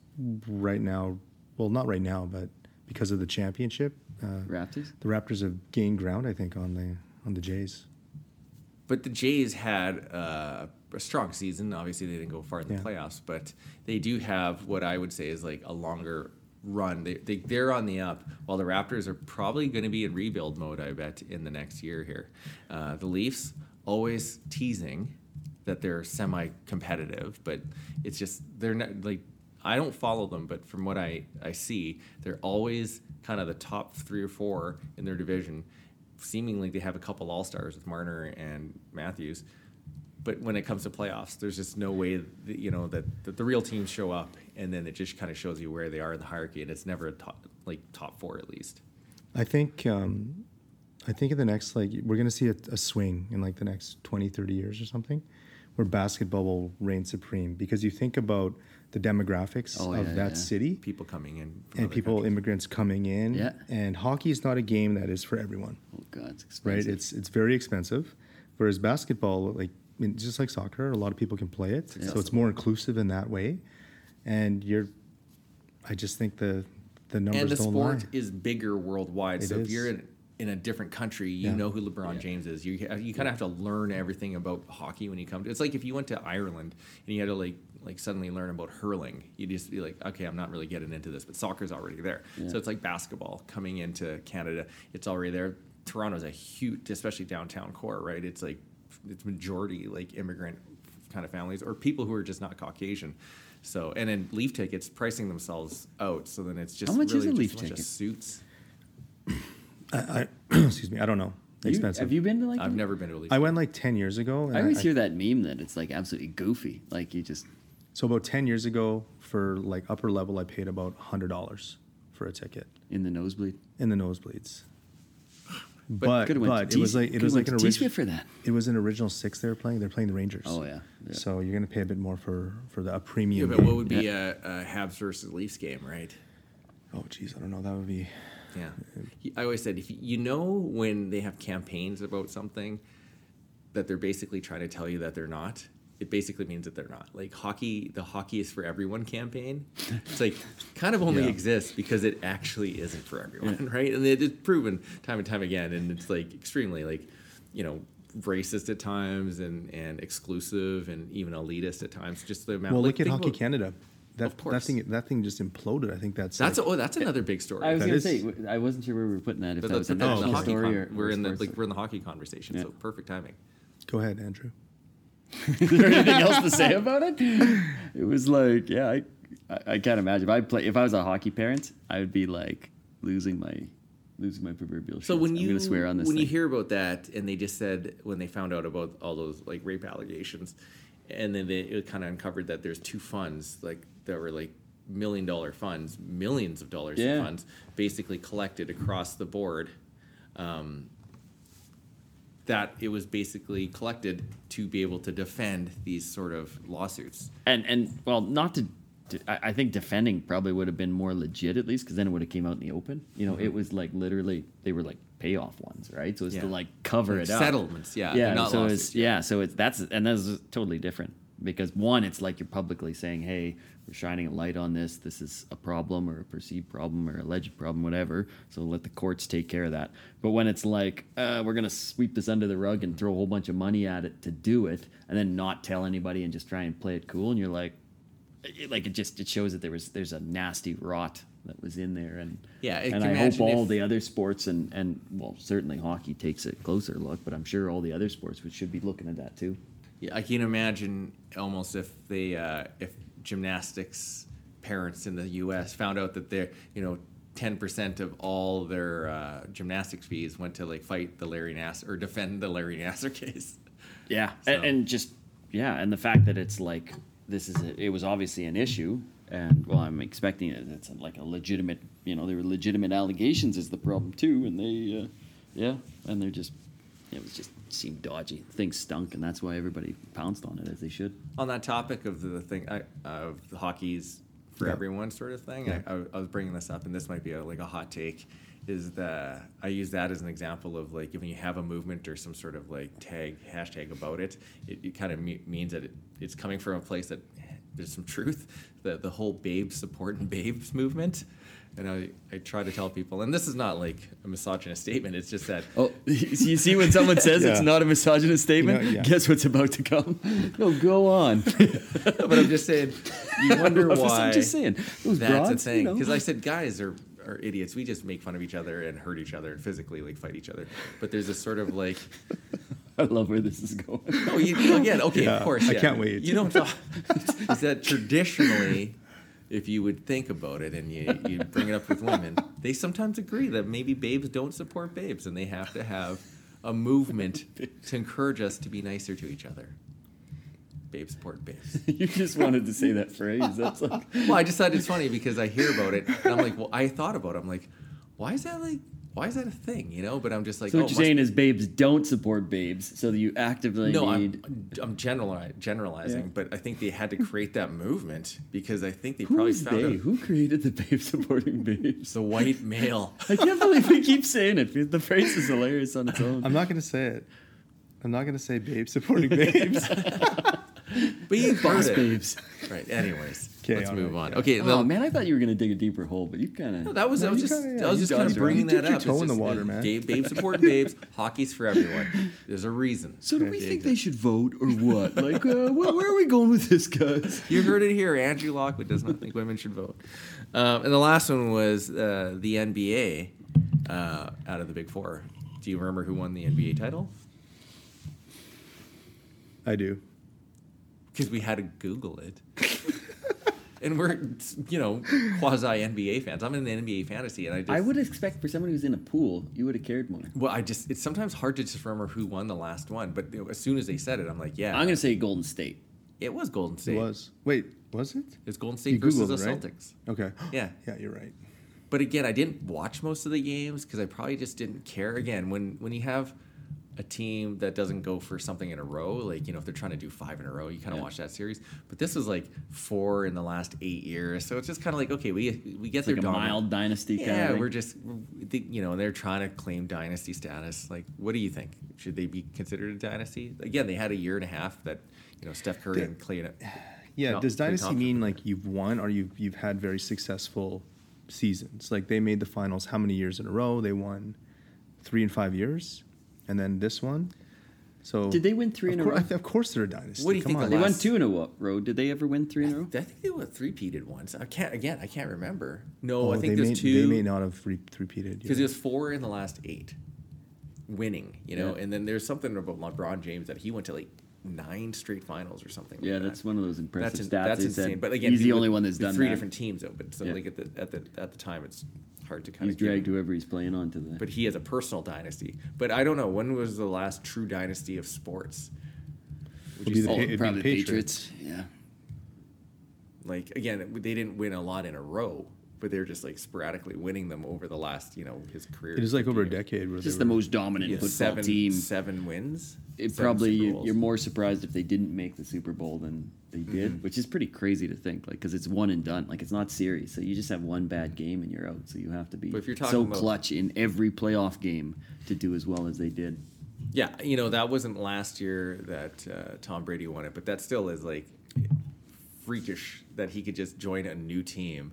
Speaker 3: right now, well, not right now, but because of the championship, uh,
Speaker 2: Raptors.
Speaker 3: the Raptors have gained ground, I think, on the on the Jays.
Speaker 1: But the Jays had uh, a strong season. Obviously, they didn't go far in the
Speaker 3: Yeah.
Speaker 1: playoffs, but they do have what I would say is like a longer run. They, they, they're on the up, while the Raptors are probably going to be in rebuild mode, I bet, in the next year here. Uh, the Leafs always teasing that they're semi competitive, but it's just, they're not like, I don't follow them, but from what I, I see, they're always kind of the top three or four in their division seemingly they have a couple all stars with Marner and Matthews, but when it comes to playoffs, there's just no way that, you know that, that the real teams show up, and then it just kind of shows you where they are in the hierarchy, and it's never a top like top four at least.
Speaker 3: I think um, I think in the next like we're going to see a, a swing in like the next 20, 30 years or something, where basketball will reign supreme because you think about the demographics
Speaker 2: Oh,
Speaker 3: of
Speaker 2: yeah,
Speaker 3: that
Speaker 2: yeah.
Speaker 3: city
Speaker 1: People coming in from
Speaker 3: and
Speaker 1: other
Speaker 3: people
Speaker 1: countries.
Speaker 3: immigrants coming in
Speaker 2: Yeah.
Speaker 3: and hockey is not a game that is for everyone
Speaker 2: Oh God, it's
Speaker 3: right
Speaker 2: expensive.
Speaker 3: it's it's very expensive whereas basketball like I mean, just like soccer a lot of people can play it so it's
Speaker 1: accessible.
Speaker 3: more inclusive in that way and you're i just think the the numbers
Speaker 1: and the
Speaker 3: don't
Speaker 1: sport
Speaker 3: lie
Speaker 1: is bigger worldwide.
Speaker 3: It
Speaker 1: so if
Speaker 3: is.
Speaker 1: you're in, in a different country, you
Speaker 3: Yeah.
Speaker 1: know who LeBron James is. You you kind of have to learn everything about hockey when you come. to It's like if you went to Ireland and you had to like like suddenly learn about hurling, you just be like, okay, I'm not really getting into this. But soccer's already there. So it's like basketball coming into Canada. It's already there. Toronto's a huge, especially downtown core, right? It's like it's majority like immigrant kind of families or people who are just not Caucasian. So and then leaf tickets pricing themselves out. So then it's just
Speaker 2: How much is
Speaker 1: really
Speaker 2: a
Speaker 1: just
Speaker 2: leaf
Speaker 1: bunch of
Speaker 2: ticket?
Speaker 1: Suits.
Speaker 3: I, I, [clears throat] excuse me i don't know
Speaker 2: You-
Speaker 3: expensive
Speaker 2: have you been to like?
Speaker 1: I've never been to a leaf.
Speaker 3: i went like 10 years ago and
Speaker 2: I always
Speaker 3: I-
Speaker 2: hear that meme that it's like absolutely goofy. Like you just
Speaker 3: so about 10 years ago for like upper level i paid about $100 for a ticket
Speaker 2: in the nosebleed.
Speaker 3: in the nosebleeds but but,
Speaker 2: Could've went to
Speaker 3: it was
Speaker 2: T-
Speaker 3: like it
Speaker 2: could've
Speaker 3: was
Speaker 2: went
Speaker 3: like an
Speaker 2: to T-Swift
Speaker 3: original
Speaker 2: for that.
Speaker 3: It was an original six they were playing. They're playing the Rangers.
Speaker 2: Oh yeah. yeah.
Speaker 3: So you're gonna pay a bit more for for the a premium.
Speaker 1: but what would be a, a Habs versus Leafs game, right?
Speaker 3: oh geez, I don't know. That would be.
Speaker 1: Yeah. I always said if you- you know when they have campaigns about something that they're basically trying to tell you that they're not, it basically means that they're not. Like hockey, the hockey is for everyone campaign. It's like kind of only
Speaker 3: Yeah.
Speaker 1: exists because it actually [laughs] isn't for everyone, right? And it is proven time and time again and it's like extremely like, you know, racist at times and and exclusive and even elitist at times. Just the amount.
Speaker 3: well,
Speaker 1: like,
Speaker 3: look at
Speaker 1: think
Speaker 3: Hockey
Speaker 1: about-
Speaker 3: Canada. That,
Speaker 1: Of course.
Speaker 3: that thing that thing just imploded. I think that's
Speaker 1: That's
Speaker 3: like,
Speaker 1: oh, that's another big story.
Speaker 2: I was
Speaker 3: That
Speaker 2: going to
Speaker 3: is-
Speaker 2: say w- I wasn't sure where we were putting that. If
Speaker 1: but
Speaker 2: that was
Speaker 1: that's
Speaker 2: a
Speaker 1: in the
Speaker 3: Oh,
Speaker 2: national
Speaker 1: hockey
Speaker 2: story,
Speaker 1: con-
Speaker 2: or
Speaker 1: we're in the
Speaker 2: [laughs] vice
Speaker 1: like
Speaker 2: versa.
Speaker 1: we're in the hockey conversation,
Speaker 2: Yeah.
Speaker 1: so perfect timing.
Speaker 3: go ahead, Andrew.
Speaker 2: Is there anything else
Speaker 1: [laughs]
Speaker 2: to say about it? It was like, yeah, I, I, I can't imagine. If I play, if I was a hockey parent, I would be like losing my, losing my proverbial.
Speaker 1: So
Speaker 2: shit.
Speaker 1: when
Speaker 2: I'm
Speaker 1: you
Speaker 2: gonna swear on this,
Speaker 1: when you
Speaker 2: thing.
Speaker 1: hear about that, and they just said when they found out about all those like rape allegations, and then they, it kind of uncovered that there's two funds like that were like million dollar funds, millions of dollars
Speaker 2: Yeah.
Speaker 1: in funds, basically collected across the board. Um, that it was basically collected to be able to defend these sort of lawsuits.
Speaker 2: and and well, not to, to I, I think defending probably would have been more legit at least because then it would have came out in the open. You know, it was like literally they were like payoff ones, right? So it's to
Speaker 1: Mm-hmm. Yeah.
Speaker 2: like cover
Speaker 1: Like
Speaker 2: it up.
Speaker 1: settlements, yeah,
Speaker 2: yeah.
Speaker 1: they're not
Speaker 2: so
Speaker 1: lawsuits,
Speaker 2: it's yeah. so it's that's and that's totally different because one, it's like you're publicly saying, hey, we're shining a light on this. This is a problem or a perceived problem or alleged problem, whatever. So let the courts take care of that. But when it's like uh, we're gonna sweep this under the rug and throw a whole bunch of money at it to do it, and then not tell anybody and just try and play it cool, and you're like, it, like it just it shows that there was there's a nasty rot that was in there and
Speaker 1: Yeah, it-
Speaker 2: and
Speaker 1: can
Speaker 2: I
Speaker 1: you
Speaker 2: hope
Speaker 1: imagine
Speaker 2: all
Speaker 1: if-
Speaker 2: the other sports and and well certainly hockey takes a closer look but I'm sure all the other sports would should be looking at that too
Speaker 1: Yeah, I can imagine almost if they uh, if gymnastics parents in the U.S. found out that they're you know. 10% of all their uh, gymnastics fees went to like fight the Larry Nassar or defend the Larry Nassar [laughs] case.
Speaker 2: yeah
Speaker 1: So-
Speaker 2: and, and just yeah and the fact that it's like this is a, it was obviously an issue and well I'm expecting it it's like a legitimate you know there were legitimate allegations is the problem too and they uh, yeah and they're just it was just seemed dodgy things stunk and that's why everybody pounced on it as they should
Speaker 1: On that topic of the thing I, of the hockey's for
Speaker 3: Yeah.
Speaker 1: everyone sort of thing, I, I, I was bringing this up, and this might be a, like a hot take. Is the I use that as an example of like if you have a movement or some sort of like tag hashtag about it, it, it kind of me- means that it, it's coming from a place that there's some truth. The the whole babe support and babes movement, and I I try to tell people, and this is not like a misogynist statement. It's just that
Speaker 2: Oh, you see
Speaker 3: [laughs]
Speaker 2: when someone says it's
Speaker 3: Yeah.
Speaker 2: not a misogynist statement,
Speaker 3: You know, yeah.
Speaker 2: guess what's about to come? No, go on. [laughs]
Speaker 1: [laughs] but I'm just saying, you wonder
Speaker 2: I'm just-
Speaker 1: why.
Speaker 2: I'm just saying. Those
Speaker 1: That's
Speaker 2: broads,
Speaker 1: a
Speaker 2: You
Speaker 1: thing.
Speaker 2: know.
Speaker 1: Because I said guys are, are idiots. We just make fun of each other and hurt each other and physically, like fight each other. But there's this sort of like,
Speaker 2: I love where this is going. [laughs]
Speaker 1: oh, you, again, okay,
Speaker 3: Yeah,
Speaker 1: of course.
Speaker 3: I
Speaker 1: yeah.
Speaker 3: can't wait.
Speaker 1: You don't talk. [laughs] is that traditionally, if you would think about it and you, you bring it up with women, they sometimes agree that maybe babes don't support babes and they have to have a movement to encourage us to be nicer to each other. Babes support babes.
Speaker 2: you just wanted to say that phrase. That's like oh
Speaker 1: Well, I just thought it's funny because I hear about it and I'm like, well, I thought about it. I'm like, why is that like, why is that a thing? You know? But I'm just like,
Speaker 2: so.
Speaker 1: oh,
Speaker 2: What
Speaker 1: must-
Speaker 2: you're saying is babes don't support babes, so that you actively
Speaker 1: no,
Speaker 2: need.
Speaker 1: I'm, I'm generali- generalizing,
Speaker 2: Yeah.
Speaker 1: but I think they had to create that movement because I think they
Speaker 2: Who
Speaker 1: probably
Speaker 2: is
Speaker 1: found
Speaker 2: they?
Speaker 1: out
Speaker 2: Who created the babe supporting babes?
Speaker 1: the
Speaker 2: [laughs]
Speaker 1: white male.
Speaker 2: I can't believe we keep saying it. The phrase is hilarious on its own.
Speaker 3: [laughs] I'm not gonna say it. I'm not gonna say
Speaker 2: [laughs]
Speaker 3: babe supporting babes.
Speaker 1: But you
Speaker 2: Boss
Speaker 1: bought it.
Speaker 2: babes.
Speaker 1: Right. Anyways,
Speaker 3: Okay,
Speaker 1: let's
Speaker 3: all
Speaker 1: move
Speaker 3: right,
Speaker 1: on.
Speaker 3: yeah.
Speaker 1: Okay.
Speaker 2: Oh
Speaker 1: the-
Speaker 2: man, I thought you were gonna dig a deeper hole, but you kind of.
Speaker 1: No, that was
Speaker 3: No,
Speaker 1: I was
Speaker 3: you
Speaker 1: just
Speaker 3: kinda- yeah,
Speaker 1: I was
Speaker 3: you
Speaker 1: just kind
Speaker 2: dodged
Speaker 1: of
Speaker 2: it.
Speaker 1: bringing
Speaker 3: You dipped
Speaker 1: that
Speaker 3: your
Speaker 1: up.
Speaker 3: toe
Speaker 1: It's
Speaker 3: in the
Speaker 1: just,
Speaker 3: water,
Speaker 1: uh,
Speaker 3: man.
Speaker 1: Gay, babes support babes. Hockey's for everyone. There's a reason.
Speaker 2: So do we think they should vote or what? Like, uh, where, where are we going with this, guys?
Speaker 1: You heard it here. Andrew Lockwood does not think women should vote. Um, and the last one was uh, the NBA uh, out of the Big Four. Do you remember who won the NBA title?
Speaker 3: I do.
Speaker 1: Because we had to Google
Speaker 3: [laughs]
Speaker 1: it. and we're, you know, quasi NBA fans. I'm in the NBA fantasy, and I just.
Speaker 2: I would expect for someone who's in a pool, you would have cared more.
Speaker 1: Well, I just. It's sometimes hard to just remember who won the last one, but as soon as they said it, I'm like, yeah.
Speaker 2: I'm gonna say Golden State.
Speaker 1: it was Golden
Speaker 3: It
Speaker 1: State.
Speaker 3: was. Wait, was it?
Speaker 1: It's Golden
Speaker 3: You
Speaker 1: State versus
Speaker 3: Googled
Speaker 1: the
Speaker 3: it, right?
Speaker 1: Celtics.
Speaker 3: Okay.
Speaker 1: Yeah.
Speaker 3: Yeah, you're right.
Speaker 1: But again, I didn't watch most of the games because I probably just didn't care. Again, when when you have a team that doesn't go for something in a row, like you know if they're trying to do five in a row, you kind of
Speaker 2: Yeah.
Speaker 1: watch that series. But this was like four in the last eight years, so it's just kind of like okay, we we get
Speaker 2: It's like
Speaker 1: their
Speaker 2: a
Speaker 1: dominant-
Speaker 2: mild dynasty kind of
Speaker 1: Yeah,
Speaker 2: thing.
Speaker 1: we're just they- you know they're trying to claim dynasty status. Like, what do you think? Should they be considered a dynasty? Again, they had a year and a half that you know Steph Curry
Speaker 3: The-
Speaker 1: and Clay.
Speaker 3: Yeah.
Speaker 1: No,
Speaker 3: does
Speaker 1: pretty
Speaker 3: dynasty
Speaker 1: confident
Speaker 3: mean like you've won or you've you've had very successful seasons? Like they made the finals how many years in a row? They won three and five years, and then this one. So
Speaker 2: Did they win three
Speaker 3: of
Speaker 2: in a
Speaker 3: cour-
Speaker 2: row?
Speaker 3: I th-
Speaker 1: [laughs]
Speaker 3: Of course, they're a dynasty.
Speaker 1: What do you
Speaker 3: Come
Speaker 1: think
Speaker 3: on.
Speaker 1: the
Speaker 2: They won
Speaker 1: last-
Speaker 2: two in a wo- row. Did they ever win three in a row?
Speaker 1: I think they were three peated once. I can't again. I can't remember. No,
Speaker 3: Oh,
Speaker 1: I think
Speaker 3: they
Speaker 1: there's
Speaker 3: may,
Speaker 1: two.
Speaker 3: They may not have re- repeated.
Speaker 1: because he
Speaker 3: yeah.
Speaker 1: was four in the last eight, winning. You know,
Speaker 2: Yeah.
Speaker 1: and then there's something about LeBron James that he went to like nine straight finals or something.
Speaker 2: Yeah,
Speaker 1: like
Speaker 2: that's
Speaker 1: that.
Speaker 2: one of those impressive
Speaker 1: that's in-
Speaker 2: stats.
Speaker 1: that's
Speaker 2: they said.
Speaker 1: insane. But again,
Speaker 2: he's
Speaker 1: he
Speaker 2: the
Speaker 1: was
Speaker 2: only one that's
Speaker 1: with
Speaker 2: done
Speaker 1: three
Speaker 2: that.
Speaker 1: different teams though. But so
Speaker 2: Yeah.
Speaker 1: like at the at the at the time, it's hard to kind
Speaker 2: He's
Speaker 1: of give
Speaker 2: dragged
Speaker 1: him-
Speaker 2: whoever he's playing on to the.
Speaker 1: But he has a personal dynasty. But I don't know when was the last true dynasty of sports. Would
Speaker 3: Would
Speaker 1: you
Speaker 3: be the
Speaker 1: say?
Speaker 3: Pa- it'd be
Speaker 2: probably
Speaker 3: Patriots.
Speaker 2: Patriots. Yeah.
Speaker 1: like again it- they didn't win a lot in a row but they're just like sporadically winning them over the last you know his career
Speaker 3: It was like over a
Speaker 1: Yeah,
Speaker 3: decade. Where
Speaker 2: Just
Speaker 3: they
Speaker 2: the
Speaker 3: were-
Speaker 2: most dominant football
Speaker 1: seven
Speaker 2: team.
Speaker 1: seven wins
Speaker 2: It
Speaker 1: seven
Speaker 2: probably
Speaker 1: Super
Speaker 2: you,
Speaker 1: Bowls. Mm-hmm.
Speaker 2: you're more surprised if they didn't make the Super Bowl than they did, which is pretty crazy to think. Like, because it's one and done. Like, it's not series. So you just have one bad game and you're out. So you have to be
Speaker 1: But if you're talking
Speaker 2: so
Speaker 1: about-
Speaker 2: clutch in every playoff game to do as well as they did.
Speaker 1: yeah you know that wasn't last year that uh, tom brady won it but that still is like freakish that he could just join a new team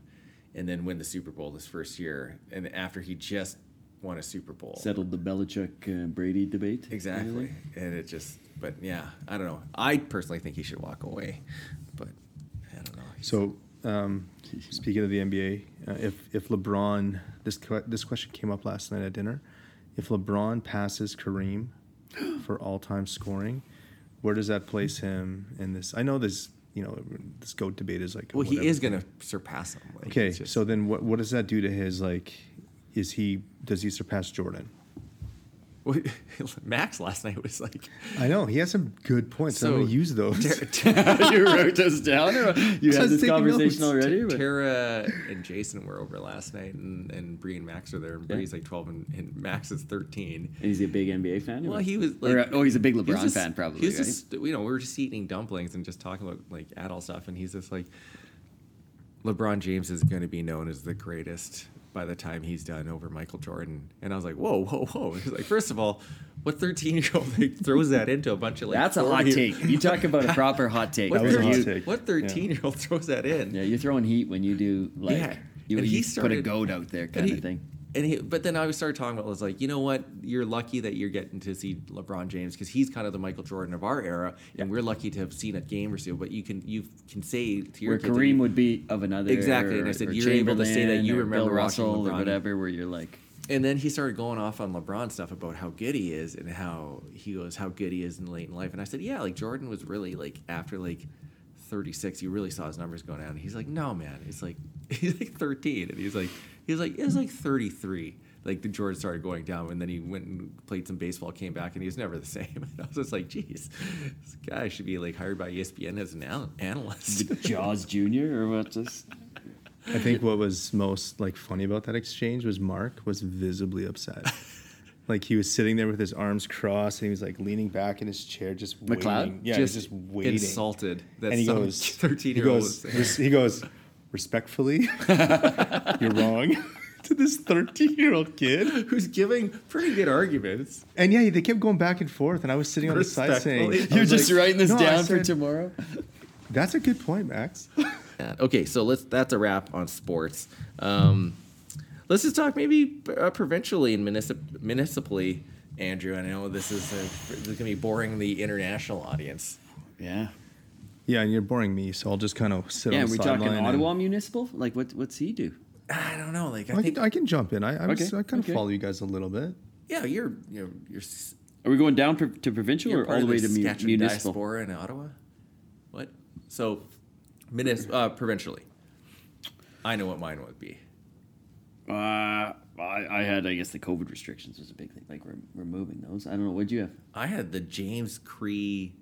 Speaker 1: and then win the super bowl this first year and after he just won a super bowl
Speaker 2: Settled the Belichick uh, Brady debate.
Speaker 1: exactly and it just but yeah i don't know i personally think he should walk away but i don't know He's-
Speaker 3: So, um, speaking of the NBA, uh, if if LeBron, this que- this question came up last night at dinner, if LeBron passes
Speaker 1: [gasps]
Speaker 3: Kareem for all time scoring, where does that place him in this? I know this, you know, this goat debate is like.
Speaker 1: Well, he
Speaker 3: whatever.
Speaker 1: is going to surpass him. Like,
Speaker 3: Okay,
Speaker 1: it's just-
Speaker 3: so then what what does that do to his like? Is he does he surpass Jordan?
Speaker 1: [laughs] Max last night was
Speaker 3: [laughs]
Speaker 1: like,
Speaker 3: I know he has some good points. I'm
Speaker 1: So-
Speaker 3: gonna use those.
Speaker 2: [laughs] you wrote this down, or you
Speaker 3: So
Speaker 2: had
Speaker 3: I
Speaker 2: this
Speaker 3: was taking
Speaker 2: conversation
Speaker 3: notes.
Speaker 2: already? But
Speaker 1: Tara and Jason were over last night, and, and Bree and Max are there, and Bree's like 12, and, and Max is 13.
Speaker 2: And he's a big NBA fan. or
Speaker 1: Well,
Speaker 2: what?
Speaker 1: he was like,
Speaker 2: Or, uh, oh, he's a big
Speaker 1: he was
Speaker 2: LeBron
Speaker 1: just-
Speaker 2: fan, probably.
Speaker 1: He was
Speaker 2: right?
Speaker 1: just, you know, we were just eating dumplings and just talking about like adult stuff, and he's just like, LeBron James is going to be known as the greatest by the time he's done over Michael Jordan. And I was like, whoa, whoa, whoa. [laughs] He's like, first of all, what 13 year old like, throws that into a bunch of like
Speaker 2: That's a hot
Speaker 1: 40
Speaker 2: take. You talk about a proper hot
Speaker 1: [laughs]
Speaker 2: take.
Speaker 1: What
Speaker 3: was a hot
Speaker 2: you,
Speaker 3: take.
Speaker 1: What 13 year old throws that in?
Speaker 2: Yeah, you're throwing heat when you do like
Speaker 1: Yeah.
Speaker 2: you,
Speaker 1: And
Speaker 2: you
Speaker 1: he
Speaker 2: put a
Speaker 1: started-
Speaker 2: goat out there
Speaker 1: And
Speaker 2: kind
Speaker 1: he-
Speaker 2: of thing.
Speaker 1: And he, but then I started talking about was like, you know what? You're lucky that you're getting to see LeBron James because he's kind of the Michael Jordan of our era, and we're lucky to have seen a game or so. But you can you can say to your
Speaker 2: Where
Speaker 1: kids that
Speaker 2: Kareem
Speaker 1: you-
Speaker 2: would be of another
Speaker 1: Exactly, and I
Speaker 2: or-
Speaker 1: said,
Speaker 2: or
Speaker 1: you're able to say that
Speaker 2: Chamberlain
Speaker 1: you
Speaker 2: or
Speaker 1: remember
Speaker 2: Bill
Speaker 1: watching
Speaker 2: Russell or
Speaker 1: LeBron.
Speaker 2: whatever, where you're like,
Speaker 1: And then he started going off on LeBron stuff about how good he is and how he goes how good he is in late in life. And I said, yeah, like Jordan was really like after like 36, you really saw his numbers going down. And he's like, no, man, it's like [laughs] he's like 13, and he's like he's like it was like 33. Like the Jordan started going down, and then he went and played some baseball, came back, and he was never the [laughs] same. And I was just like, geez, this guy should be like hired by E ESPN as an al- analyst.
Speaker 2: [laughs] Jaws Junior or what's [laughs] this?
Speaker 3: I think what was most like funny about that exchange was Mark was
Speaker 1: [laughs]
Speaker 3: visibly upset. like he was sitting there with his arms crossed and he was like leaning back in his chair, just
Speaker 2: McLeod?
Speaker 3: waiting. Yeah, he was just waiting.
Speaker 1: insulted that
Speaker 3: and he
Speaker 1: some [laughs]
Speaker 3: goes,
Speaker 1: 13
Speaker 3: he
Speaker 1: year old
Speaker 3: goes, res- he goes,
Speaker 1: [laughs]
Speaker 3: respectfully, you're wrong [laughs] to this 13 year old kid.
Speaker 1: [laughs] who's giving pretty good arguments.
Speaker 3: And yeah, they kept going back and forth, and I was sitting on the side saying,
Speaker 1: Respectfully.
Speaker 3: I
Speaker 2: You're
Speaker 3: was
Speaker 2: just
Speaker 3: like,
Speaker 2: writing this
Speaker 3: "No," I
Speaker 2: down for
Speaker 3: said,
Speaker 2: tomorrow.
Speaker 3: That's a good
Speaker 1: [laughs]
Speaker 3: point, Max.
Speaker 1: that. Okay, so let's. That's a wrap on sports. Um, let's just talk maybe uh, provincially and municip- municipally, Andrew. And I know this is, uh this is gonna be boring the international audience.
Speaker 2: [laughs] Yeah.
Speaker 3: Yeah, and you're boring me, so I'll just kind of sit
Speaker 2: Yeah,
Speaker 3: on
Speaker 2: and
Speaker 3: the
Speaker 2: we're
Speaker 3: sideline.
Speaker 2: talking
Speaker 3: and-
Speaker 2: Ottawa Municipal. Like, what? What's he do?
Speaker 1: I don't know. Like I,
Speaker 3: I
Speaker 1: think.
Speaker 3: can, I can jump in. I, I, was,
Speaker 2: Okay,
Speaker 3: I kind of
Speaker 2: okay.
Speaker 3: follow you guys a little bit.
Speaker 1: yeah, you're you're you're, s-
Speaker 2: Are we going down pro- to provincial
Speaker 1: you're
Speaker 2: or all the way to mu-
Speaker 1: Saskatchewan
Speaker 2: municipal?
Speaker 1: diaspora in Ottawa. What? So, munis- uh, provincially. I know what mine would be.
Speaker 2: Uh, I, I had, I guess, the COVID restrictions was a big thing. Like, we're removing those. I don't know. What'd you have?
Speaker 1: I had the James Cree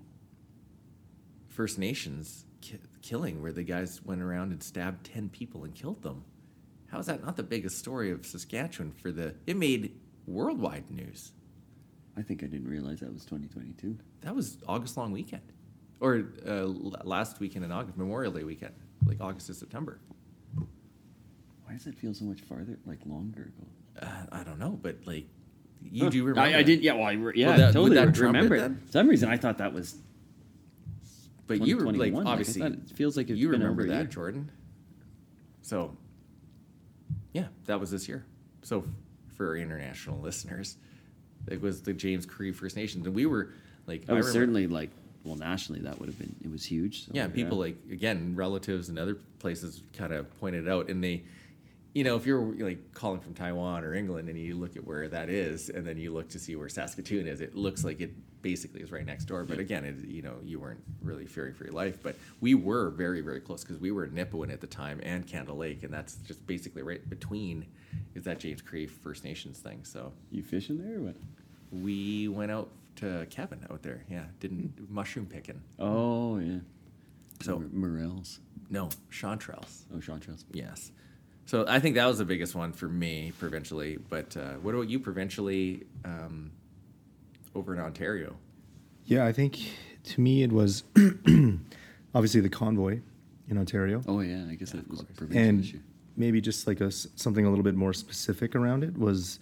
Speaker 1: First Nations ki- killing, where the guys went around and stabbed ten people and killed them. How is that not the biggest story of Saskatchewan? For the it made worldwide news.
Speaker 2: I think I didn't realize that was 2022.
Speaker 1: That was August long weekend, or uh, l- last weekend in August Memorial Day weekend, like August to September.
Speaker 2: Why does it feel so much farther, like longer ago?
Speaker 1: Uh, I don't know, but like you do remember.
Speaker 2: I, I
Speaker 1: that.
Speaker 2: did. Yeah. Well, I re- yeah.
Speaker 1: that- would
Speaker 2: totally
Speaker 1: that
Speaker 2: re-
Speaker 1: trump it
Speaker 2: remember. it.
Speaker 1: then?
Speaker 2: For some reason, I thought that was.
Speaker 1: But you were like
Speaker 2: 2021, like, I
Speaker 1: obviously
Speaker 2: thought it feels like it's
Speaker 1: you
Speaker 2: been
Speaker 1: remember
Speaker 2: over a
Speaker 1: that
Speaker 2: year.
Speaker 1: Jordan. So yeah, that was this year. [laughs] So for our international listeners, it was the James Cree First Nations, and we were Like
Speaker 2: That
Speaker 1: I
Speaker 2: was
Speaker 1: remember-
Speaker 2: certainly like well nationally that would have been it was huge. so,
Speaker 1: yeah, people like again, relatives and other places kind of pointed out, and they, you know, if you're like calling from Taiwan or England and you look at where that is, and then you look to see where Saskatoon is, it looks like it basically is right next door. But again, it, you know, you weren't really fearing for your life, but we were very, very close because we were in Nipawin at the time and Candle Lake, and that's just basically right between is that James Crave First Nations thing. So
Speaker 2: You fishing there or what?
Speaker 1: we went out to cabin out there. Yeah, didn't mushroom picking.
Speaker 2: Oh yeah.
Speaker 1: So-
Speaker 2: Mor- morels.
Speaker 1: No, chanterelles.
Speaker 2: Oh chanterelles.
Speaker 1: Yes. So I think that was the biggest one for me provincially. But uh, what about you provincially um, over in Ontario?
Speaker 3: Yeah, I think to me it was [clears throat] obviously the convoy in Ontario,
Speaker 2: Oh yeah, I guess that was a provincial issue. [coughs]
Speaker 3: and maybe just like a s something a little bit more specific around it was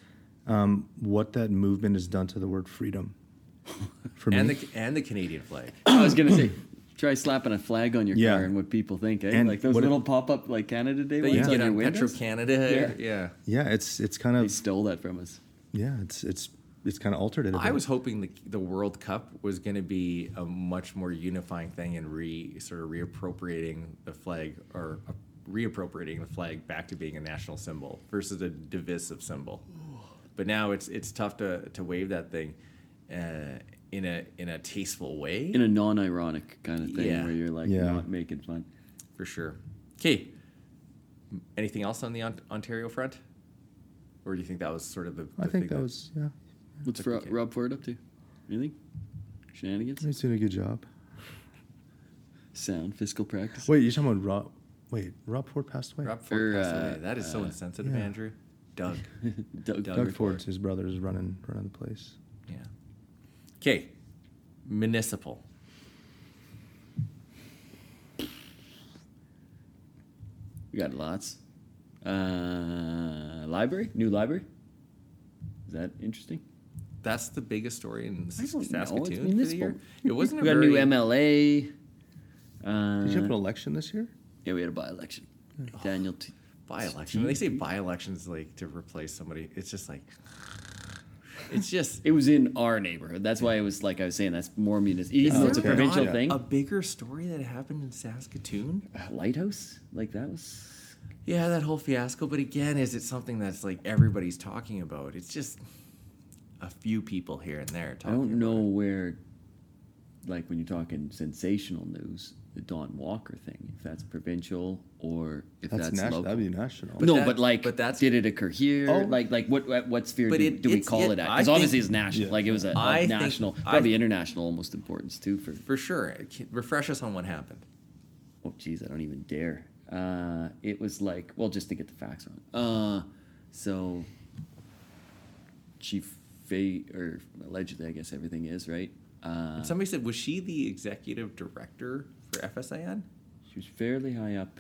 Speaker 3: um, what that movement has done to the word freedom. For
Speaker 1: And
Speaker 3: me,
Speaker 1: the and the Canadian
Speaker 3: [coughs]
Speaker 1: flag.
Speaker 2: I was gonna
Speaker 1: [coughs]
Speaker 2: say, try slapping a flag on your
Speaker 3: Yeah.
Speaker 2: car and what people think. Eh?
Speaker 3: And
Speaker 2: like those
Speaker 3: what it-
Speaker 2: little pop up like Canada Day
Speaker 1: That
Speaker 2: ones
Speaker 1: you
Speaker 2: on
Speaker 1: get
Speaker 2: your
Speaker 1: on Petro
Speaker 2: windows.
Speaker 1: Canada. Yeah.
Speaker 2: Yeah.
Speaker 3: yeah, it's it's kind
Speaker 2: they
Speaker 3: of
Speaker 2: stole that from us.
Speaker 3: yeah, it's it's it's kind of altered it. a
Speaker 1: I
Speaker 3: bit.
Speaker 1: was hoping the, the World Cup was going to be a much more unifying thing and re sort of reappropriating the flag or uh, reappropriating the flag back to being a national symbol versus a divisive symbol. But now it's it's tough to, to wave that thing uh, in a in a tasteful way.
Speaker 2: in a non-ironic kind of thing
Speaker 1: Yeah.
Speaker 2: where you're like
Speaker 3: Yeah.
Speaker 2: not making fun.
Speaker 1: For sure. Okay. Anything else on the Ont- Ontario front? Or do you think that was sort of the,
Speaker 3: I
Speaker 1: the
Speaker 3: think that was yeah.
Speaker 2: What's
Speaker 1: Okay,
Speaker 2: Ro-
Speaker 1: okay.
Speaker 2: Rob Ford up to? Anything? Shenanigans?
Speaker 3: He's doing a good job.
Speaker 2: Sound fiscal practice?
Speaker 3: Wait, you're talking about Rob? Wait, Rob Ford passed away.
Speaker 1: Rob Ford
Speaker 2: or,
Speaker 1: passed
Speaker 2: uh,
Speaker 1: away. That is so
Speaker 2: uh,
Speaker 1: insensitive,
Speaker 3: yeah.
Speaker 1: Andrew. Doug.
Speaker 2: [laughs] Doug,
Speaker 1: Doug
Speaker 3: Doug Ford's his brother is running running the place.
Speaker 1: Yeah. Okay. Municipal.
Speaker 2: We got lots. Uh, library? New library? Is that interesting?
Speaker 1: That's the biggest story in
Speaker 2: I don't know. It's
Speaker 1: Saskatoon for the
Speaker 2: municipal.
Speaker 1: year. It wasn't a
Speaker 2: we got
Speaker 1: very,
Speaker 2: a new MLA. Uh,
Speaker 3: Did you have Hmm. an election this year?
Speaker 2: yeah, we had a by-election. Daniel T.
Speaker 1: by-election. When they say by-elections, like to replace somebody, it's just like, it's just.
Speaker 2: [laughs] It was in our neighborhood. That's why it was like I was saying. That's more municipal. Even though it's a
Speaker 1: Is there
Speaker 2: provincial
Speaker 1: not
Speaker 2: thing.
Speaker 1: A bigger story that happened in Saskatoon.
Speaker 2: lighthouse like that was
Speaker 1: Yeah, that whole fiasco. But again, is it something that's like everybody's talking about? It's just a few people here and there
Speaker 2: i
Speaker 1: talking.
Speaker 2: don't know
Speaker 1: About it.
Speaker 2: where like when you're talking sensational news the don walker thing if that's provincial or if that's,
Speaker 3: That's, national.
Speaker 2: local
Speaker 3: That'd be national.
Speaker 2: no
Speaker 1: that-
Speaker 2: but like
Speaker 1: but that's-
Speaker 2: did it occur here
Speaker 3: Oh.
Speaker 2: like like what what- what sphere
Speaker 1: But
Speaker 2: do,
Speaker 1: it-
Speaker 2: do we
Speaker 1: it's-
Speaker 2: call
Speaker 1: it-
Speaker 2: it at
Speaker 1: I
Speaker 2: because obviously
Speaker 1: think-
Speaker 2: it's national
Speaker 3: Yeah.
Speaker 2: like it was a, a
Speaker 1: I think-
Speaker 2: national
Speaker 1: I-
Speaker 2: probably international almost importance too for
Speaker 1: For sure. K- Refresh us on what happened.
Speaker 2: oh geez, I don't even dare. Uh, it was like, well, just to get the facts wrong. Uh, so Chief Fay, or allegedly, I guess everything is right. Uh,
Speaker 1: Somebody said, was she the executive director for FSIN?
Speaker 2: she was fairly high up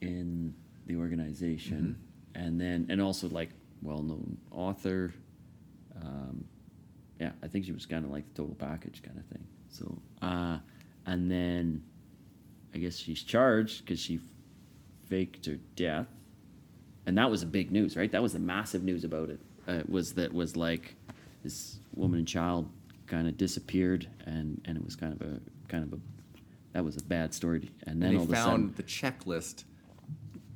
Speaker 2: in the organization, and then and also like well-known author. Um, yeah, I think she was kind of like the total package kind of thing. So, uh, and then I guess she's charged because she faked her death, and that was a big news, right? That was the massive news about it. Uh, was that was like this woman and child kind of disappeared, and and it was kind of a kind of a that was a bad story. And then
Speaker 1: And
Speaker 2: all
Speaker 1: they
Speaker 2: of a sudden,
Speaker 1: found the checklist.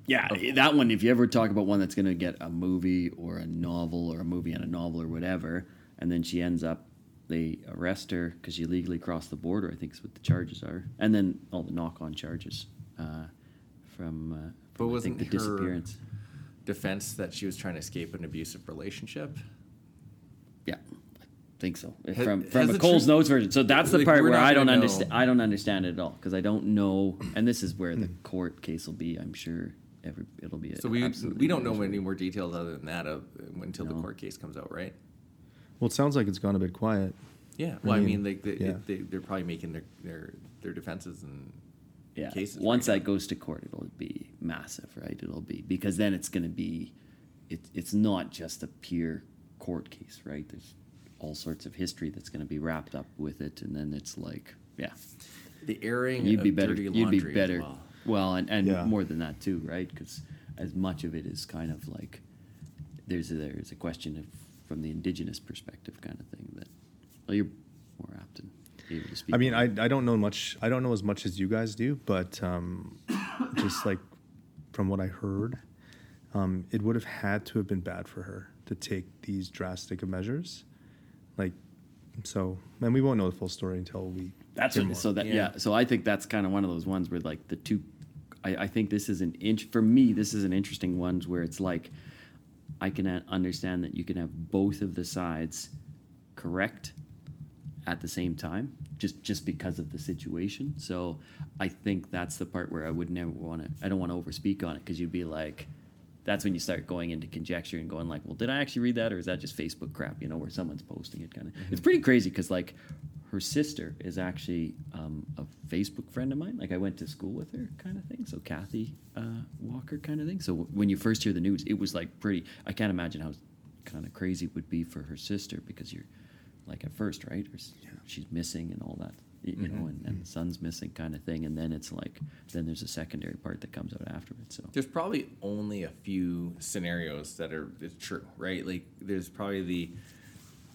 Speaker 2: yeah, that one. If you ever talk about one that's going to get a movie or a novel or a movie and a novel or whatever, and then she ends up, they arrest her because she illegally crossed the border. I think is what the charges are, and then all the knock-on charges uh, from, uh, from
Speaker 1: But
Speaker 2: I
Speaker 1: wasn't
Speaker 2: think the
Speaker 1: her-
Speaker 2: disappearance.
Speaker 1: Defense that she was trying to escape an abusive relationship.
Speaker 2: Yeah, I think so.
Speaker 1: Ha-
Speaker 2: from
Speaker 1: has
Speaker 2: from a
Speaker 1: the
Speaker 2: Cole's
Speaker 1: truth-
Speaker 2: notes version. So that's the
Speaker 1: Like,
Speaker 2: part
Speaker 1: we're
Speaker 2: where
Speaker 1: not
Speaker 2: I don't
Speaker 1: gonna know.
Speaker 2: understand. I don't understand it at all because I don't know. And this is where the court case will be. I'm sure every it'll be. A,
Speaker 1: Hmm. So we
Speaker 2: absolutely
Speaker 1: we don't know
Speaker 2: major-
Speaker 1: any more details other than that of, until the
Speaker 2: No.
Speaker 1: court case comes out, right?
Speaker 3: Well, it sounds like it's gone a bit quiet.
Speaker 1: Yeah. Well, I mean,
Speaker 3: mean,
Speaker 1: like the,
Speaker 3: yeah.
Speaker 1: they, they're probably making their their, their defenses and
Speaker 2: yeah.
Speaker 1: cases
Speaker 2: Once
Speaker 1: right
Speaker 2: that goes to court, it'll be massive, right? It'll be because then it's going to be, it, it's not just a pure court case, right? There's all sorts of history that's going to be wrapped up with it, and then it's like, yeah,
Speaker 1: the airing.
Speaker 2: you'd
Speaker 1: of
Speaker 2: be better.
Speaker 1: Dirty
Speaker 2: You'd be
Speaker 1: laundry as
Speaker 2: better.
Speaker 1: well.
Speaker 2: Well, and, and
Speaker 3: Yeah.
Speaker 2: more than that too, right? Because as much of it is kind of like there's a, there's a question of from the indigenous perspective kind of thing that well, you're more apt in able to speak.
Speaker 3: I mean, I, I don't know much. I don't know as much as you guys do, but um, just like from what I heard, um, it would have had to have been bad for her to take these drastic of measures. Like, so, and we won't know the full story until we.
Speaker 2: That's
Speaker 3: hear
Speaker 2: what,
Speaker 3: more.
Speaker 2: so that yeah.
Speaker 1: Yeah.
Speaker 2: So I think that's kind of one of those ones where like the two. I, I think this is an inch for me. This is an interesting ones where it's like I can uh, understand that you can have both of the sides correct at the same time, just just because of the situation. So I think that's the part where I would never want to. I don't want to overspeak on it because you'd be like. That's when you start going into conjecture and going like, "Well, did I actually read that, or is that just Facebook crap?" You know, where someone's posting it, kind of. It's pretty crazy because like, her sister is actually um, a Facebook friend of mine. Like I went to school with her, kind of thing. So Kathy uh, Walker, kind of thing. So w- when you first hear the news, it was like pretty. I can't imagine how kind of crazy it would be for her sister because you're like at first, right? Her, s- She's missing and all that, y- you know, and, and the son's missing, kind of thing. And then it's like then there's a secondary part that comes out afterwards. So
Speaker 1: there's probably only a few scenarios that are it's true, right? Like there's probably the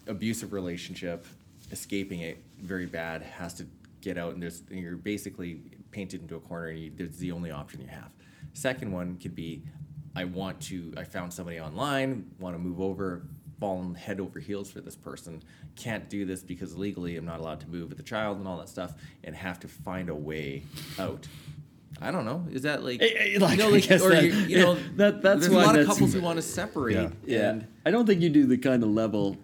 Speaker 1: abusive relationship, escaping it very bad, has to get out, and there's and you're basically painted into a corner, and you, there's the only option you have. Second one could be, I want to, I found somebody online, want to move over, fallen head over heels for this person, can't do this because legally I'm not allowed to move with the child and all that stuff, and have to find a way out. I don't know. Is that like,
Speaker 2: Eh, eh, like,
Speaker 1: you know,
Speaker 2: I
Speaker 1: like
Speaker 2: guess
Speaker 1: or
Speaker 2: that-
Speaker 1: you, you know,
Speaker 2: [laughs] that- that's
Speaker 1: there's
Speaker 2: why
Speaker 1: a lot of
Speaker 2: that's-
Speaker 1: couples who want to separate.
Speaker 3: Yeah.
Speaker 2: Yeah,
Speaker 1: And
Speaker 2: I don't think you do the kind of level.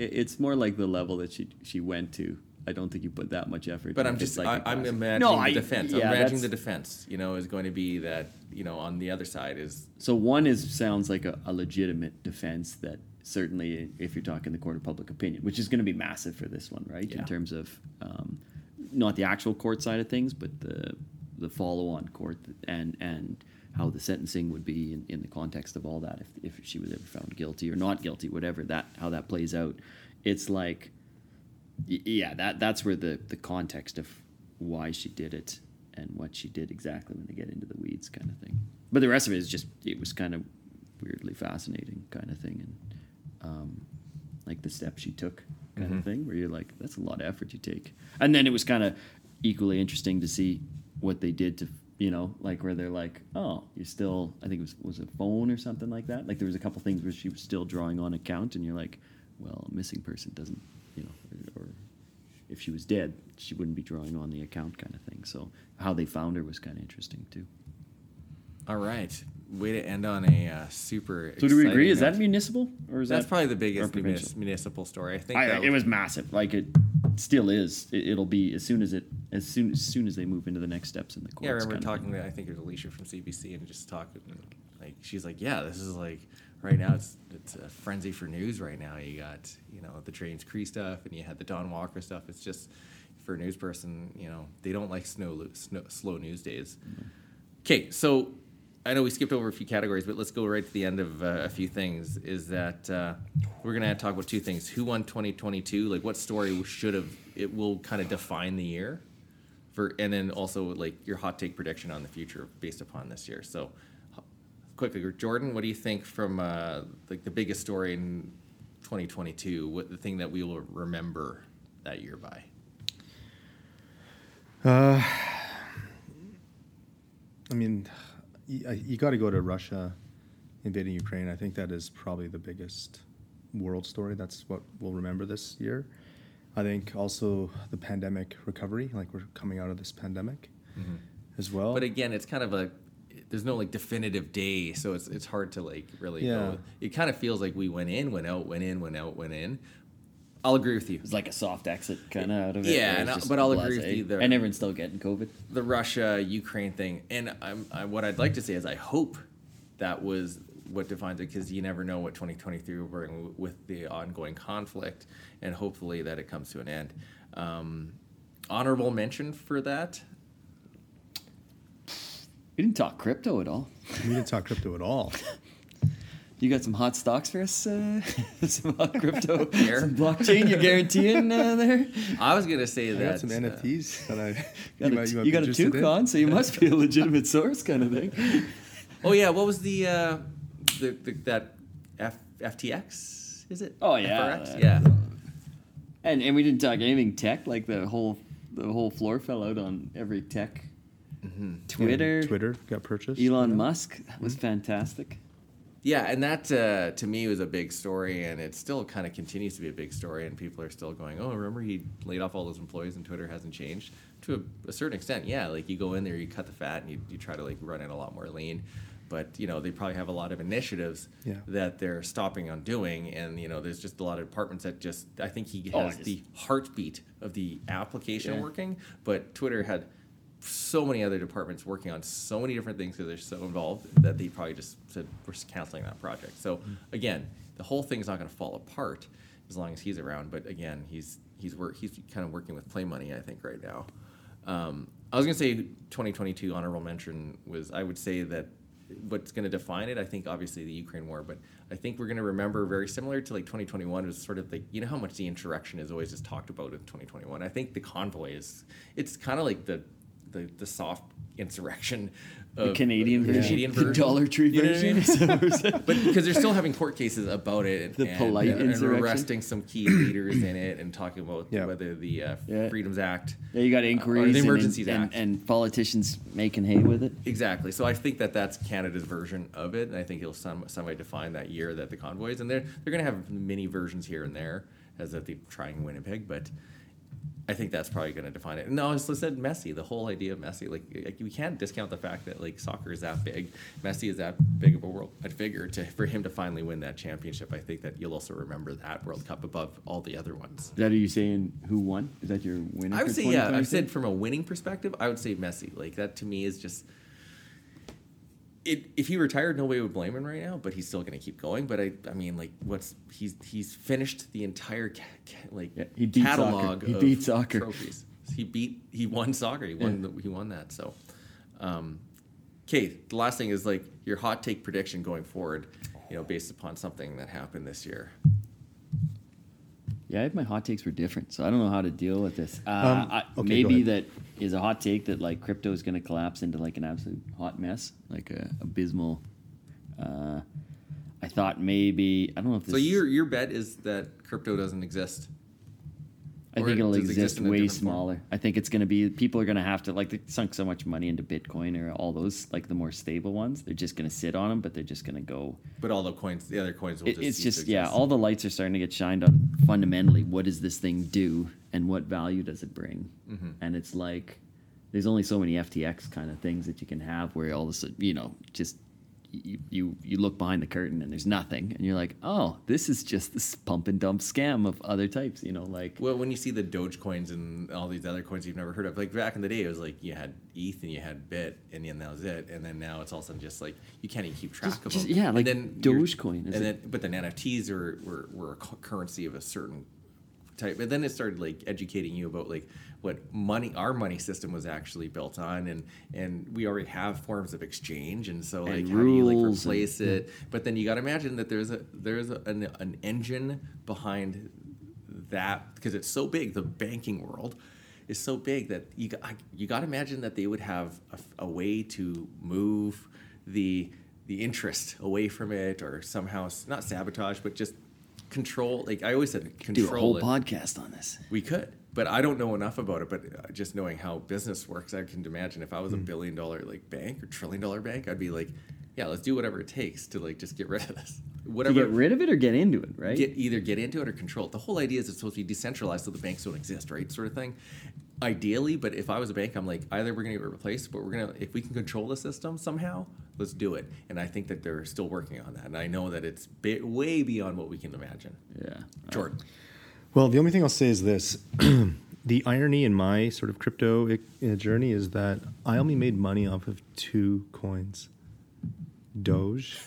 Speaker 2: i- It's more like the level that she she went to. I don't think you put that much effort.
Speaker 1: But
Speaker 2: in
Speaker 1: I'm
Speaker 2: if it's
Speaker 1: just,
Speaker 2: like
Speaker 1: I,
Speaker 2: a
Speaker 1: I'm
Speaker 2: class-
Speaker 1: imagining
Speaker 2: No,
Speaker 1: the
Speaker 2: I-
Speaker 1: defense. I'm
Speaker 2: yeah,
Speaker 1: imagining
Speaker 2: that's-
Speaker 1: the defense, you know, is going to be that, you know, on the other side is,
Speaker 2: So one is sounds like a, a legitimate defense that certainly, if you're talking the court of public opinion, which is going to be massive for this one, right?
Speaker 1: Yeah.
Speaker 2: In terms of um, not the actual court side of things, but the the follow-on court and and how the sentencing would be in, in the context of all that, if, if she was ever found guilty or not guilty, whatever that how that plays out. It's like Y- yeah that that's where the the context of why she did it and what she did exactly when they get into the weeds kind of thing but the rest of it is just it was kind of weirdly fascinating kind of thing and um like the steps she took kind of thing where you're like that's a lot of effort you take and then it was kind of equally interesting to see what they did to you know like where they're like oh you're still i think it was was a phone or something like that like there was a couple things where she was still drawing on account and you're like well a missing person doesn't you know or, or if she was dead she wouldn't be drawing on the account kind of thing so how they found her was kind of interesting too
Speaker 1: all right, way to end on a uh, super.
Speaker 2: so do we
Speaker 1: exciting
Speaker 2: agree is that
Speaker 1: note.
Speaker 2: municipal or is
Speaker 1: That's
Speaker 2: that
Speaker 1: probably the
Speaker 2: or
Speaker 1: biggest
Speaker 2: provincial?
Speaker 1: munis- municipal story. I think
Speaker 2: I,
Speaker 1: that
Speaker 2: it was massive. Like it still is. It, it'll be as soon as it as soon as soon as they move into the next steps in the courts.
Speaker 1: Yeah, I remember
Speaker 2: kinda
Speaker 1: talking
Speaker 2: thing.
Speaker 1: to I think it was Alicia from CBC and just talking like she's like, yeah, this is like right now it's it's a frenzy for news right now. You got you know the James Cree stuff and you had the Don Walker stuff. It's just for a news person, you know, they don't like snow, lo- snow slow news days.
Speaker 2: Mm-hmm.
Speaker 1: Okay, so I know we skipped over a few categories, but let's go right to the end of uh, a few things. Is that uh, we're gonna talk about two things: who won 2022, like what story should have it will kind of define the year, for, and then also like your hot take prediction on the future based upon this year. So h- quickly, Jordan, what do you think from uh, like the biggest story in 2022? What the thing that we will remember that year by?
Speaker 3: Uh, I mean, you, you got to go to Russia invading Ukraine. I think that is probably the biggest world story. That's what we'll remember this year. I think also the pandemic recovery, like we're coming out of this pandemic
Speaker 2: Mm-hmm.
Speaker 3: as well.
Speaker 1: But again, it's kind of a there's no like definitive day, so it's it's hard to like really.
Speaker 3: Yeah.
Speaker 1: Go. It kind of feels like we went in, went out, went in, went out, went in. I'll agree with you.
Speaker 2: It's like a soft exit kind of out of it.
Speaker 1: Yeah,
Speaker 2: where
Speaker 1: and
Speaker 2: it's
Speaker 1: I-
Speaker 2: just
Speaker 1: but I'll agree with you there.
Speaker 2: And everyone's still getting COVID.
Speaker 1: the Russia Ukraine thing, and I'm, I, what I'd like to say is I hope that was what defines it because you never know what 2023 will bring with the ongoing conflict, and hopefully that it comes to an end. Um, honorable mention for that.
Speaker 2: We didn't talk crypto at all.
Speaker 3: we didn't talk crypto
Speaker 2: [laughs]
Speaker 3: at all.
Speaker 2: You got some hot stocks for us? Uh, [laughs] some hot crypto,
Speaker 1: [laughs] Here.
Speaker 2: some blockchain. You guaranteeing uh,
Speaker 1: [laughs]
Speaker 2: there?
Speaker 1: I was gonna say
Speaker 3: I
Speaker 1: that
Speaker 3: got some NFTs that I [laughs]
Speaker 2: Got a-
Speaker 3: might-
Speaker 2: uh, [laughs] you,
Speaker 3: might be
Speaker 2: got a
Speaker 3: interested in.
Speaker 2: two-con, so you must be a legitimate source kind of thing.
Speaker 1: Oh yeah, what was the uh, the, the that F, FTX? Is it?
Speaker 2: Oh, yeah.
Speaker 1: FRX? yeah.
Speaker 2: and and we didn't talk anything tech. Like the whole the whole floor fell out on every tech. Twitter,
Speaker 3: And Twitter got purchased.
Speaker 2: Elon Musk that was fantastic.
Speaker 1: Yeah, and that uh, to me was a big story, and it still kind of continues to be a big story. And people are still going, "Oh, remember he laid off all those employees, and Twitter hasn't changed." To a, a certain extent, yeah. Like you go in there, you cut the fat, and you, you try to like run it a lot more lean. But you know they probably have a lot of initiatives
Speaker 3: Yeah.
Speaker 1: that they're stopping on doing, and you know there's just a lot of departments that just I think he
Speaker 2: Oh,
Speaker 1: has
Speaker 2: just-
Speaker 1: the heartbeat of the application
Speaker 2: Yeah.
Speaker 1: working, but Twitter had so many other departments working on so many different things because they're so involved that they probably just said we're just canceling that project. So again, the whole thing's not going to fall apart as long as he's around. But again, he's he's work he's kind of working with play money, I think, right now. Um, I was going to say 2022 honorable mention was I would say that what's going to define it, I think, obviously the Ukraine war, but I think we're going to remember very similar to like 2021 was sort of the you know how much the insurrection is always just talked about in 2021. I think the convoy is it's kind of like the the, the soft insurrection of
Speaker 2: The Canadian
Speaker 1: the
Speaker 2: version,
Speaker 1: Canadian
Speaker 2: [laughs] the
Speaker 1: version.
Speaker 2: Dollar Tree
Speaker 1: You know what I
Speaker 2: version.
Speaker 1: mean?
Speaker 2: [laughs] So-
Speaker 1: but because they're still having court cases about it,
Speaker 2: The
Speaker 1: and,
Speaker 2: polite
Speaker 1: and
Speaker 2: insurrection?
Speaker 1: arresting some key leaders in it, and talking about
Speaker 3: Yeah.
Speaker 1: whether the uh,
Speaker 2: Yeah.
Speaker 1: Freedoms Act
Speaker 2: yeah, you got inquiries and-
Speaker 1: Emergencies
Speaker 2: and,
Speaker 1: Act.
Speaker 2: and, politicians making hay with it.
Speaker 1: Exactly. So I think that that's Canada's version of it, and I think it'll some some way define that year that the convoys, and they're they're going to have many versions here and there as that they try in Winnipeg, but I think that's probably going to define it. And no, as I said, Messi, the whole idea of Messi, like, like we can't discount the fact that like soccer is that big, Messi is that big of a world a figure to for him to finally win that championship. I think that you'll also remember that World Cup above all the other ones.
Speaker 2: Is that are you saying who won? Is that your winner?
Speaker 1: I would
Speaker 2: for
Speaker 1: say yeah. I
Speaker 2: 2022?
Speaker 1: said from a winning perspective, I would say Messi. Like that to me is just. It, if he retired, nobody would blame him right now. But he's still going to keep going. But I, I mean, like, what's he's he's finished the entire ca- ca- like
Speaker 2: Yeah, he beat soccer.
Speaker 1: catalog.
Speaker 2: He
Speaker 1: of
Speaker 2: beat soccer.
Speaker 1: trophies. He beat he won soccer. He won the, he won that. So, um, Kate, the last thing is like your hot take prediction going forward. You know, based upon something that happened this year.
Speaker 2: Yeah, I- my hot takes were different, so I don't know how to deal with this. Uh,
Speaker 3: Um,
Speaker 2: I,
Speaker 3: okay,
Speaker 2: maybe
Speaker 3: go
Speaker 2: that is a hot take that like crypto is going to collapse into like an absolute hot mess, like a abysmal. Uh, I thought maybe I don't know if this.
Speaker 1: So your your bet is that crypto doesn't exist.
Speaker 2: I
Speaker 1: or
Speaker 2: think it'll
Speaker 1: does it exist
Speaker 2: exist
Speaker 1: in a
Speaker 2: way
Speaker 1: different form?
Speaker 2: smaller. I think it's going to be people are going to have to like they sunk so much money into Bitcoin or all those like the more stable ones. They're just going to sit on them, but they're just going to go
Speaker 1: But all the coins, the other coins will
Speaker 2: It-
Speaker 1: just
Speaker 2: it's
Speaker 1: cease
Speaker 2: just
Speaker 1: to
Speaker 2: yeah
Speaker 1: exist.
Speaker 2: all the lights are starting to get shined on fundamentally what does this thing do and what value does it bring
Speaker 1: Mm-hmm.
Speaker 2: and it's like there's only so many ftx kind of things that you can have where all of a sudden you know just you, you you look behind the curtain and there's nothing and you're like oh this is just this pump and dump scam of other types you know like
Speaker 1: Well, when you see the Dogecoins and all these other coins you've never heard of, like back in the day, it was like you had ETH and you had Bit, and then that was it. And then now it's all of a sudden just like you can't even keep track
Speaker 2: Just-
Speaker 1: of
Speaker 2: just-
Speaker 1: them.
Speaker 2: yeah,
Speaker 1: And
Speaker 2: like
Speaker 1: you're-
Speaker 2: Dogecoin,
Speaker 1: And
Speaker 2: is
Speaker 1: then,
Speaker 2: it-
Speaker 1: but then NFTs were, were were a cu- currency of a certain type. But then it started like educating you about like what money, our money system was actually built on, and and we already have forms of exchange, and so like
Speaker 2: And
Speaker 1: how do you like
Speaker 2: rules and-
Speaker 1: replace replace it. But then you got to imagine that there's a there's a, an, an engine behind that because it's so big. The banking world is so big that you got you got to imagine that they would have a, f- a way to move the the interest away from it or somehow s- not sabotage but just control. Like I always said, control
Speaker 2: do a whole
Speaker 1: it.
Speaker 2: podcast on this
Speaker 1: We could, but I don't know enough about it. But uh, just knowing how business works, I can imagine if I
Speaker 2: Hmm.
Speaker 1: was a billion dollar like bank or trillion dollar bank, I'd be like, yeah, let's do whatever it takes to like just get rid of this.
Speaker 2: to
Speaker 1: Whatever,
Speaker 2: get rid of it or get into it right
Speaker 1: get either get into it or control it. The whole idea is it's supposed to be decentralized, so the banks don't exist, right? Sort of thing. Ideally, but if I was a bank, I'm like, either we're going to get replaced, but we're going to if we can control the system somehow, let's do it. And I think that they're still working on that, and I know that it's bi- way beyond what we can imagine.
Speaker 2: yeah
Speaker 1: Jordan,
Speaker 3: Well, the only thing I'll say is this: [clears throat] the irony in my sort of crypto i- uh, journey is that I only made money off of two coins,
Speaker 2: [laughs]
Speaker 3: Doge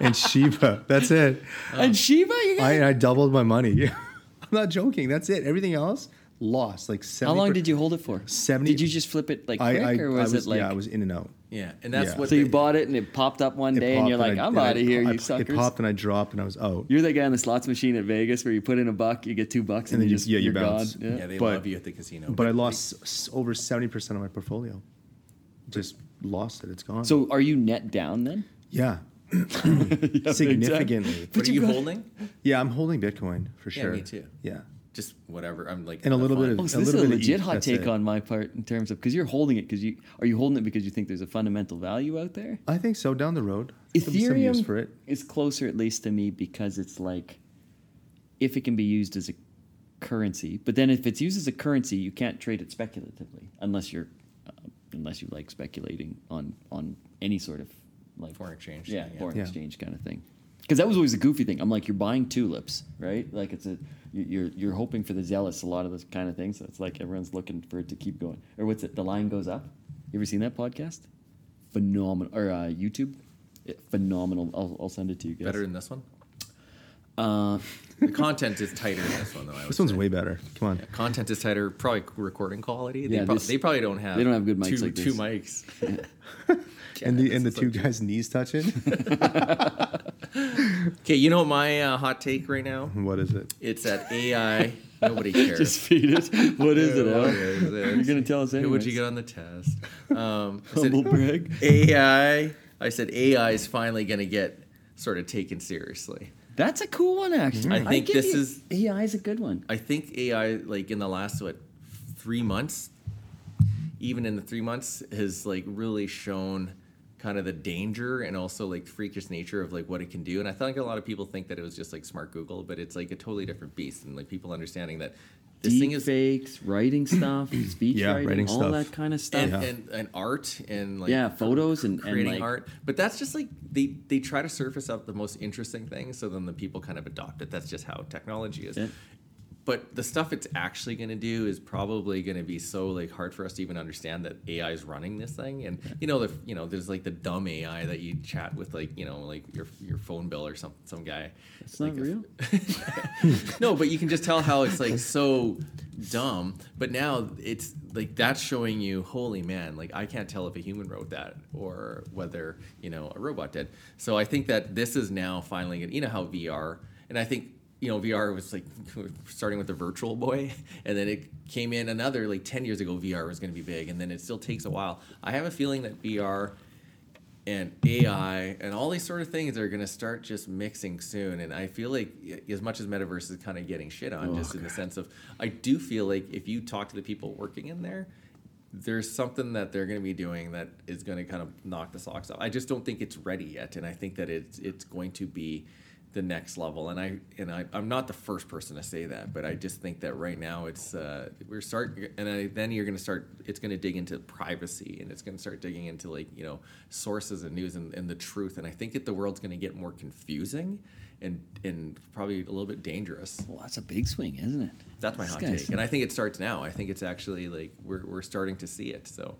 Speaker 3: and Shiba. That's it.
Speaker 2: and shiva you guys,
Speaker 3: I, I doubled my money. [laughs] I'm not joking. That's it. Everything else lost. Like 70
Speaker 2: how long did you hold it for
Speaker 3: 70
Speaker 2: did you just flip it like
Speaker 3: I,
Speaker 2: quick
Speaker 3: I,
Speaker 2: or was,
Speaker 3: I was
Speaker 2: it like
Speaker 3: yeah, I was in and out.
Speaker 1: yeah, and that's
Speaker 3: Yeah.
Speaker 1: what
Speaker 2: So you
Speaker 1: they-
Speaker 2: bought it and it popped up one
Speaker 3: It
Speaker 2: day and you're
Speaker 3: popped
Speaker 2: like,
Speaker 3: I-
Speaker 2: I'm
Speaker 3: and I
Speaker 2: out of here,
Speaker 3: po- I
Speaker 2: you
Speaker 3: po-
Speaker 2: suckers.
Speaker 3: It popped and I dropped and I was out.
Speaker 2: You're the guy on the slots machine at Vegas where you put in a buck, you get two bucks, and, then
Speaker 3: And then
Speaker 2: you
Speaker 3: you-
Speaker 2: just
Speaker 3: yeah, you
Speaker 2: you're
Speaker 3: bounce.
Speaker 2: gone. Yeah.
Speaker 1: yeah, they
Speaker 3: but-
Speaker 1: love you at the casino,
Speaker 3: But I lost s- over 70% of my portfolio. Just lost it. It's gone.
Speaker 2: So are you net down then?
Speaker 3: [laughs] yeah. significantly.
Speaker 1: What are you holding?
Speaker 3: [laughs] Yeah, I'm holding Bitcoin for sure.
Speaker 1: me too.
Speaker 3: Yeah.
Speaker 1: Just whatever. I'm like
Speaker 3: And a
Speaker 1: have
Speaker 3: little bit
Speaker 1: fun.
Speaker 3: of-
Speaker 2: Oh, so
Speaker 3: A
Speaker 2: this is
Speaker 3: little
Speaker 2: a
Speaker 3: bit of
Speaker 2: legit
Speaker 3: each,
Speaker 2: hot
Speaker 3: that's
Speaker 2: take
Speaker 3: it.
Speaker 2: on my part in terms of because you're holding it because you are you holding it because you think there's a fundamental value out there.
Speaker 3: I think so. Down the road, there'll be some use
Speaker 2: Ethereum
Speaker 3: for it.
Speaker 2: is closer, at least to me, because it's like if it can be used as a currency, but then if it's used as a currency, you can't trade it speculatively unless you're uh, unless you like speculating on on any sort of like
Speaker 1: Foreign exchange
Speaker 2: yeah,
Speaker 1: thing, yeah.
Speaker 2: foreign
Speaker 3: Yeah.
Speaker 2: exchange kind of thing. Because that was always a goofy thing. I'm like, you're buying tulips, right? Like it's a you- you're you're hoping for the zealous a lot of this kind of thing. So it's like everyone's looking for it to keep going. Or what's it? The line goes up. You ever seen that podcast? Phenomenal or uh, YouTube? It- phenomenal. I'll, I'll send it to you guys.
Speaker 1: better
Speaker 2: [laughs]
Speaker 1: than this one.
Speaker 2: Uh,
Speaker 1: The content is tighter than this one though. I would
Speaker 3: This one's
Speaker 1: say.
Speaker 3: way better. Come on.
Speaker 1: Yeah, content is tighter. Probably recording quality. They,
Speaker 2: Yeah,
Speaker 1: prob-
Speaker 2: this-
Speaker 1: they probably don't have
Speaker 2: they don't have good mics
Speaker 1: two,
Speaker 2: like
Speaker 1: two
Speaker 2: this.
Speaker 1: mics.
Speaker 2: [laughs]
Speaker 3: and the and the
Speaker 1: this is
Speaker 3: two guys' knees touching.
Speaker 1: [laughs]
Speaker 3: [laughs]
Speaker 1: Okay, you know what my uh, hot take right now?
Speaker 3: what is it?
Speaker 1: It's that AI.
Speaker 2: [laughs]
Speaker 1: Nobody cares.
Speaker 2: just feed it. What
Speaker 1: [laughs]
Speaker 2: is it?
Speaker 1: Who
Speaker 2: Al?
Speaker 1: cares?
Speaker 2: [laughs] You're gonna tell us
Speaker 1: Who would you
Speaker 2: anyways.
Speaker 1: get on the test? Um,
Speaker 2: [laughs]
Speaker 1: I
Speaker 2: Humble
Speaker 1: said,
Speaker 2: brag.
Speaker 1: AI. I said AI is finally going to get sort of taken seriously.
Speaker 2: That's a cool one, actually.
Speaker 1: I think
Speaker 2: give
Speaker 1: this
Speaker 2: you-
Speaker 1: is-
Speaker 2: AI is a good one.
Speaker 1: I think AI, like in the last what three months, even in the three months, has like really shown kind of the danger and also like freakish nature of like what it can do. And I think a lot of people think that it was just like smart Google, but it's like a totally different beast. And like people understanding that this
Speaker 2: Deep
Speaker 1: thing is
Speaker 2: fakes,
Speaker 1: [coughs]
Speaker 2: writing stuff, speech
Speaker 3: Yeah,
Speaker 2: writing,
Speaker 3: writing
Speaker 2: all
Speaker 3: stuff.
Speaker 2: that kind of stuff.
Speaker 1: and,
Speaker 3: Yeah.
Speaker 1: and, and art and like
Speaker 2: Yeah, photos and- and,
Speaker 1: creating
Speaker 2: like-
Speaker 1: art but that's just like they they try to surface up the most interesting things so then the people kind of adopt it that's just how technology is
Speaker 2: Yeah.
Speaker 1: but the stuff it's actually going to do is probably going to be so like hard for us to even understand that ai is running this thing and you know the you know there's like the dumb ai that you chat with like you know like your your phone bill or some some guy
Speaker 2: It's not
Speaker 1: Like, if-
Speaker 2: real.
Speaker 1: [laughs] no, but you can just tell how it's like so dumb. But now it's like that's showing you, holy man, like I can't tell if a human wrote that or whether, you know, a robot did. So I think that this is now finally, you know, how VR, and I think, you know, VR was like starting with the virtual boy, [laughs] and then it came in another like 10 years ago, VR was going to be big, and then it still takes a while. I have a feeling that VR and AI and all these sort of things are going to start just mixing soon. And I feel like, y- as much as metaverse is kind of getting shit on, just in the sense of, I do feel like if you talk to the people working in there, there's something that they're going to be doing that is going to kind of knock the socks off. I just don't think it's ready yet, and I think that it's it's going to be the next level. And I and I, I'm not the first person to say that, but I just think that right now it's uh, we're start and I, then you're going to start. It's going to dig into privacy, and it's going to start digging into like you know sources and news and, and the truth. And I think that the world's going to get more confusing, and and probably a little bit dangerous.
Speaker 2: Well, that's a big swing, isn't it?
Speaker 1: That's my
Speaker 2: This
Speaker 1: hot
Speaker 2: guy's-
Speaker 1: take, and I think it starts now. I think it's actually like we're we're starting to see it. So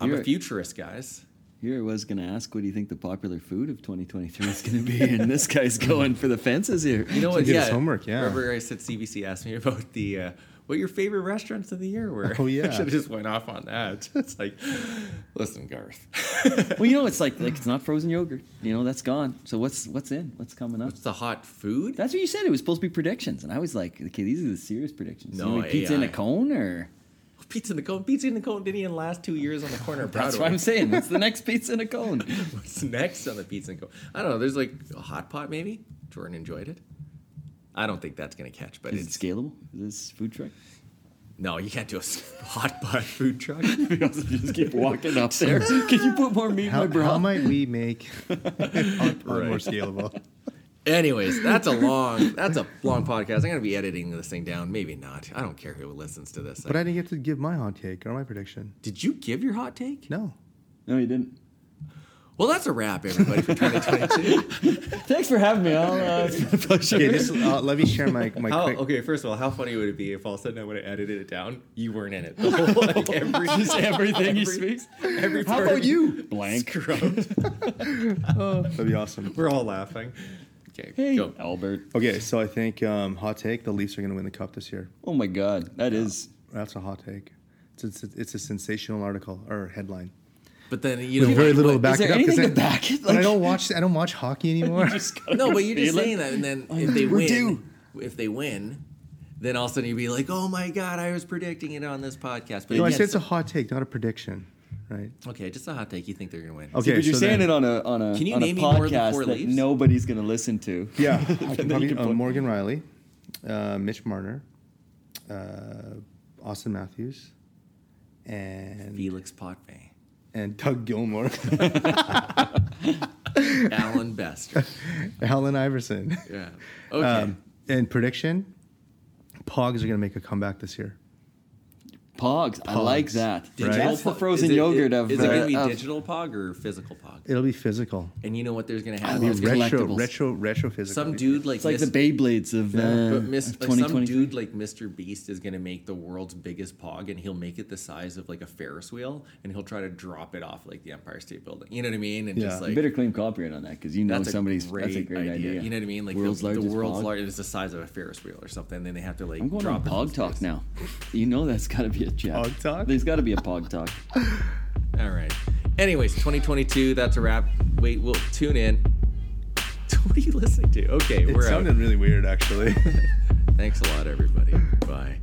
Speaker 1: I'm
Speaker 2: You're-
Speaker 1: a futurist, guys.
Speaker 2: Here I was going to ask, what do you think the popular food of 2023 is going to be? and this guy's going for the fences here.
Speaker 1: You know what?
Speaker 3: did his homework, yeah.
Speaker 1: Remember, I said CBC asked me about the uh, what your favorite restaurants of the year were.
Speaker 3: Oh, yeah.
Speaker 1: [laughs] I should have just went off on that. [laughs] It's like, listen, Garth, [laughs]
Speaker 2: Well, you know, it's like like it's not frozen yogurt. You know, that's gone. So what's what's in? What's coming up?
Speaker 1: it's the hot food.
Speaker 2: That's what you said. It was supposed to be predictions, and I was like, okay, these are the serious predictions.
Speaker 1: No,
Speaker 2: You mean pizza in
Speaker 1: AI.
Speaker 2: a cone, or
Speaker 1: pizza in the cone. Pizza in the cone didn't even last two years on the
Speaker 3: [laughs]
Speaker 1: corner of Broadway.
Speaker 2: that's what I'm saying. What's the next pizza in a cone?
Speaker 1: What's next on the pizza and go? I don't know. There's like a hot pot, maybe. Jordan enjoyed it. I don't think that's gonna catch, but
Speaker 2: Is
Speaker 1: it's
Speaker 2: it scalable? Is this food truck?
Speaker 1: no. You can't do a s- [laughs] hot pot food truck.
Speaker 2: we also just keep walking up there. Can you put more meat in my
Speaker 3: How,
Speaker 2: bra?
Speaker 3: how might
Speaker 1: [laughs]
Speaker 3: we make it more scalable? [laughs]
Speaker 1: Anyways, that's a long that's a long podcast. I'm gonna be editing this thing down. Maybe not. I don't care who listens to this.
Speaker 3: But I didn't get to give my hot take or my prediction.
Speaker 1: Did you give your hot take?
Speaker 3: No.
Speaker 2: no, you didn't.
Speaker 1: Well, that's a wrap, everybody. For [laughs] 2022.
Speaker 2: Thanks for having me. I'll, uh, it's been a pleasure.
Speaker 3: Okay, this, uh, let me share my
Speaker 1: [laughs]
Speaker 3: my
Speaker 1: How,
Speaker 3: quick.
Speaker 1: okay, first of all, how funny would it be if all of a sudden I would have edited it down? You weren't in it. The whole, like, every, [laughs]
Speaker 2: Just everything he speaks.
Speaker 1: Every
Speaker 2: How
Speaker 1: part
Speaker 2: about
Speaker 1: of [laughs]
Speaker 2: you? Blank.
Speaker 1: Scrubbed.
Speaker 3: That'd be awesome.
Speaker 1: We're all laughing. Okay,
Speaker 2: Hey,
Speaker 1: go.
Speaker 2: Albert.
Speaker 3: Okay, so I think um, hot take: the Leafs are going to win the cup this year.
Speaker 2: Oh my God, that is.
Speaker 3: That's a hot take. It's it's, it's a sensational article or headline.
Speaker 1: But then you know
Speaker 3: Very
Speaker 1: what-
Speaker 3: little to
Speaker 1: what-
Speaker 3: back
Speaker 2: Is there
Speaker 3: it up. 'cause
Speaker 2: anything
Speaker 3: I-
Speaker 2: to back it?
Speaker 3: but I
Speaker 2: Like-
Speaker 3: don't watch I don't watch
Speaker 2: [laughs]
Speaker 3: hockey anymore.
Speaker 1: No, but you're just saying that, and then if they
Speaker 2: We're
Speaker 1: win,
Speaker 2: due.
Speaker 1: if they win, then all of a sudden you'd be like, "Oh my God, I was predicting it on this podcast." But
Speaker 3: no, I
Speaker 1: again,
Speaker 3: said it's
Speaker 1: so-
Speaker 3: a hot take, not a prediction. right?
Speaker 1: Okay, just a hot take. You think they're gonna win?
Speaker 3: Okay.
Speaker 2: See, but you're
Speaker 3: so
Speaker 2: saying
Speaker 3: then-
Speaker 2: it on a on a,
Speaker 1: Can you
Speaker 2: on a
Speaker 1: name me more than four
Speaker 2: podcast that
Speaker 1: leaves?
Speaker 2: nobody's going to listen to.
Speaker 3: Yeah, [laughs] I
Speaker 2: Then
Speaker 3: can
Speaker 2: you
Speaker 3: probably,
Speaker 2: can
Speaker 3: uh,
Speaker 2: put-
Speaker 3: Morgan Riley, uh, Mitch Marner, uh, Austin Matthews, and
Speaker 1: Felix Potvin,
Speaker 3: and Doug Gilmore,
Speaker 1: Alan Bester.
Speaker 3: [laughs] Allen Iverson.
Speaker 1: Yeah. Okay.
Speaker 3: Um, and prediction, Pogs are going to make a comeback this year.
Speaker 2: Pogs. I like
Speaker 3: Pogs.
Speaker 2: that.
Speaker 1: Digital
Speaker 2: That's the
Speaker 1: pog-
Speaker 2: frozen
Speaker 1: is it- it-
Speaker 2: yogurt of.
Speaker 1: Is it
Speaker 2: uh,
Speaker 1: gonna be
Speaker 2: of-
Speaker 1: digital pog or physical pog?
Speaker 3: It'll be physical.
Speaker 1: And you know what? There's gonna
Speaker 2: I
Speaker 1: have
Speaker 2: love
Speaker 1: it's gonna-
Speaker 3: retro,
Speaker 2: collectibles.
Speaker 3: retro, retro physical.
Speaker 1: some dude like
Speaker 2: It's like
Speaker 1: Mis-
Speaker 2: the Beyblades of
Speaker 3: Yeah.
Speaker 2: uh,
Speaker 1: but mis- like some
Speaker 2: 2023.
Speaker 1: dude like Mr. Beast is gonna make the world's biggest pog, and he'll make it the size of like a Ferris wheel, and he'll try to drop it off like the Empire State Building. You know what I mean? And
Speaker 3: Yeah.
Speaker 1: just
Speaker 2: You
Speaker 1: like
Speaker 2: better claim copyright on that because you know somebody's. that's a great idea.
Speaker 1: You know what I mean? Like
Speaker 2: world's
Speaker 1: the,
Speaker 2: largest.
Speaker 1: the world's
Speaker 2: pog.
Speaker 1: largest is the size of a Ferris wheel or something. Then they have to like
Speaker 2: I'm going on
Speaker 1: drop it
Speaker 2: Pog
Speaker 1: those
Speaker 2: Talk
Speaker 1: days.
Speaker 2: now. You know that's got to be a chat.
Speaker 3: Pog Talk?
Speaker 2: There's got to be a Pog Talk.
Speaker 1: All right. Anyways, 2022. That's a wrap. Wait, we'll tune in. [laughs] What are you listening to? Okay,
Speaker 3: It
Speaker 1: we're out.
Speaker 3: [laughs] sounded really weird, actually.
Speaker 1: Thanks a lot, everybody. Bye.